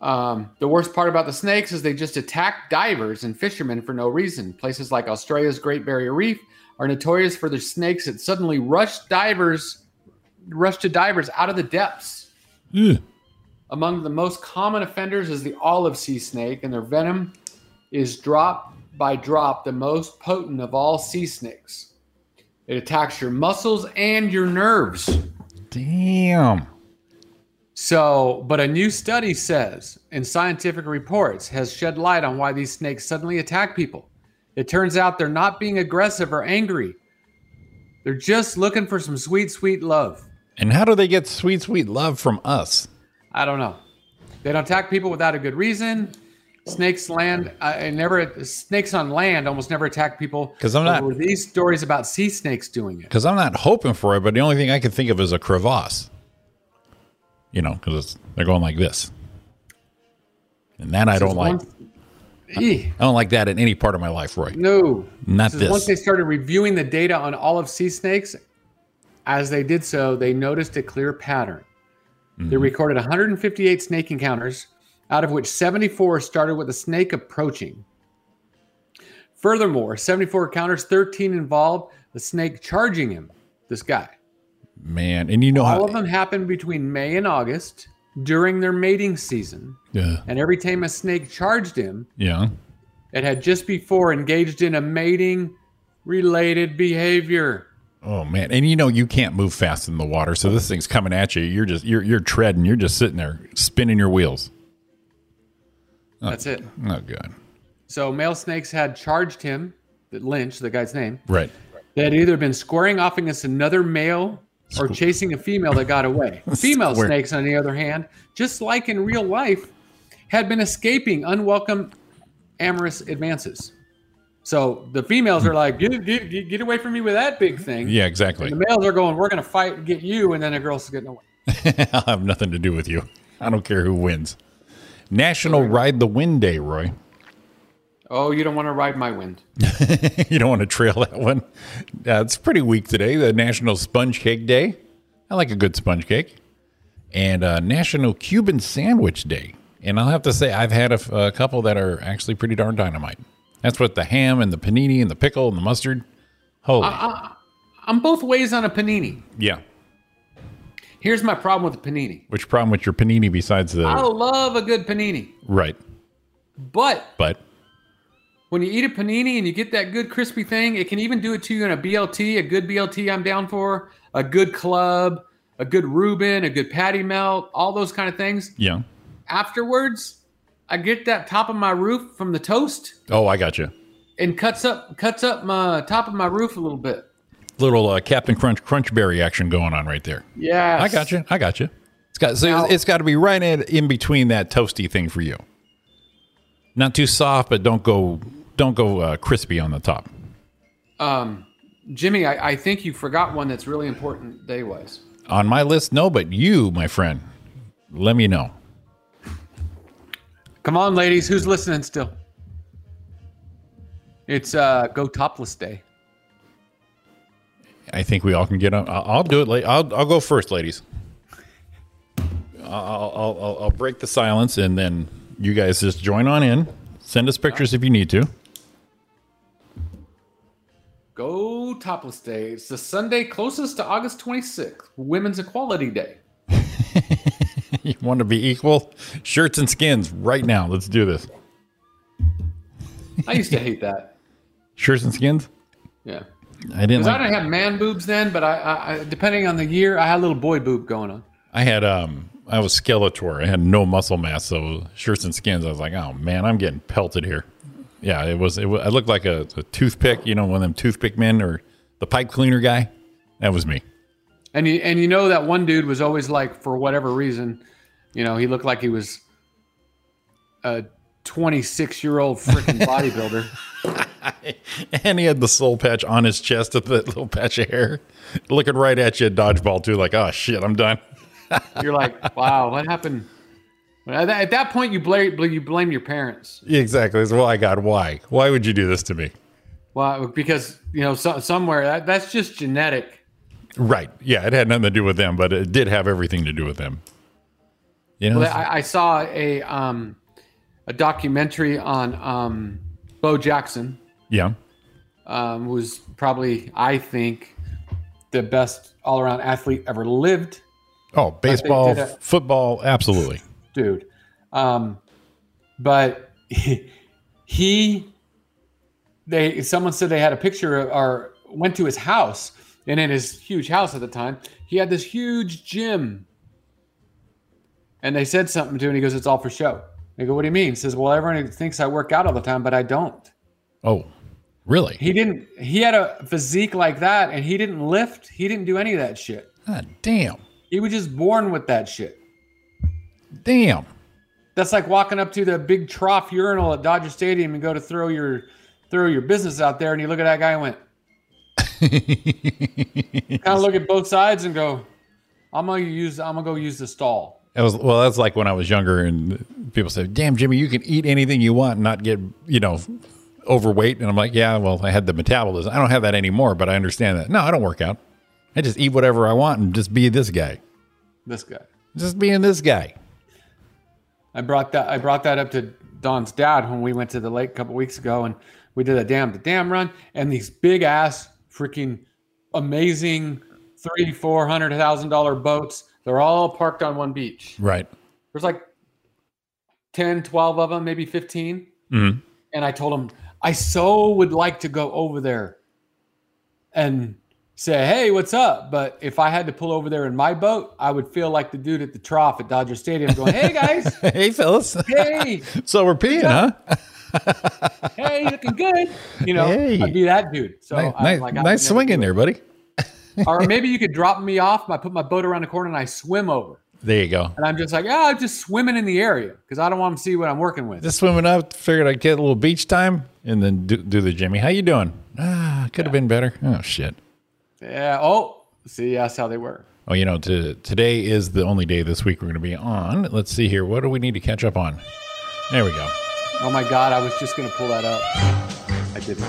Um, the worst part about the snakes is they just attack divers and fishermen for no reason. Places like Australia's Great Barrier Reef are notorious for their snakes that suddenly rush divers, rush to divers out of the depths.
Ugh.
Among the most common offenders is the olive sea snake, and their venom is drop by drop the most potent of all sea snakes. It attacks your muscles and your nerves.
Damn.
So, but a new study says, and scientific reports has shed light on why these snakes suddenly attack people. It turns out they're not being aggressive or angry. They're just looking for some sweet, sweet love.
And how do they get sweet, sweet love from us?
I don't know. They don't attack people without a good reason. Snakes land uh, and never snakes on land almost never attack people
'Cause I'm
But
not-
Were these stories about sea snakes doing it?
Because I'm not hoping for it, but the only thing I can think of is a crevasse. You know, because they're going like this, and that I don't like.
Eeh,
I don't like that in any part of my life, Roy.
no,
Not
This is Once they
this.
started reviewing the data on olive sea snakes, as they did so, they noticed a clear pattern.
Mm-hmm.
They recorded 158 snake encounters, out of which 74 started with a snake approaching. Furthermore, 74 encounters, 13 involved the snake charging him, this guy.
Man, and you know
All of
how.
them happened between May and August during their mating season.
Yeah.
And every time a snake charged him,
Yeah.
it had just before engaged in a mating related behavior.
Oh man, and you know you can't move fast in the water, so this thing's coming at you. You're just you're you're treading. You're just sitting there spinning your wheels.
That's it.
Oh god,
So male snakes had charged him, that Lynch, the guy's name.
right?
They had either been squaring off against another male or chasing a female that got away. Female
Square.
snakes, on the other hand, just like in real life, had been escaping unwelcome amorous advances. So the females are like, get, get, get get away from me with that big thing.
Yeah,
And
exactly.
the males are going, we're going to fight and get you. And then the girl's getting away.
I'll have nothing to do with you. I don't care who wins. National Ride the Wind Day, Roy.
Oh, you don't want to ride my wind.
you don't want to trail that one. Uh, it's pretty weak today. The National Sponge Cake Day. I like a good sponge cake. And uh, National Cuban Sandwich Day. And I'll have to say, I've had a, f- a couple that are actually pretty darn dynamite. That's what the ham and the panini and the pickle and the mustard. Holy.
I'm both ways on a panini.
yeah.
Here's my problem with a panini.
Which problem with your panini besides the.
I love a good panini,
Right.
but
But
when you eat a panini and you get that good crispy thing, it can even do it to you in a BLT. A good BLT, I'm down for. A good club, a good Reuben, a good patty melt, all those kind of things.
yeah.
Afterwards, I get that top of my roof from the toast
Oh, I got you.
and cuts up cuts up my top of my roof a little bit.
Little uh, Captain Crunch Crunchberry action going on right there.
Yeah,
I got you. I got you. It's got so it's- it's got to be right in, in between that toasty thing for you. Not too soft, but don't go don't go uh, crispy on the top.
Um, Jimmy, I, I think you forgot one that's really important day wise.
On my list, no, but you, my friend, let me know.
Come on, ladies, who's listening still? It's uh, Go Topless Day.
I think we all can get on. I'll, I'll do it. Late. I'll I'll go first, ladies. I'll, I'll I'll I'll break the silence, and then you guys just join on in. Send us pictures if you need to.
Go Topless Day. It's the Sunday closest to August 26th, Women's Equality Day.
You want to be equal? Shirts and skins right now. Let's do this.
I used to hate that.
Shirts and skins.
Yeah.
I didn't.
Because
Like,
I didn't have man boobs then, but I, I, I, depending on the year, I had a little boy boob going on.
I had um I was Skeletor. I had no muscle mass, so shirts and skins. I was like, oh man, I'm getting pelted here. Yeah, it was. It was I looked like a, a toothpick. You know, one of them toothpick men or the pipe cleaner guy. That was me.
And you, and you know that one dude was always like, for whatever reason, you know, he looked like he was a 26 year old freaking bodybuilder.
And he had the soul patch on his chest, that little patch of hair, looking right at you at dodgeball too. Like, oh shit, I'm done.
You're like, wow, what happened? Well, At that, at that point, you blame you blame your parents.
Yeah, exactly. That's why God. Why? Why would you do this to me?
Well, because you know so, somewhere that, that's just genetic.
Right. Yeah, it had nothing to do with them, but it did have everything to do with them. You know,
Well, I, I saw a um, a documentary on um, Bo Jackson,
yeah.
um, who's probably I think the best all around athlete ever lived.
Oh, baseball,
did it.
football, absolutely.
dude. Um, but he, they someone said they had a picture of, or went to his house, and in his huge house at the time, he had this huge gym. And they said something to him, and he goes, "It's all for show." They go, "What do you mean?" He says, "Well, everyone thinks I work out all the time, but I don't."
Oh, really?
He didn't. He had a physique like that, and he didn't lift. He didn't do any of that shit.
God damn.
He was just born with that shit.
Damn.
That's like walking up to the big trough urinal at Dodger Stadium and go to throw your throw your business out there, and you look at that guy and went, kind of look at both sides and go, "I'm gonna use I'm gonna go use the stall."
That was well, that's like when I was younger and people said, Damn, Jimmy, you can eat anything you want and not get, you know, overweight. And I'm like, Yeah, well, I had the metabolism. I don't have that anymore, but I understand that. No, I don't work out. I just eat whatever I want and just be this guy.
This guy.
Just being this guy.
I brought that I brought that up to Don's dad when we went to the lake a couple weeks ago, and we did a dam to dam run, and these big ass freaking amazing three four hundred thousand dollar boats. They're all parked on one beach.
Right.
there's like 10 12 of them maybe 15
Mhm.
and i told him i so would like to go over there and say hey what's up but if i had to pull over there in my boat i would feel like the dude at the trough at dodger stadium going hey guys
Hey fellas.
hey
so we're peeing, huh?
hey you looking good you know
Hey.
i'd be that dude so
Ni-
I'm
nice
like, I would never
nice swing
do
in
it.
there, buddy.
or maybe you could drop me off i put my boat around the corner and i swim over
There you go.
and i'm just like yeah i'm just swimming in the area because i don't want them to see what i'm working with
just swimming up. Figured I'd get a little beach time and then do, do the Jimmy. How you doing? Ah, could have been better. Oh shit.
Yeah. Oh, see, that's how they were.
Oh, you know, to, today is the only day this week we're going to be on. Let's see here. What do we need to catch up on? There we go.
Oh my God, I was just gonna pull that up. I didn't.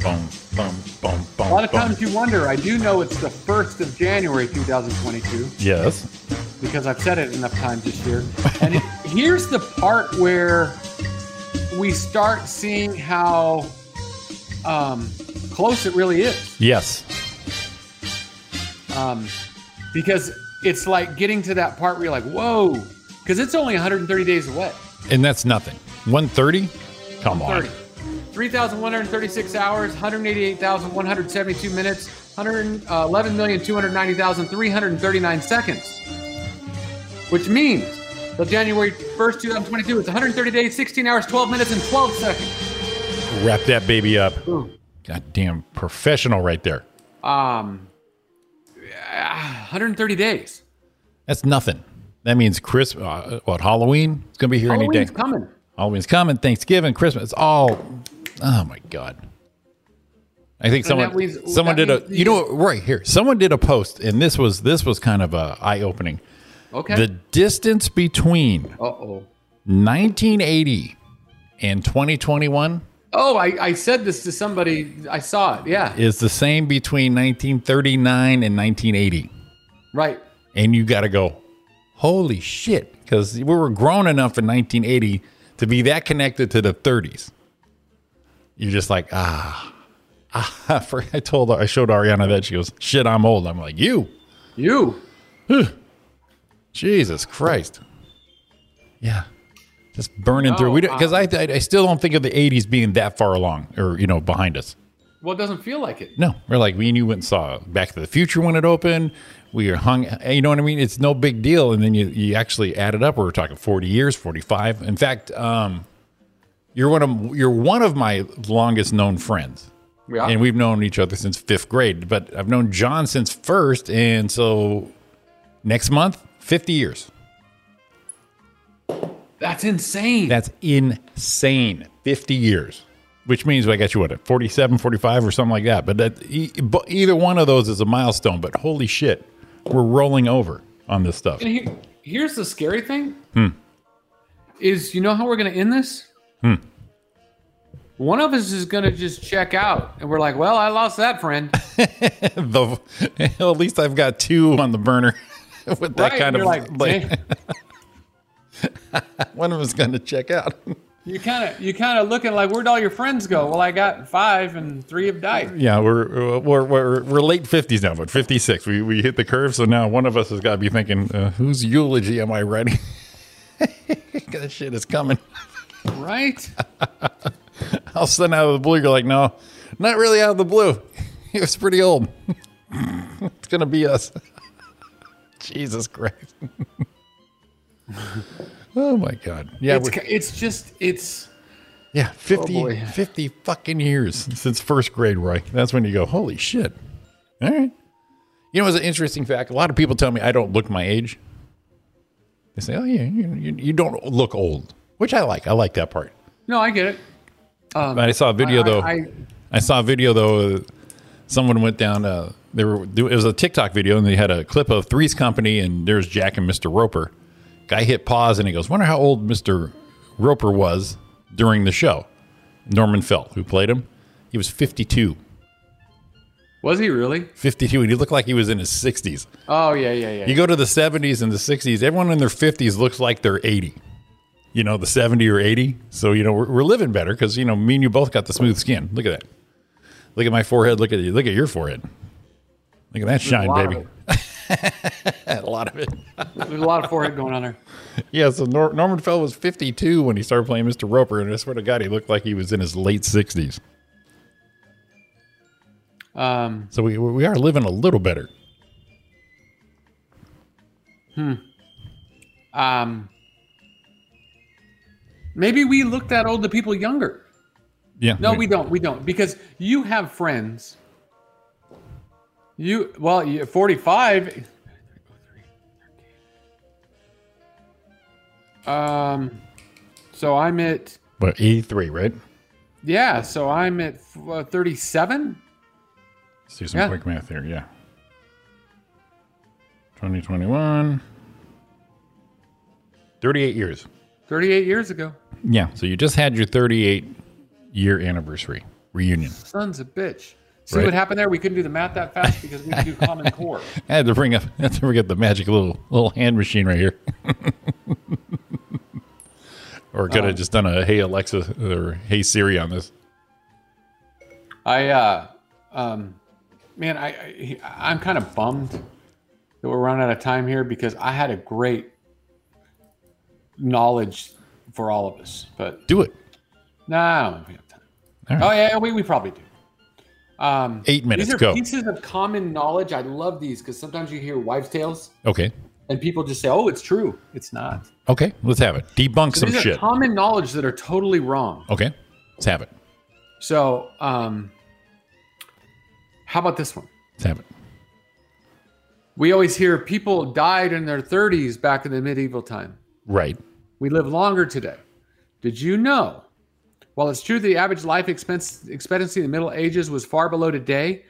Boom, boom, boom, boom.
A lot of
boom.
times you wonder. I do know it's the first of January 2022
Yes.
because I've said it enough times this year. And it, here's the part where we start seeing how um, close it really is.
Yes.
Um, because it's like getting to that part where you're like, whoa, because it's only 130 days away.
And that's nothing. 130? Come on.
30. 3,136 hours, 188,172 minutes, uh, 111,290,339 seconds. Which means till January 1st, 2022, it's 130 days, 16 hours, 12 minutes, and 12 seconds.
Wrap that baby up. Goddamn professional right there.
Um, yeah, 130 days.
That's nothing. That means Christmas, uh, what, Halloween? It's going to be here any
Halloween's
day.
coming.
Halloween's coming, Thanksgiving, Christmas. It's all, oh my God. I think
So
someone
that means-
someone
that
did a
means
you
the-
know what, right here someone did a post and this was this was kind of a eye opening
Okay.
the distance between
uh oh.
1980 and 2021
Oh, I, I said this to somebody. I saw it. Yeah.
is the same between 1939 and 1980.
Right.
And you got to go, holy shit, because we were grown enough in 1980 to be that connected to the 30s. You're just like, ah, ah. For, I told, I showed Ariana that she goes, shit, I'm old. I'm like, you,
You.
Jesus Christ. Yeah. Just burning through. We because I, I I still don't think of the 80s being that far along or you know behind us.
Well, it doesn't feel like it.
No, we're like we and you went and saw Back to the Future when it opened. We are hung, you know what I mean? It's no big deal. And then you, you actually add it up. We're talking forty years, forty five. In fact, um, you're one of you're one of my longest known friends,
Yeah.
and we've known each other since fifth grade. But I've known John since first, and so next month, fifty years.
That's insane.
That's insane. 50 years, which means I got you what, at 47, 45 or something like that. But that e- bu- either one of those is a milestone. But holy shit, we're rolling over on this stuff.
And here, here's the scary thing:
Hmm.
is you know how we're going to end this?
Hmm.
One of us is going to just check out, and we're like, "Well, I lost that friend."
The- at least I've got two on the burner with that
Right?
kind
You're
of
like,
like,
"Damn."
one of them's going to check out.
you kind of you kind of looking like, "Where'd all your friends go?" Well, I got five, and three have died.
yeah, we're, we're, we're, we're late 50s now, but 56. We, we hit the curve. So now one of us has got to be thinking, uh, whose eulogy am I writing? 'Cause that shit is coming.
Right?
all of a sudden out of the blue, you're like, no, not really out of the blue. It was pretty old. it's gonna be us. Jesus Christ. oh my God. Yeah,
it's,
we-
ca- it's just it's
yeah. 50,
boy.
50 fucking years since first grade, Roy. That's when you go, holy shit. All right. You know, it's an interesting fact. A lot of people tell me I don't look my age. They say, oh yeah, you, you, you don't look old, which I like. I like that part.
no, I get it. Um,
But I saw a video
I-
though.
I- I-
I saw a video though. uh, Someone went down. Uh, they were. It was a TikTok video, and they had a clip of Three's Company, and there's Jack and Mr. Roper. Guy hit pause, and he goes, "Wonder how old Mr. Roper was during the show." Norman Felt, who played him, he was 52.
was he really?
52, and he looked like he was in his 60s.
Oh yeah, yeah, yeah.
You go to the 70s and the 60s, everyone in their 50s looks like they're 80. You know, the 70 or 80. So, you know, we're, we're living better because, you know, me and you both got the smooth skin. Look at that. Look at my forehead. Look at you. Look at your forehead. Look at that shine,
lot of
baby. a lot of it.
There's a lot of forehead going on there.
Yeah. So Nor- Norman Fell was 52 when he started playing Mr. Roper. And I swear to God, he looked like he was in his late 60s.
Um,
So we, we are living a little better.
um, maybe we look that old to people younger.
Yeah.
No, we don't. We don't because you have friends. You well, you're 45. Um, so I'm at
But 83, right?
yeah. So I'm at uh, 37.
Let's do some
Yeah.
quick math here. Yeah. 2021. 38 years.
38 years ago.
Yeah. So you just had your 38 year anniversary reunion.
Sons of bitch. See
Right.
what happened there? We couldn't do the math that fast because we could do Common Core.
I had to bring up, I had to bring up the magic little little hand machine right here. Or could I just done a hey Alexa or hey Siri on this?
I, uh, um, man, I, I I'm kind of bummed that we're running out of time here because I had a great knowledge for all of us, but
Do it.
no, I don't think we have time.
All
Oh
right.
yeah, we, we probably do. Um,
Eight minutes,
These are
go.
pieces of common knowledge. I love these because sometimes you hear wives' tales
Okay.
and people just say, "Oh, it's true." It's not.
Okay. Let's have it. Debunk
So
some
these
shit.
are common knowledge that are totally wrong.
okay. Let's have it.
So, um, how about this one?
Let's have it.
We always hear people died in their 30s back in the medieval time.
Right.
We live longer today. Did you know? While it's true that the average life expense, expectancy in the Middle Ages was far below today,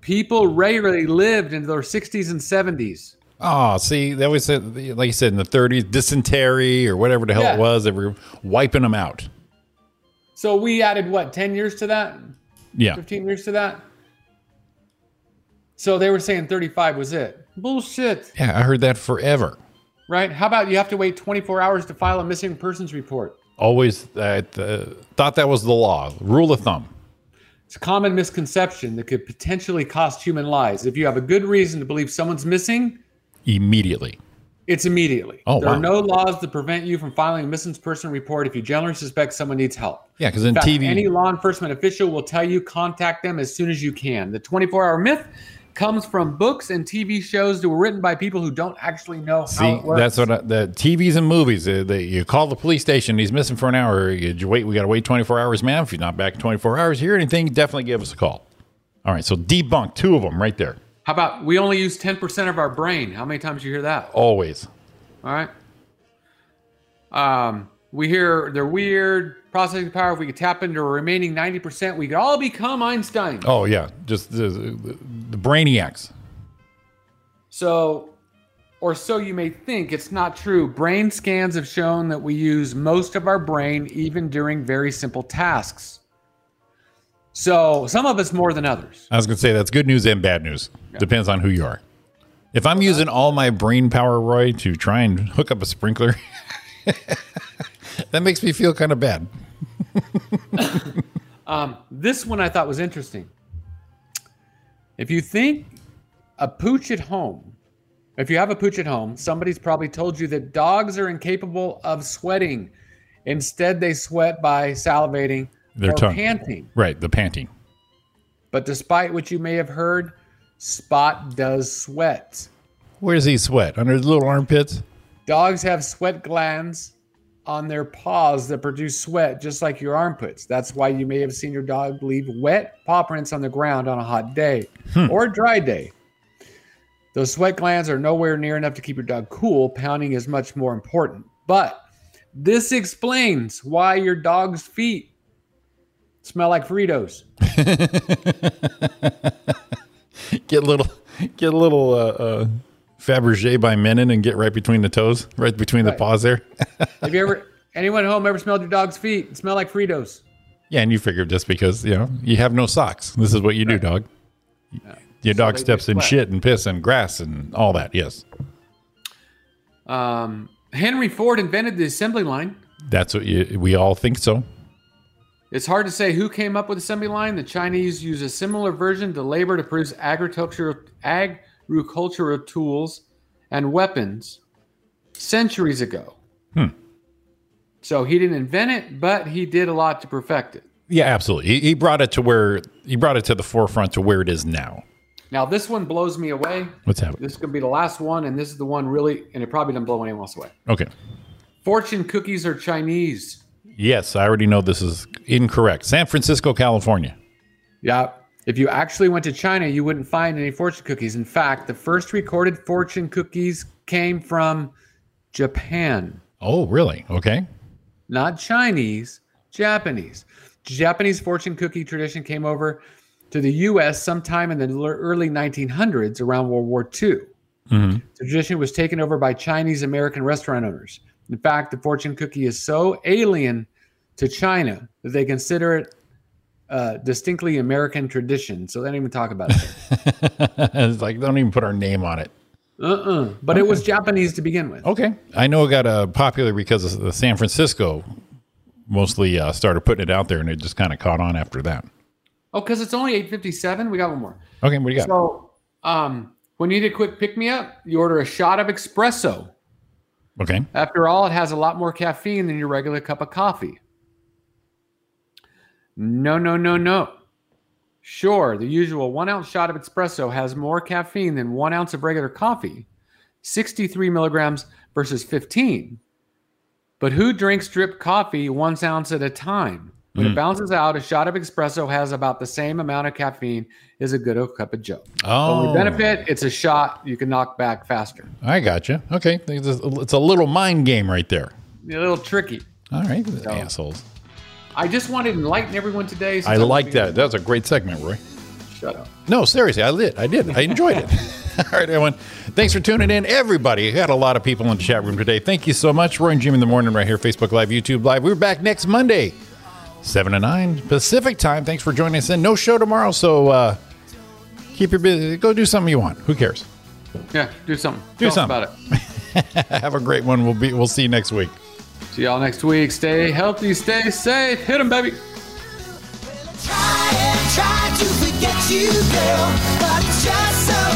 people regularly lived into their 60s and 70s.
Oh, see, that was uh, like you said in the 30s, dysentery or whatever the hell
Yeah.
it was. They were wiping them out.
So we added what, 10 years to that?
Yeah.
15 years to that? So they were saying 35 was it. Bullshit,
Yeah. I heard that forever.
right? How about you have to wait 24 hours to file a missing persons report?
Always uh, uh, thought that was the law, rule of thumb.
It's a common misconception that could potentially cost human lives. If you have a good reason to believe someone's missing,
Immediately.
it's immediately.
Oh,
there
wow.
are no laws that prevent you from filing a missing person report if you generally suspect someone needs help.
Yeah. Because in
In fact,
TV,
Any law enforcement official will tell you contact them as soon as you can. The 24 hour myth comes from books and TV shows that were written by people who don't actually know how
See,
it works.
that's what I, the TVs and movies. Uh, they, you call the police station. He's missing for an hour. You, you wait. We got to wait 24 hours, ma'am. If you're not back in 24 hours, hear anything, definitely give us a call. All right. So debunk two of them right there.
How about we only use 10% of our brain? How many times you hear that?
Always.
All right. Um, we hear they're weird processing power. If we could tap into a remaining 90%, we could all become Einstein.
Oh yeah. Just the, the, the brainiacs.
So, or so you may think, it's not true. Brain scans have shown that we use most of our brain even during very simple tasks. So, some of us more than others.
I was gonna say that's good news and bad news. Depends on who you are. If I'm using all my brain power, Roy, to try and hook up a sprinkler, that makes me feel kind of bad.
This one I thought was interesting. If you think a pooch at home, if you have a pooch at home, somebody's probably told you that dogs are incapable of sweating. Instead, they sweat by salivating
Their
or
tongue.
panting.
Right. The panting.
But despite what you may have heard, Spot does sweat.
Where's he sweat? Under his little armpits.
Dogs have sweat glands on their paws that produce sweat just like your armpits. That's why you may have seen your dog leave wet paw prints on the ground on a hot day or a dry day. Those sweat glands are nowhere near enough to keep your dog cool. Pounding is much more important. But this explains why your dog's feet smell like Fritos.
get a little get a little uh, uh Fabergé by Menon and get right between the toes, right between the
Right.
paws there.
Have you ever, anyone at home ever smelled your dog's feet? It smell like Fritos.
yeah, and you figure just because, you know, you have no socks. This is what you do, dog. Your dog
they
steps
do
in
sweat.
shit and piss and grass and all that. Yes.
Um, Henry Ford invented the assembly line.
That's what you, we all think so.
It's hard to say who came up with assembly line. The Chinese use a similar version to labor to produce agricultural agricultural tools and weapons centuries ago. So he didn't invent it, but he did a lot to perfect it.
Yeah, absolutely. He, he brought it to where he brought it to the forefront to where it is now.
Now this one blows me away.
Let's have it.
This is gonna be the last one, and this is the one really, and it probably doesn't blow anyone else away.
Okay.
Fortune cookies are Chinese.
Yes, I already know this is incorrect. San Francisco, California.
Yeah. If you actually went to China, you wouldn't find any fortune cookies. In fact, the first recorded fortune cookies came from Japan,
Oh, really? Okay.
not Chinese, Japanese. Japanese fortune cookie tradition came over to the U.S. sometime in the l- early 1900s, around World War II.
Mhm.
The tradition was taken over by Chinese American restaurant owners. In fact, the fortune cookie is so alien to China that they consider it a distinctly American tradition. So they don't even talk about it.
it's like don't even put our name on it.
Uh-uh. But it was Japanese to begin with.
Oh. Okay. I know it got uh, popular because of the San Francisco mostly uh, started putting it out there, and it just kind of caught on after that.
Oh, because it's only 857. We got one more.
Okay, what do you got?
So um, when you need a quick pick me up, you order a shot of espresso.
okay,
After all, it has a lot more caffeine than your regular cup of coffee. No, no, no, no. Sure, the usual one ounce shot of espresso has more caffeine than one ounce of regular coffee, 63 milligrams versus 15. But who drinks drip coffee one ounce at a time? When it bounces out, a shot of espresso has about the same amount of caffeine as a good old cup of joe.
oh,
Only benefit, it's a shot you can knock back faster.
I gotcha. Okay, It's a- it's a little mind game right there.
A little tricky.
All right, assholes.
I just wanted to enlighten everyone today. since
I
I'm
like
being-
that. That was a great segment, Roy.
Shut up.
No, seriously, I lit. I did. I enjoyed it. All right, everyone. Thanks for tuning in, everybody. We had a lot of people in the chat room today. Thank you so much. Roy and Jim in the morning, right here, Facebook Live, YouTube Live. We're back next Monday, seven to nine Pacific time. Thanks for joining us. In no show tomorrow, so uh, keep your busy. Go do something you want. Who cares?
Yeah, do something.
Do
Tell us
something.
about it.
Have a great one. We'll be. We'll see you next week.
See y'all next week. Stay healthy, stay safe. Hit 'em, baby.
Try and try to forget you, girl, but it's just so